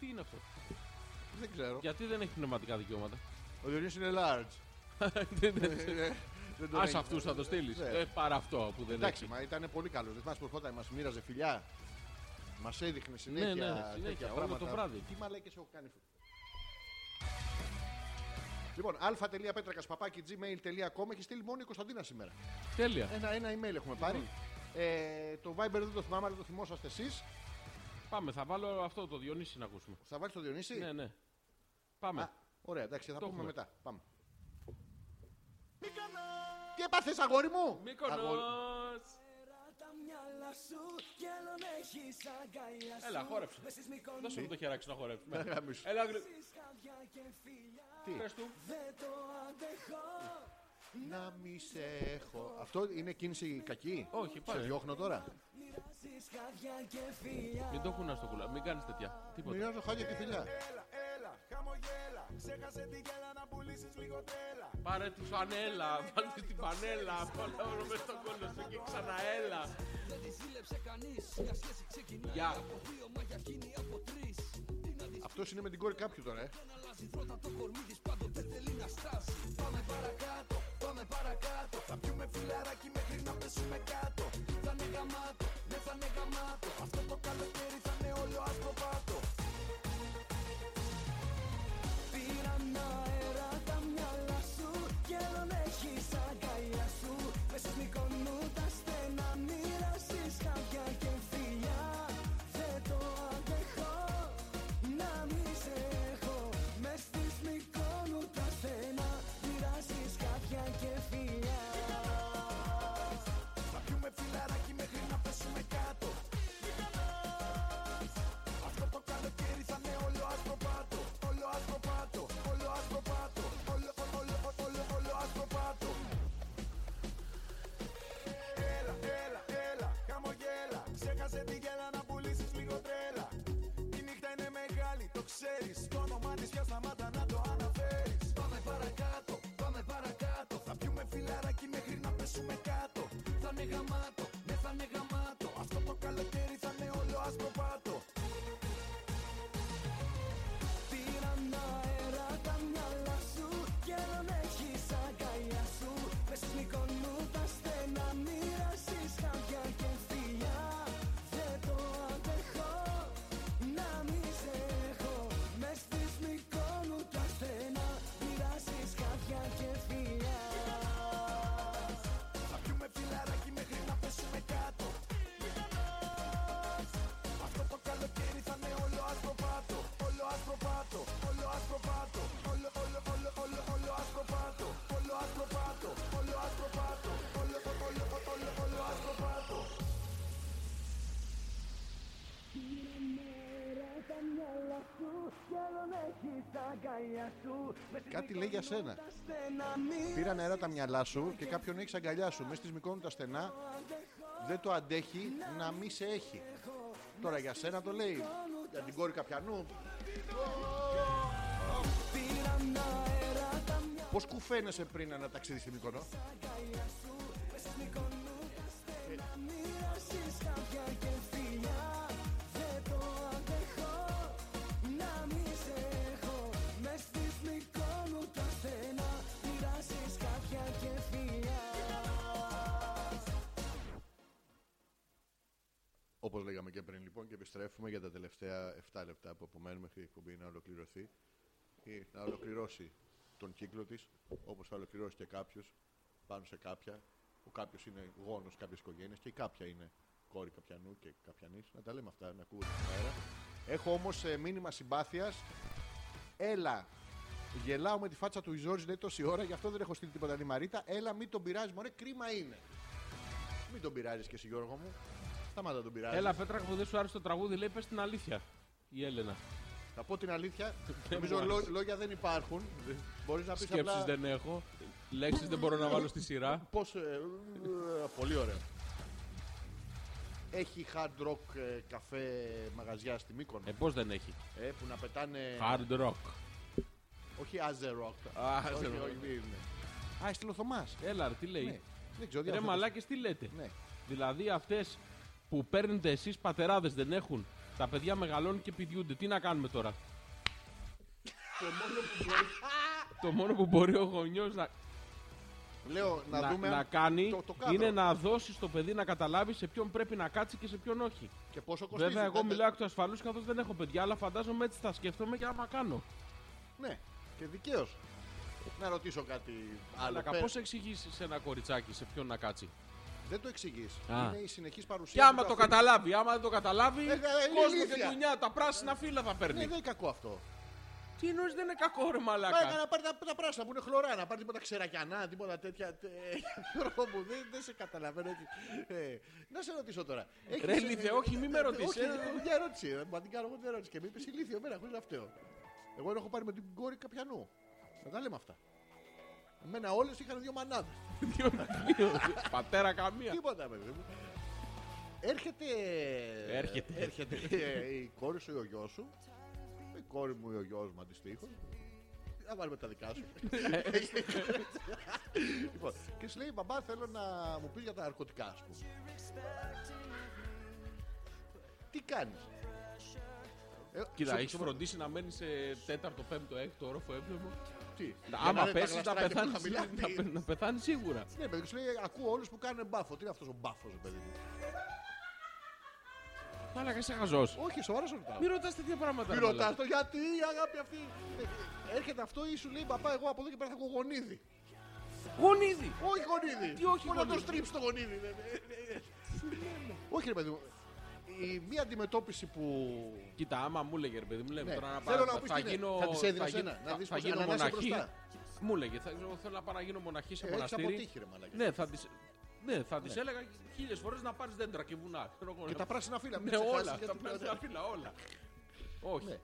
τι είναι αυτό.
Δεν ξέρω.
Γιατί δεν έχει πνευματικά δικαιώματα.
Ο Διονύσης είναι large. Ε, δεν τον
Α
έχει.
αυτούς θα το στείλεις.
Ναι.
Ε, παρά αυτό που δεν
Εντάξει,
έχει.
μα ήταν πολύ καλός. Δεν θυμάσαι πως πότε μας μοίραζε φιλιά. Μας έδειχνε συνέχεια.
ναι,
τέτοια
συνέχεια, όλο
πράγματα.
το βράδυ.
Τι μαλακές έχω κάνει. Λοιπόν, α.πέτρακα παπάκι gmail.com έχει στείλει μόνο η Κωνσταντίνα σήμερα.
Τέλεια.
Ένα, ένα email έχουμε
Ναι.
πάρει. Ε, το Viber δεν το θυμάμαι, αλλά το θυμόσαστε εσείς.
Πάμε, θα βάλω αυτό το Διονύση να ακούσουμε.
Θα βάλεις το Διονύση.
Ναι, ναι. Πάμε.
Α, ωραία, εντάξει, θα
Το
πούμε
έχουμε.
μετά. Πάμε. Τι έπαθες αγόρι μου! Αγόρι-
Μύκονος!
τα μυαλά σου κι άλλον έχεις αγκαλιά σου.
Έλα, χόρεψε.
Μες στις Μυκονός
Δώσε μου το χεράκι σου να χορέψουμε.
Ναι, γαμίσου.
Έλα, γρι...
χαμιά και φιλιά.
Τι?
πες του.
Δεν το αντέχω.
Να μη σε έχω. Αυτό είναι κίνηση κακή.
Όχι,
Σε
πάρε.
διώχνω τώρα.
Μοιράζεις χαμιά και φιλιά.
Μην το κουνάς το κουλά, μην κάνεις
Ναι.
τέτοια. Τίποτα.
Μοιράζω χάδια και φιλιά.
Έλα, έλα, χαμογέλα. Ξέχασε την γέλα να πουλήσεις λίγο τέλα.
Πάρε τη φανέλα, βάλτε την φανέλα. Πολλά όλο μες στο κόλλο σου και ξαναέλα. Γεια.
Αυτό είναι με την κόρη κάποιου τώρα, ε.
Θα πιούμε φιλαράκι μέχρι να πέσουμε κάτω. Θα είναι γαμάτο, ναι, θα είναι γαμάτο. Αυτό το καλοκαίρι θα είναι όλο ασκοπάτο.
Πήραν αέρα τα μυαλά σου κι άλλον έχεις αγκαλιά σου. Μες στις Μυκονού τα στενά μοιράζεις χαμιά και φιλιά. Δεν το αντέχω να μη σε έχω. Μες στις Μυκονού τα στενά μοιράζεις χαμιά και φιλιά.
Θα πιούμε φιλαράκι μέχρι να πέσουμε κάτω. Αυτό το καλοκαίρι θα είναι όλο ασκοπάτο. Όλο ασκοπάτο, όλο ασκοπάτο. Όλο, όλο, όλο, όλο ασκοπάτο. Έλα, έλα, έλα, χαμογέλα. Ξέχασε την γέλα να πουλήσει λίγο τρέλα. Η νύχτα είναι μεγάλη, το ξέρει. Το όνομα τη πια σταμάτα να το αναφέρει. Πάμε παρακάτω, πάμε παρακάτω. Θα πιούμε φιλαράκι μέχρι να πέσουμε κάτω. Θα είναι γαμάτο, ναι, θα είναι γαμάτο. Αυτό το καλοκαίρι θα είναι όλο άσπρο
Πήραν αέρα τα μυαλά σου και δεν έχεις αγκαλιά σου Μες στις Μυκονού τα στενά μοιράζεις χαμιά και φιλιά Δεν το αντέχω να μη σε έχω Μες στις Μυκονού τα στενά μοιράζεις χαμιά και φιλιά
Θα πιούμε φιλαράκι μέχρι να πέσουμε κάτω Αυτό το καλοκαίρι θα είναι όλο ασκοπάτο Όλο ασκοπάτο, όλο ασκοπάτο Όλο, όλο, όλο, όλο, όλο ασκοπάτο Όλο ασκοπάτο, όλο ασκοπάτο Όλο, όλο, όλο, όλο, όλο ασκοπάτο
Αέρα τα μυαλά σου και δεν έχεις αγκαλιά σου Μες στις
Κάτι λέει για
Μυκονού
σένα.
τα στενά μοιράζεις
Πήραν αέρα τα μυαλά σου και κάποιον έχει αγκαλιά σου. Μες στις μικρών τα στενά δεν το αντέχει να μη σε έχει. Τώρα για σένα το λέει. Για την κόρη καπιανού.
Πήραν αέρα τα μυαλά
Πώς κουφαίνεσαι πριν να ταξίδι στην Μυκονό.
Μοιράσεις χαμιά και φιλιά Δεν το αντέχω να μη σε έχω Μες στις Μυκόνου τα στενά Μοιράσεις χαμιά και φιλιά
Όπω Όπω λέγαμε και πριν, λοιπόν, και επιστρέφουμε για τα τελευταία 7 λεπτά που απομένουν μέχρι η εκπομπή να ολοκληρωθεί ή να ολοκληρώσει τον κύκλο της, όπως θα ολοκληρώσει και κάποιος πάνω σε κάποια, που κάποιος είναι γόνος κάποια οικογένεια και η κάποια είναι κόρη καπιανού και καπιανή. Να τα λέμε αυτά, να ακούγονται στον αέρα. Έχω όμως μήνυμα συμπάθειας. Έλα, Γελάω με τη φάτσα του Ιζόρι, λέει τόση ώρα, γι' αυτό δεν έχω στείλει τίποτα τη Μαρίτα. Έλα, μην τον πειράζεις, μωρέ, κρίμα είναι. Μην τον πειράζεις και εσύ, Γιώργο μου. Σταμάτα να τον πειράζει.
Έλα, Πέτρα, που δεν σου άρεσε το τραγούδι, λέει πες την αλήθεια. Η Έλενα.
Θα πω την αλήθεια.
μου
Νομίζω λό-
άρεσε.
λόγια δεν υπάρχουν. Μπορείς να πεις
Σκέψει
απλά.
δεν έχω. Λέξεις δεν μπορώ να βάλω στη σειρά.
Πώς, ε, ε, πολύ ωραία. Έχει hard rock ε, καφέ μαγαζιά στη Μύκονο.
Ε, πώς δεν έχει.
Ε, που να πετάνε.
Hard rock.
Όχι Azer Rock.
Α, ναι. Azer
Όχι,
Rock.
όχι, μην είναι. Α, έστειλε ο Θωμάς.
Έλα, ρε, τι
Ναι.
λέει.
Δεν ξέρω,
Ε, Ρε
διαθέτω-
μαλάκες τι λέτε.
Ναι.
Δηλαδή αυτές που παίρνετε εσείς πατεράδες δεν έχουν. Τα παιδιά μεγαλώνουν και πηδιούνται. Τι να κάνουμε τώρα. Το μόνο που μπορεί ο γονιός να,
Λέω να,
να,
δούμε
να
αν-
κάνει
το- το κάδρο.
είναι να δώσει στο παιδί να καταλάβει σε ποιον πρέπει να κάτσει και σε ποιον όχι.
και πόσο κοστίζει.
Βέβαια, εγώ
Δεν-
μιλάω εκ του ασφαλούς καθώς δεν έχω παιδιά, αλλά φαντάζομαι έτσι θα σκέφτομαι και άμα κάνω.
Ναι, και δικαίως. Να ρωτήσω κάτι άλλο.
Αλλά
Πε-
πώς εξηγήσει ένα κοριτσάκι σε ποιον να κάτσει.
Δεν το εξηγείς.
Α.
Είναι η συνεχής παρουσία.
Και
του
άμα το
καθένα.
καταλάβει, άμα δεν το καταλάβει,
Ε, ε, είναι
κόσμο και
ηλίθεια.
δουλειά, τα πράσινα φύλλα θα παίρνει.
Ναι, δεν είναι κακό αυτό.
Τι εννοείς δεν είναι κακό, ρε
Μα
μαλάκα.
να πάρει τα, τα πράσινα που είναι χλωρά, να πάρει τίποτα ξερακιανά, τίποτα τέτοια. τε- Γιώργο μου, δεν, δεν σε καταλαβαίνω. έτσι. Ε, να σε ρωτήσω τώρα. Έχεις,
Ρε, ηλίθεια, όχι, μη με
ε,
ρωτήσεις,
Όχι,
ε.
ε, μια ερώτηση. ε, Μα την κάνω εγώ την ερώτηση. Και μου είπε ηλίθιο, εμένα, χωρίς να φταίω. Εγώ έχω πάρει με την κόρη καπιανού. Να τα λέμε αυτά. Εμένα όλες είχαν δύο μανάδες.
Πατέρα καμία.
Τίποτα, παιδί μου. Έρχεται.
Έρχεται.
έρχεται, ε, η κόρη σου ή ο γιος σου. Η κόρη μου ή ο γιος μου αντιστοίχως. Να βάλουμε τα δικά σου. λοιπόν, και σου λέει: Μπαμπά, θέλω να μου πεις για τα ναρκωτικά, ας πούμε. Τι Ε, κάνει.
Κοίτα, έχει φροντίσει να μένεις σε τέταρτο, πέμπτο, έκτο όροφο έπλεμο.
Τι, για
Άμα
να είναι τα
πέσει, να
γλαστράκια που
πεθάνει
χαμηλά, τι.
να πεθάνει σίγουρα.
Ναι, παιδί, σου λέει: Ακούω όλους που κάνουν μπάφο. Τι είναι αυτός ο μπάφος, παιδί μου.
Μαλάκα, είσαι χαζός.
Όχι, σοβαρά σου ρωτάω.
Μη ρωτάς τέτοια πράγματα.
Μη
ρε μαλάκα.
ρωτά το γιατί η αγάπη αυτή. Έρχεται αυτό ή σου λέει παπά, εγώ από εδώ και πέρα θα ακούω γονίδι.
Γονίδι.
Όχι γονίδι.
Τι όχι
Μπορεί να το
γονίδι.
στρίψει το γονίδι. Ε, ε, ε, ε. Όχι ρε παιδί μου. Η μία αντιμετώπιση που.
Κοίτα, άμα μου έλεγε ρε παιδί μου, λέγε
Ναι,
τώρα να
θέλω
πάρω.
να μου πεις
Θα
τι είναι.
γίνω.
Θα της έδινες
γίνω-
ένα, να
θα-
δεις
θα
πως
γίνω
ανανάς
μοναχή.
μπροστά. Ε,
Μου έλεγε, θα- εγώ θέλω να πάω να γίνω μοναχής σε
Έχεις
μοναστήρι.
αποτύχει ρε μαλακά.
Ναι, θα της ναι, θα της έλεγα χίλιες φορές να πάρεις δέντρα και βουνά. Ξέρω εγώ,
Και
να-
τα πράσινα φύλλα.
Ναι, όλα. Τα πράσινα φύλλα, όλα.
Ναι.
Όχι.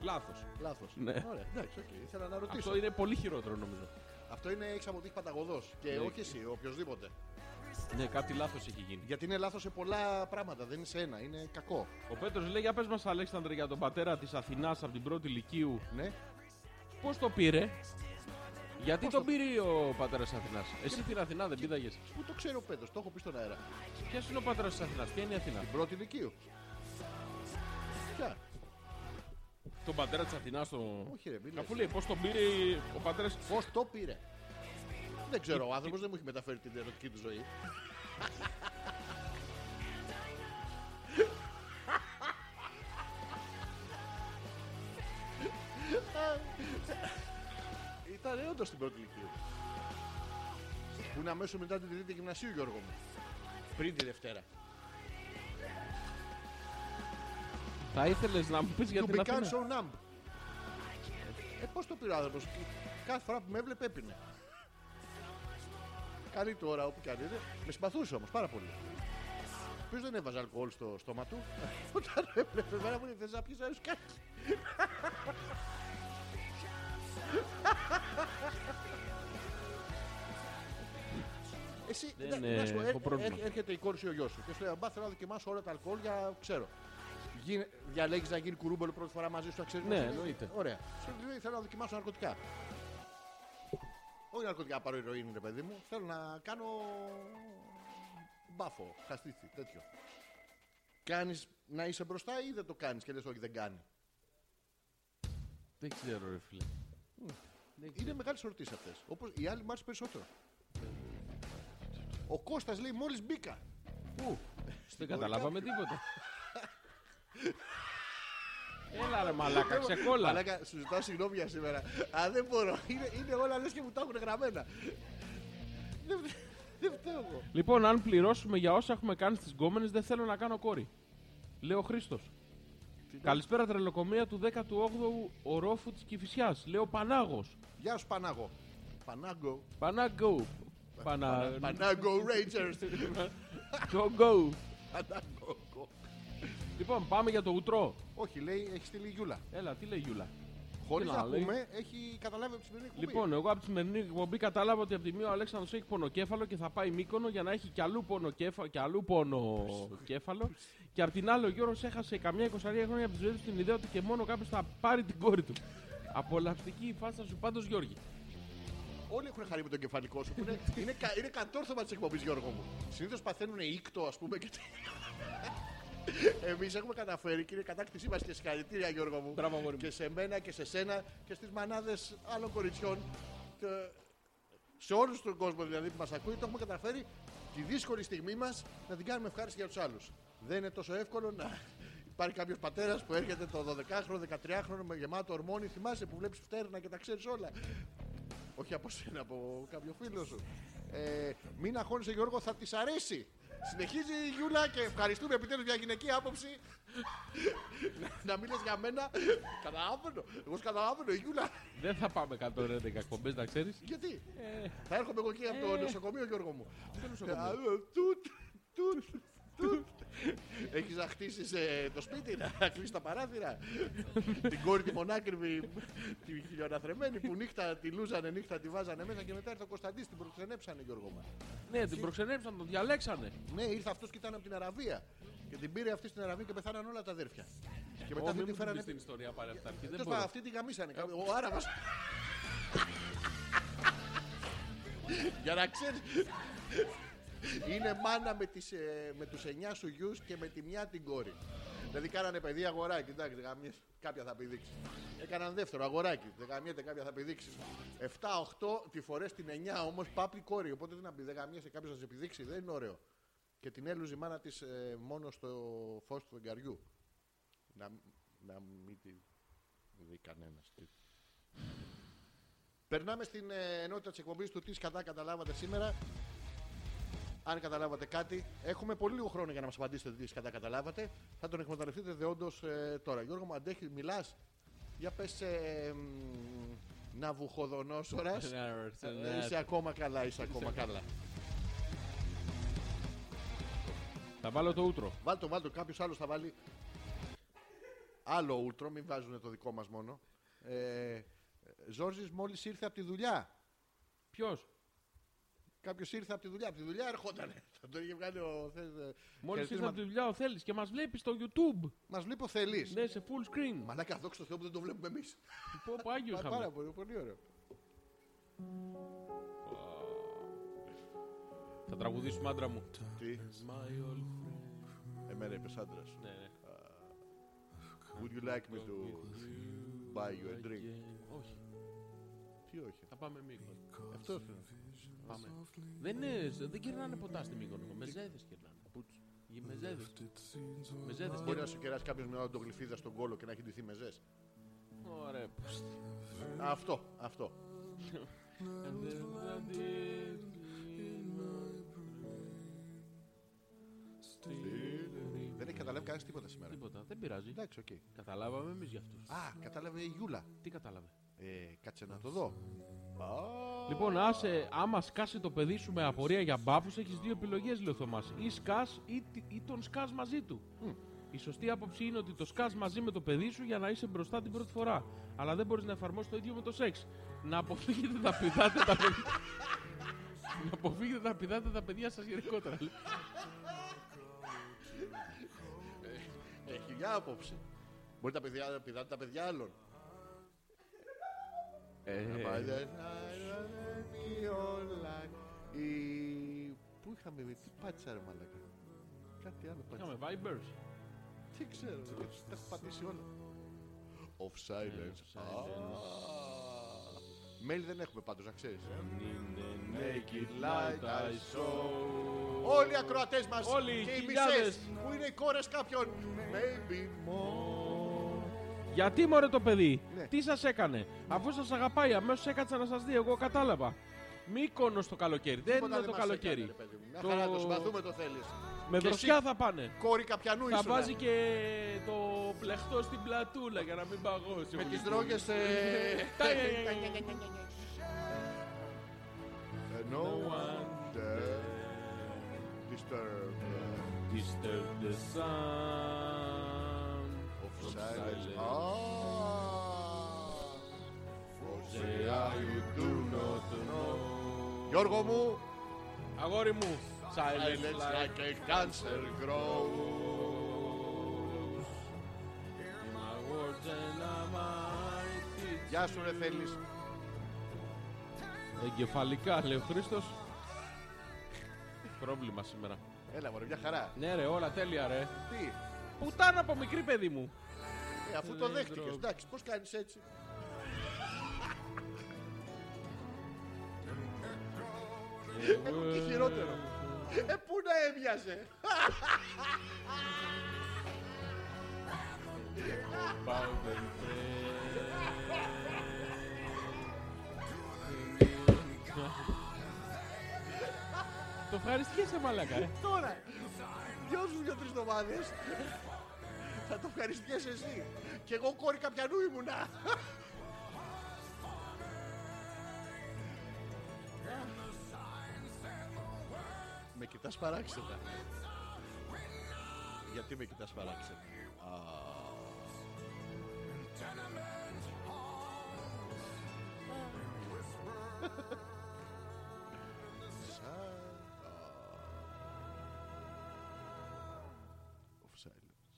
Λάθος.
Λάθος.
Ναι.
Ωραία, εντάξει, οκ. Ήθελα να ρωτήσω.
Αυτό είναι πολύ χειρότερο νομίζω.
Αυτό είναι έχεις αποτύχει παταγωδός. Και
Ναι.
όχι εσύ, οποιοδήποτε.
Ναι, κάτι λάθος έχει γίνει.
Γιατί είναι λάθος σε πολλά πράγματα, δεν είναι σε ένα, είναι κακό.
Ο Πέτρος λέει: Για πες μας, Αλέξανδρε, για τον πατέρα της Αθηνάς από την πρώτη Λυκείου,
Ναι.
πώς το πήρε. Γιατί τον πήρε ο πατέρας της Αθηνάς. Εσύ την Αθηνά δεν πήδαγες.
Πού το ξέρει ο Πέτρος, το έχω πει στον αέρα.
Ποιος είναι ο πατέρας της Αθηνάς, ποια είναι η Αθηνά.
Την πρώτη ηλικίου. Ποια.
Τον πατέρα της Αθηνάς τον.
Όχι, ρε, μην
Αφού
λες.
λέει πώς τον πήρε ο πατέρας.
Πώς το πήρε. Δεν ξέρω, ο άνθρωπος δεν μου έχει μεταφέρει την ερωτική του ζωή. Ήταν όντως στην πρώτη ηλικία. Που είναι αμέσως μετά την τρίτη γυμνασίου, Γιώργο μου. Πριν τη Δευτέρα.
Θα ήθελες να μου πεις για
Του
την
become
Αθηνά.
so numb. Ε, πώς το πήρε ο άνθρωπος. Κάθε φορά που με έβλεπε έπινε. Καλή τώρα όπου και αν είναι. Με συμπαθούσε όμως πάρα πολύ. Ποιος δεν έβαζε αλκοόλ στο στόμα του. Όταν έβλεπε μέρα μου λέει θε να πιει να σου κάνει. Εσύ,
Δεν,
να- να σου πω,
ε,
ε,
έχω πρόβλημα.
έρχε- έρχεται η κόρη σου ή ο γιος σου και σου λέει: Μπα θέλω να δοκιμάσω όλα τα αλκοόλ για ξέρω. Γίνε, διαλέγεις να γίνει κουρούμπολο πρώτη φορά μαζί σου, να ξέρεις.
Ναι,
να-
εννοείται.
Ωραία. Σου λέει, θέλω να δοκιμάσω ναρκωτικά. Όχι ναρκωτικά, να πάρω ηρωίνη, ρε παιδί μου. Θέλω να κάνω μπάφο, χαστίτσι, τέτοιο. Κάνεις να είσαι μπροστά ή δεν το κάνεις και λες όχι δεν κάνει.
Δεν ξέρω, ρε φίλε. Δεν ξέρω.
Είναι μεγάλες ερωτήσεις αυτές. Όπως οι άλλοι μ' άρεσε περισσότερο. Ο Κώστας λέει μόλις μπήκα. Πού?
Δεν καταλάβαμε τίποτα. Έλα ρε μαλάκα, ξεκόλα.
Μαλάκα, σου ζητάω συγγνώμη για σήμερα. Α, δεν μπορώ. Είναι, είναι όλα λες και μου τα έχουν γραμμένα. Δεν, δεν φταίω εγώ.
Λοιπόν, αν πληρώσουμε για όσα έχουμε κάνει στις γκόμενες, δεν θέλω να κάνω κόρη. Λέω Χρήστος. Καλησπέρα τρελοκομεία του 18ου ορόφου της Κηφισιάς. Λέω Πανάγος.
Γεια σου Πανάγο. Πανάγκο.
Πανάγκο. Πανα...
Πανάγκο Rangers.
Το go.
Πανάγκο.
Λοιπόν, πάμε για το ουτρό.
Όχι, λέει, έχει στείλει η Γιούλα.
Έλα, τι λέει η Γιούλα.
Χωρίς
να
να
λέει.
πούμε, έχει καταλάβει από τη σημερινή εκπομπή.
Λοιπόν, εγώ από τη σημερινή εκπομπή κατάλαβα ότι από τη μία ο Αλέξανδρος έχει πονοκέφαλο και θα πάει Μύκονο για να έχει κι αλλού πονοκέφα... κι αλλού πονοκέφαλο. και από την άλλη ο Γιώργος έχασε καμιά εικοσαρία χρόνια από τη ζωή του την ιδέα ότι και μόνο κάποιος θα πάρει την κόρη του. Απολαυστική η φάστα σου πάντως Γιώργη.
Όλοι έχουν χάρη με τον κεφαλικό σου. Που είναι, είναι, κα- είναι κατόρθωμα της εκπομπής, Γιώργο μου. Συνήθως παθαίνουν ήκτο, ας πούμε. Και... Εμείς έχουμε καταφέρει και είναι κατάκτησή μας και συγχαρητήρια, Γιώργο μου.
Μπράβο, αγόρι μου.
και σε μένα και σε σένα και στις μανάδες άλλων κοριτσιών. Και σε όλους τον κόσμο δηλαδή που μας ακούει, το έχουμε καταφέρει τη δύσκολη στιγμή μας να την κάνουμε ευχάριστη για τους άλλους. Δεν είναι τόσο εύκολο να υπάρχει κάποιος πατέρας που έρχεται το 12χρονο, 13χρονο με γεμάτο ορμόνι. Θυμάσαι που βλέπεις φτέρνα και τα ξέρεις όλα. Όχι από σένα, από κάποιο φίλο σου. Ε, μην αγχώνεσαι Γιώργο, θα της αρέσει. Συνεχίζει η Γιούλα και ευχαριστούμε επιτέλους για γυναική άποψη. Να- να μην λες για μένα. Καταλάβαινο. Εγώ σου καταλάβαινο, η Γιούλα.
Δεν θα πάμε 111 εκπομπές, να ξέρεις.
Γιατί.
Ε.
Θα έρχομαι εγώ εκεί από το νοσοκομείο, Γιώργο μου. Α, Τουτ, τουτ, τουτ. Έχεις να χτίσεις ε, το σπίτι, να κλείσεις τα παράθυρα. την κόρη τη μονάκριβη, τη χιλιοναθρεμένη που νύχτα τη λούζανε, νύχτα τη βάζανε μέσα και μετά ήρθε ο Κωνσταντής, την προξενέψανε, Γιώργο μου.
Ναι, την προξενέψαν, τον διαλέξανε.
Ναι, ήρθε αυτός και ήταν από την Αραβία. Και την πήρε αυτή στην Αραβία και πεθάναν όλα τα αδέρφια. Και
Ω,
μετά δεν
μην μου
την
την
φέρανε.
πεις την ιστορία πάλι από την αρχή. Δεν
Τέλος
μπορώ.
πάντων, αυτή τη γαμίσανε. Κα- Ο Άραβας... Για να ξέρεις... Είναι μάνα με, τις, ε, με τους εννιά σου γιους και με τη μια την κόρη. Δηλαδή κάνανε παιδί αγοράκι, εντάξει, δεν γαμιέσαι. κάποια θα πηδήξεις. Έκαναν δεύτερο αγοράκι, δεν γαμιέται, κάποια θα πηδήξεις. 7-8 τη φορές την 9 όμω πάπλη κόρη. Οπότε τι να πει, δεν γαμιέσαι, κάποιος να σε επιδείξει, δεν είναι ωραίο. Και την έλουζε η μάνα της μόνο στο φως του φεγγαριού. Να, να μην τη δει κανένας. Περνάμε στην ε, ενότητα της εκπομπής του τις κατά καταλάβατε σήμερα. Αν καταλάβατε κάτι, έχουμε πολύ λίγο χρόνο για να μας απαντήσετε τι κατά καταλάβατε. Θα τον εκμεταλλευτείτε δεόντως τώρα. Γιώργο μου, αντέχει, μιλάς. Για πες. Ε, να βουχοδονόσορα.
Ναι,
Ε, είσαι ακόμα καλά, Ναι, είσαι ακόμα καλά.
Θα βάλω το ούτρο.
Βάλτο, βάλτο, κάποιος άλλος θα βάλει. Άλλο ούτρο, μην βάζουν το δικό μας μόνο. Ε, Ζόρζης μόλις ήρθε από τη δουλειά.
Ποιος.
Κάποιος ήρθε από τη δουλειά. Από τη δουλειά ερχότανε. Θα τον είχε βγάλει ο. ε,
Μόλι ήρθε από τη δουλειά ο Θέλει και μας βλέπει στο YouTube.
Μας βλέπει ο Θελή.
Ναι, σε full screen.
Μαλάκα, δόξα τω Θεώ που δεν το βλέπουμε εμείς.
Πω, πω, Άγιο
Πάρα
είχαμε.
πολύ, πολύ ωραίο.
Θα τραγουδήσουμε άντρα μου.
Τι.
Ναι,
Εμένα είπες άντρας. Would you like me to buy you a drink?
Όχι,
Τι όχι.
θα πάμε Μύκονο.
Αυτός είναι.
Πάμε. Δεν, είναι, δεν κερνάνε ποτά στη Μύκονο. Μεζέδες κερνάνε. Πούτσου. Οι Μεζέδες. Μεζέδες
Μπορεί να
κερνάνε.
σου κεράσει κάποιος μια οντογλυφίδα στον κόλο και να έχει ντυθεί μεζές.
Ωραία. πούστη.
Αυτό, αυτό.
And then I did in my brain.
Δεν έχει καταλάβει κανένας τίποτα σήμερα.
Τίποτα, δεν πειράζει.
Εντάξει, οκ.
Καταλάβαμε εμείς για αυτούς.
Α, κατάλαβε η Γιούλα.
Τι κατάλαβε.
Ε, κάτσε να το δω.
Λοιπόν, άσε, άμα σκάσει το παιδί σου με απορία για μπάφους, έχεις δύο επιλογές, λέει ο Θωμάς. Ή σκάς ή, τι- ή τον σκάς μαζί του. Η σωστή άποψη είναι ότι το σκάς μαζί με το παιδί σου για να είσαι μπροστά την πρώτη φορά. Αλλά δεν μπορείς να εφαρμόσεις το ίδιο με το σεξ. Να αποφύγετε τα πηδάτε τα παιδιά. να αποφύγετε τα πηδάτε τα παιδιά σας γενικότερα. Λοιπόν, λέει.
Έχει μια άποψη. Μπορεί τα παιδιά να πηδάνε τα παιδιά άλλων. Να πάει, δε- Η ε, όλα- η- Πού είχαμε βρει, τι πάτησα ρε μαλακά. Κάτι άλλο πάτησα.
Είχαμε Vibers.
Τι ξέρω, ρε, τα έχω πατήσει όλα. Of silence. Α, Ναι, Ναι. Mail δεν έχουμε πάντως, να ξέρεις.
Naked light I saw.
Όλοι οι ακροατές μας
Όλοι,
και οι Ναι.
χιλιάδες.
μισές που είναι οι κόρες κάποιων. Maybe more.
Γιατί μωρέ το παιδί,
Ναι.
τι σας έκανε. Αφού σας αγαπάει, αμέσως έκατσα να σας δει. Εγώ κατάλαβα. Μήκονος το καλοκαίρι. Δεν
Τίποτα
είναι το
μας
καλοκαίρι.
έκανε, ρε παιδί μου. Μια χαρά το συμπαθούμε το θέλεις.
Με
Και
δροσιά
εσύ,
θα πάνε.
Κόρη καπιανού
Θα
ήσουν. ε?
βάζει και το πλεχτό στην πλατούλα για να μην παγώσει.
Με τις δρόγες... ε,
Τα-
And No one dare disturb the
Disturb the sound
of
of
silence.
silence.
Ah, for they
Yeah,
are
you
you
do
do
not
not
know.
Γιώργο μου,
Αγόρι μου, silence
silence
like
like a cancer grows.
my words and I might
Γεια σου ρε θέλεις.
Εγκεφαλικά, λέει ο Χρήστος. Πρόβλημα σήμερα.
Έλα μωρέ, μια χαρά.
Ναι, ρε, όλα τέλεια, ρε.
Τι,
Πουτάνα από μικρή, παιδί μου.
ε, αφού το
Λέει,
δέχτηκες,
ντροπή.
εντάξει, πώς κάνεις έτσι. Έχω και χειρότερο. Ε, πού να έμοιαζε.
Το ευχαριστιέσαι, μαλακά, ε.
Τώρα, δυο σου δυο-τρεις εβδομάδες θα το ευχαριστιέσαι εσύ. Κι εγώ κόρη καπιανού ήμουνα. με κοιτάς παράξενα. Γιατί με κοιτάς παράξενα. Α. Σαν- of silence.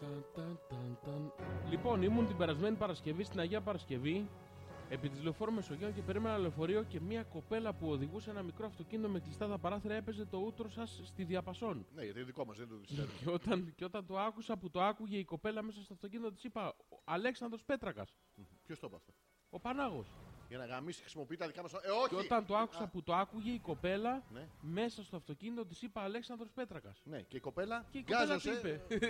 Ταν, ταν, ταν, ταν. Λοιπόν, ήμουν την περασμένη Παρασκευή στην Αγία Παρασκευή επί της λεωφόρου Μεσογείου και περίμενα λεωφορείο και μια κοπέλα που οδηγούσε ένα μικρό αυτοκίνητο με κλειστά τα παράθυρα έπαιζε το ούτρο σας στη διαπασόν.
Ναι, γιατί δικό μας δεν το πιστεύω.
Και όταν, και όταν το άκουσα που το άκουγε η κοπέλα μέσα στο αυτοκίνητο της είπα «Ο Αλέξανδρος Πέτρακας,
Ποιος το είπε αυτό.
ο Πανάγος.
Για να γαμίσει χρησιμοποιεί τα δικά μας... Ε, όχι!
Και όταν το άκουσα
Α,
που το άκουγε η κοπέλα
Ναι.
μέσα στο αυτοκίνητο της είπα Αλέξανδρος Πέτρακας.
Ναι, και η κοπέλα
Και η κοπέλα τι
γκάζωσε.
είπε.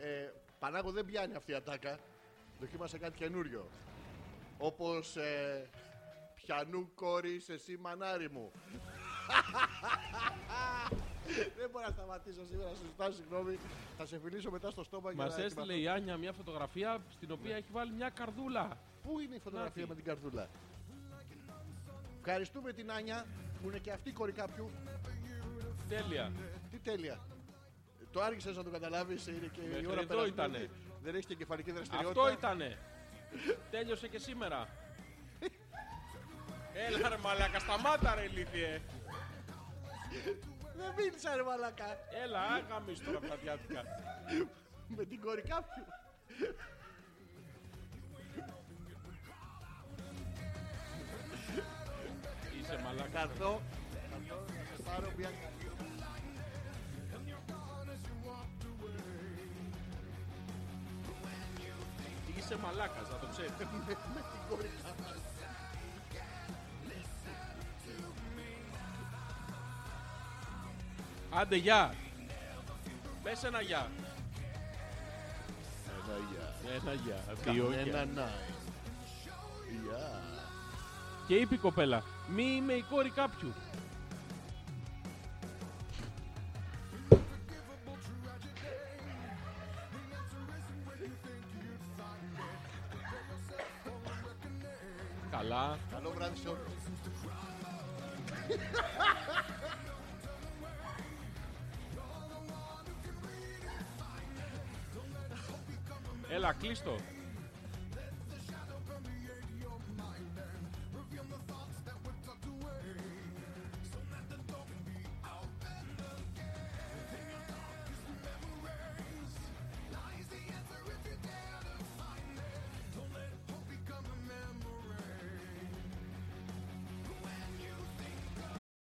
Ε, Πανάγο δεν πιάνει αυτή η ατάκα. Δοκίμασε κάτι καινούριο. Όπως ε, πιανού κόρη είσαι εσύ μανάρι μου. δεν μπορώ να σταματήσω σήμερα, σου ζητάω συγγνώμη. Θα σε φιλήσω μετά στο στόμα για
Μας
να
έστειλε
ετοιμαστώ.
η Άνια μια φωτογραφία στην οποία
Ναι.
έχει βάλει μια καρδούλα.
Πού είναι η φωτογραφία
Να τη.
με την καρδούλα. Ευχαριστούμε την Άνια που είναι και αυτή η κόρη κάποιου.
Τέλεια.
Τι τέλεια. Το άργησες να το καταλάβεις, είναι και η
Μέχρι
ώρα
εδώ
περασμένη.
ήτανε.
Δεν έχεις και κεφαλική δραστηριότητα.
Αυτό ήτανε. Τέλειωσε και σήμερα. Έλα ρε μαλάκα, σταμάτα ρε ηλίθιε.
Δεν μίλησα, ρε μαλακά.
Έλα, άγαμις τώρα πλατιάτικα.
με την κόρη κάποιου.
Είσαι μαλάκα.
Θα δω. Θα σε πάρω μια.
Είσαι μαλάκας, να το ξέρεις. Άντε, γεια. Πες ένα γεια.
Ένα γεια.
Ένα γεια.
Ένα ναι. Γεια.
Και είπε η κοπέλα, μη είμαι η κόρη κάποιου. Καλά.
Καλό βράδυ σε όλους.
Έλα, κλείστο.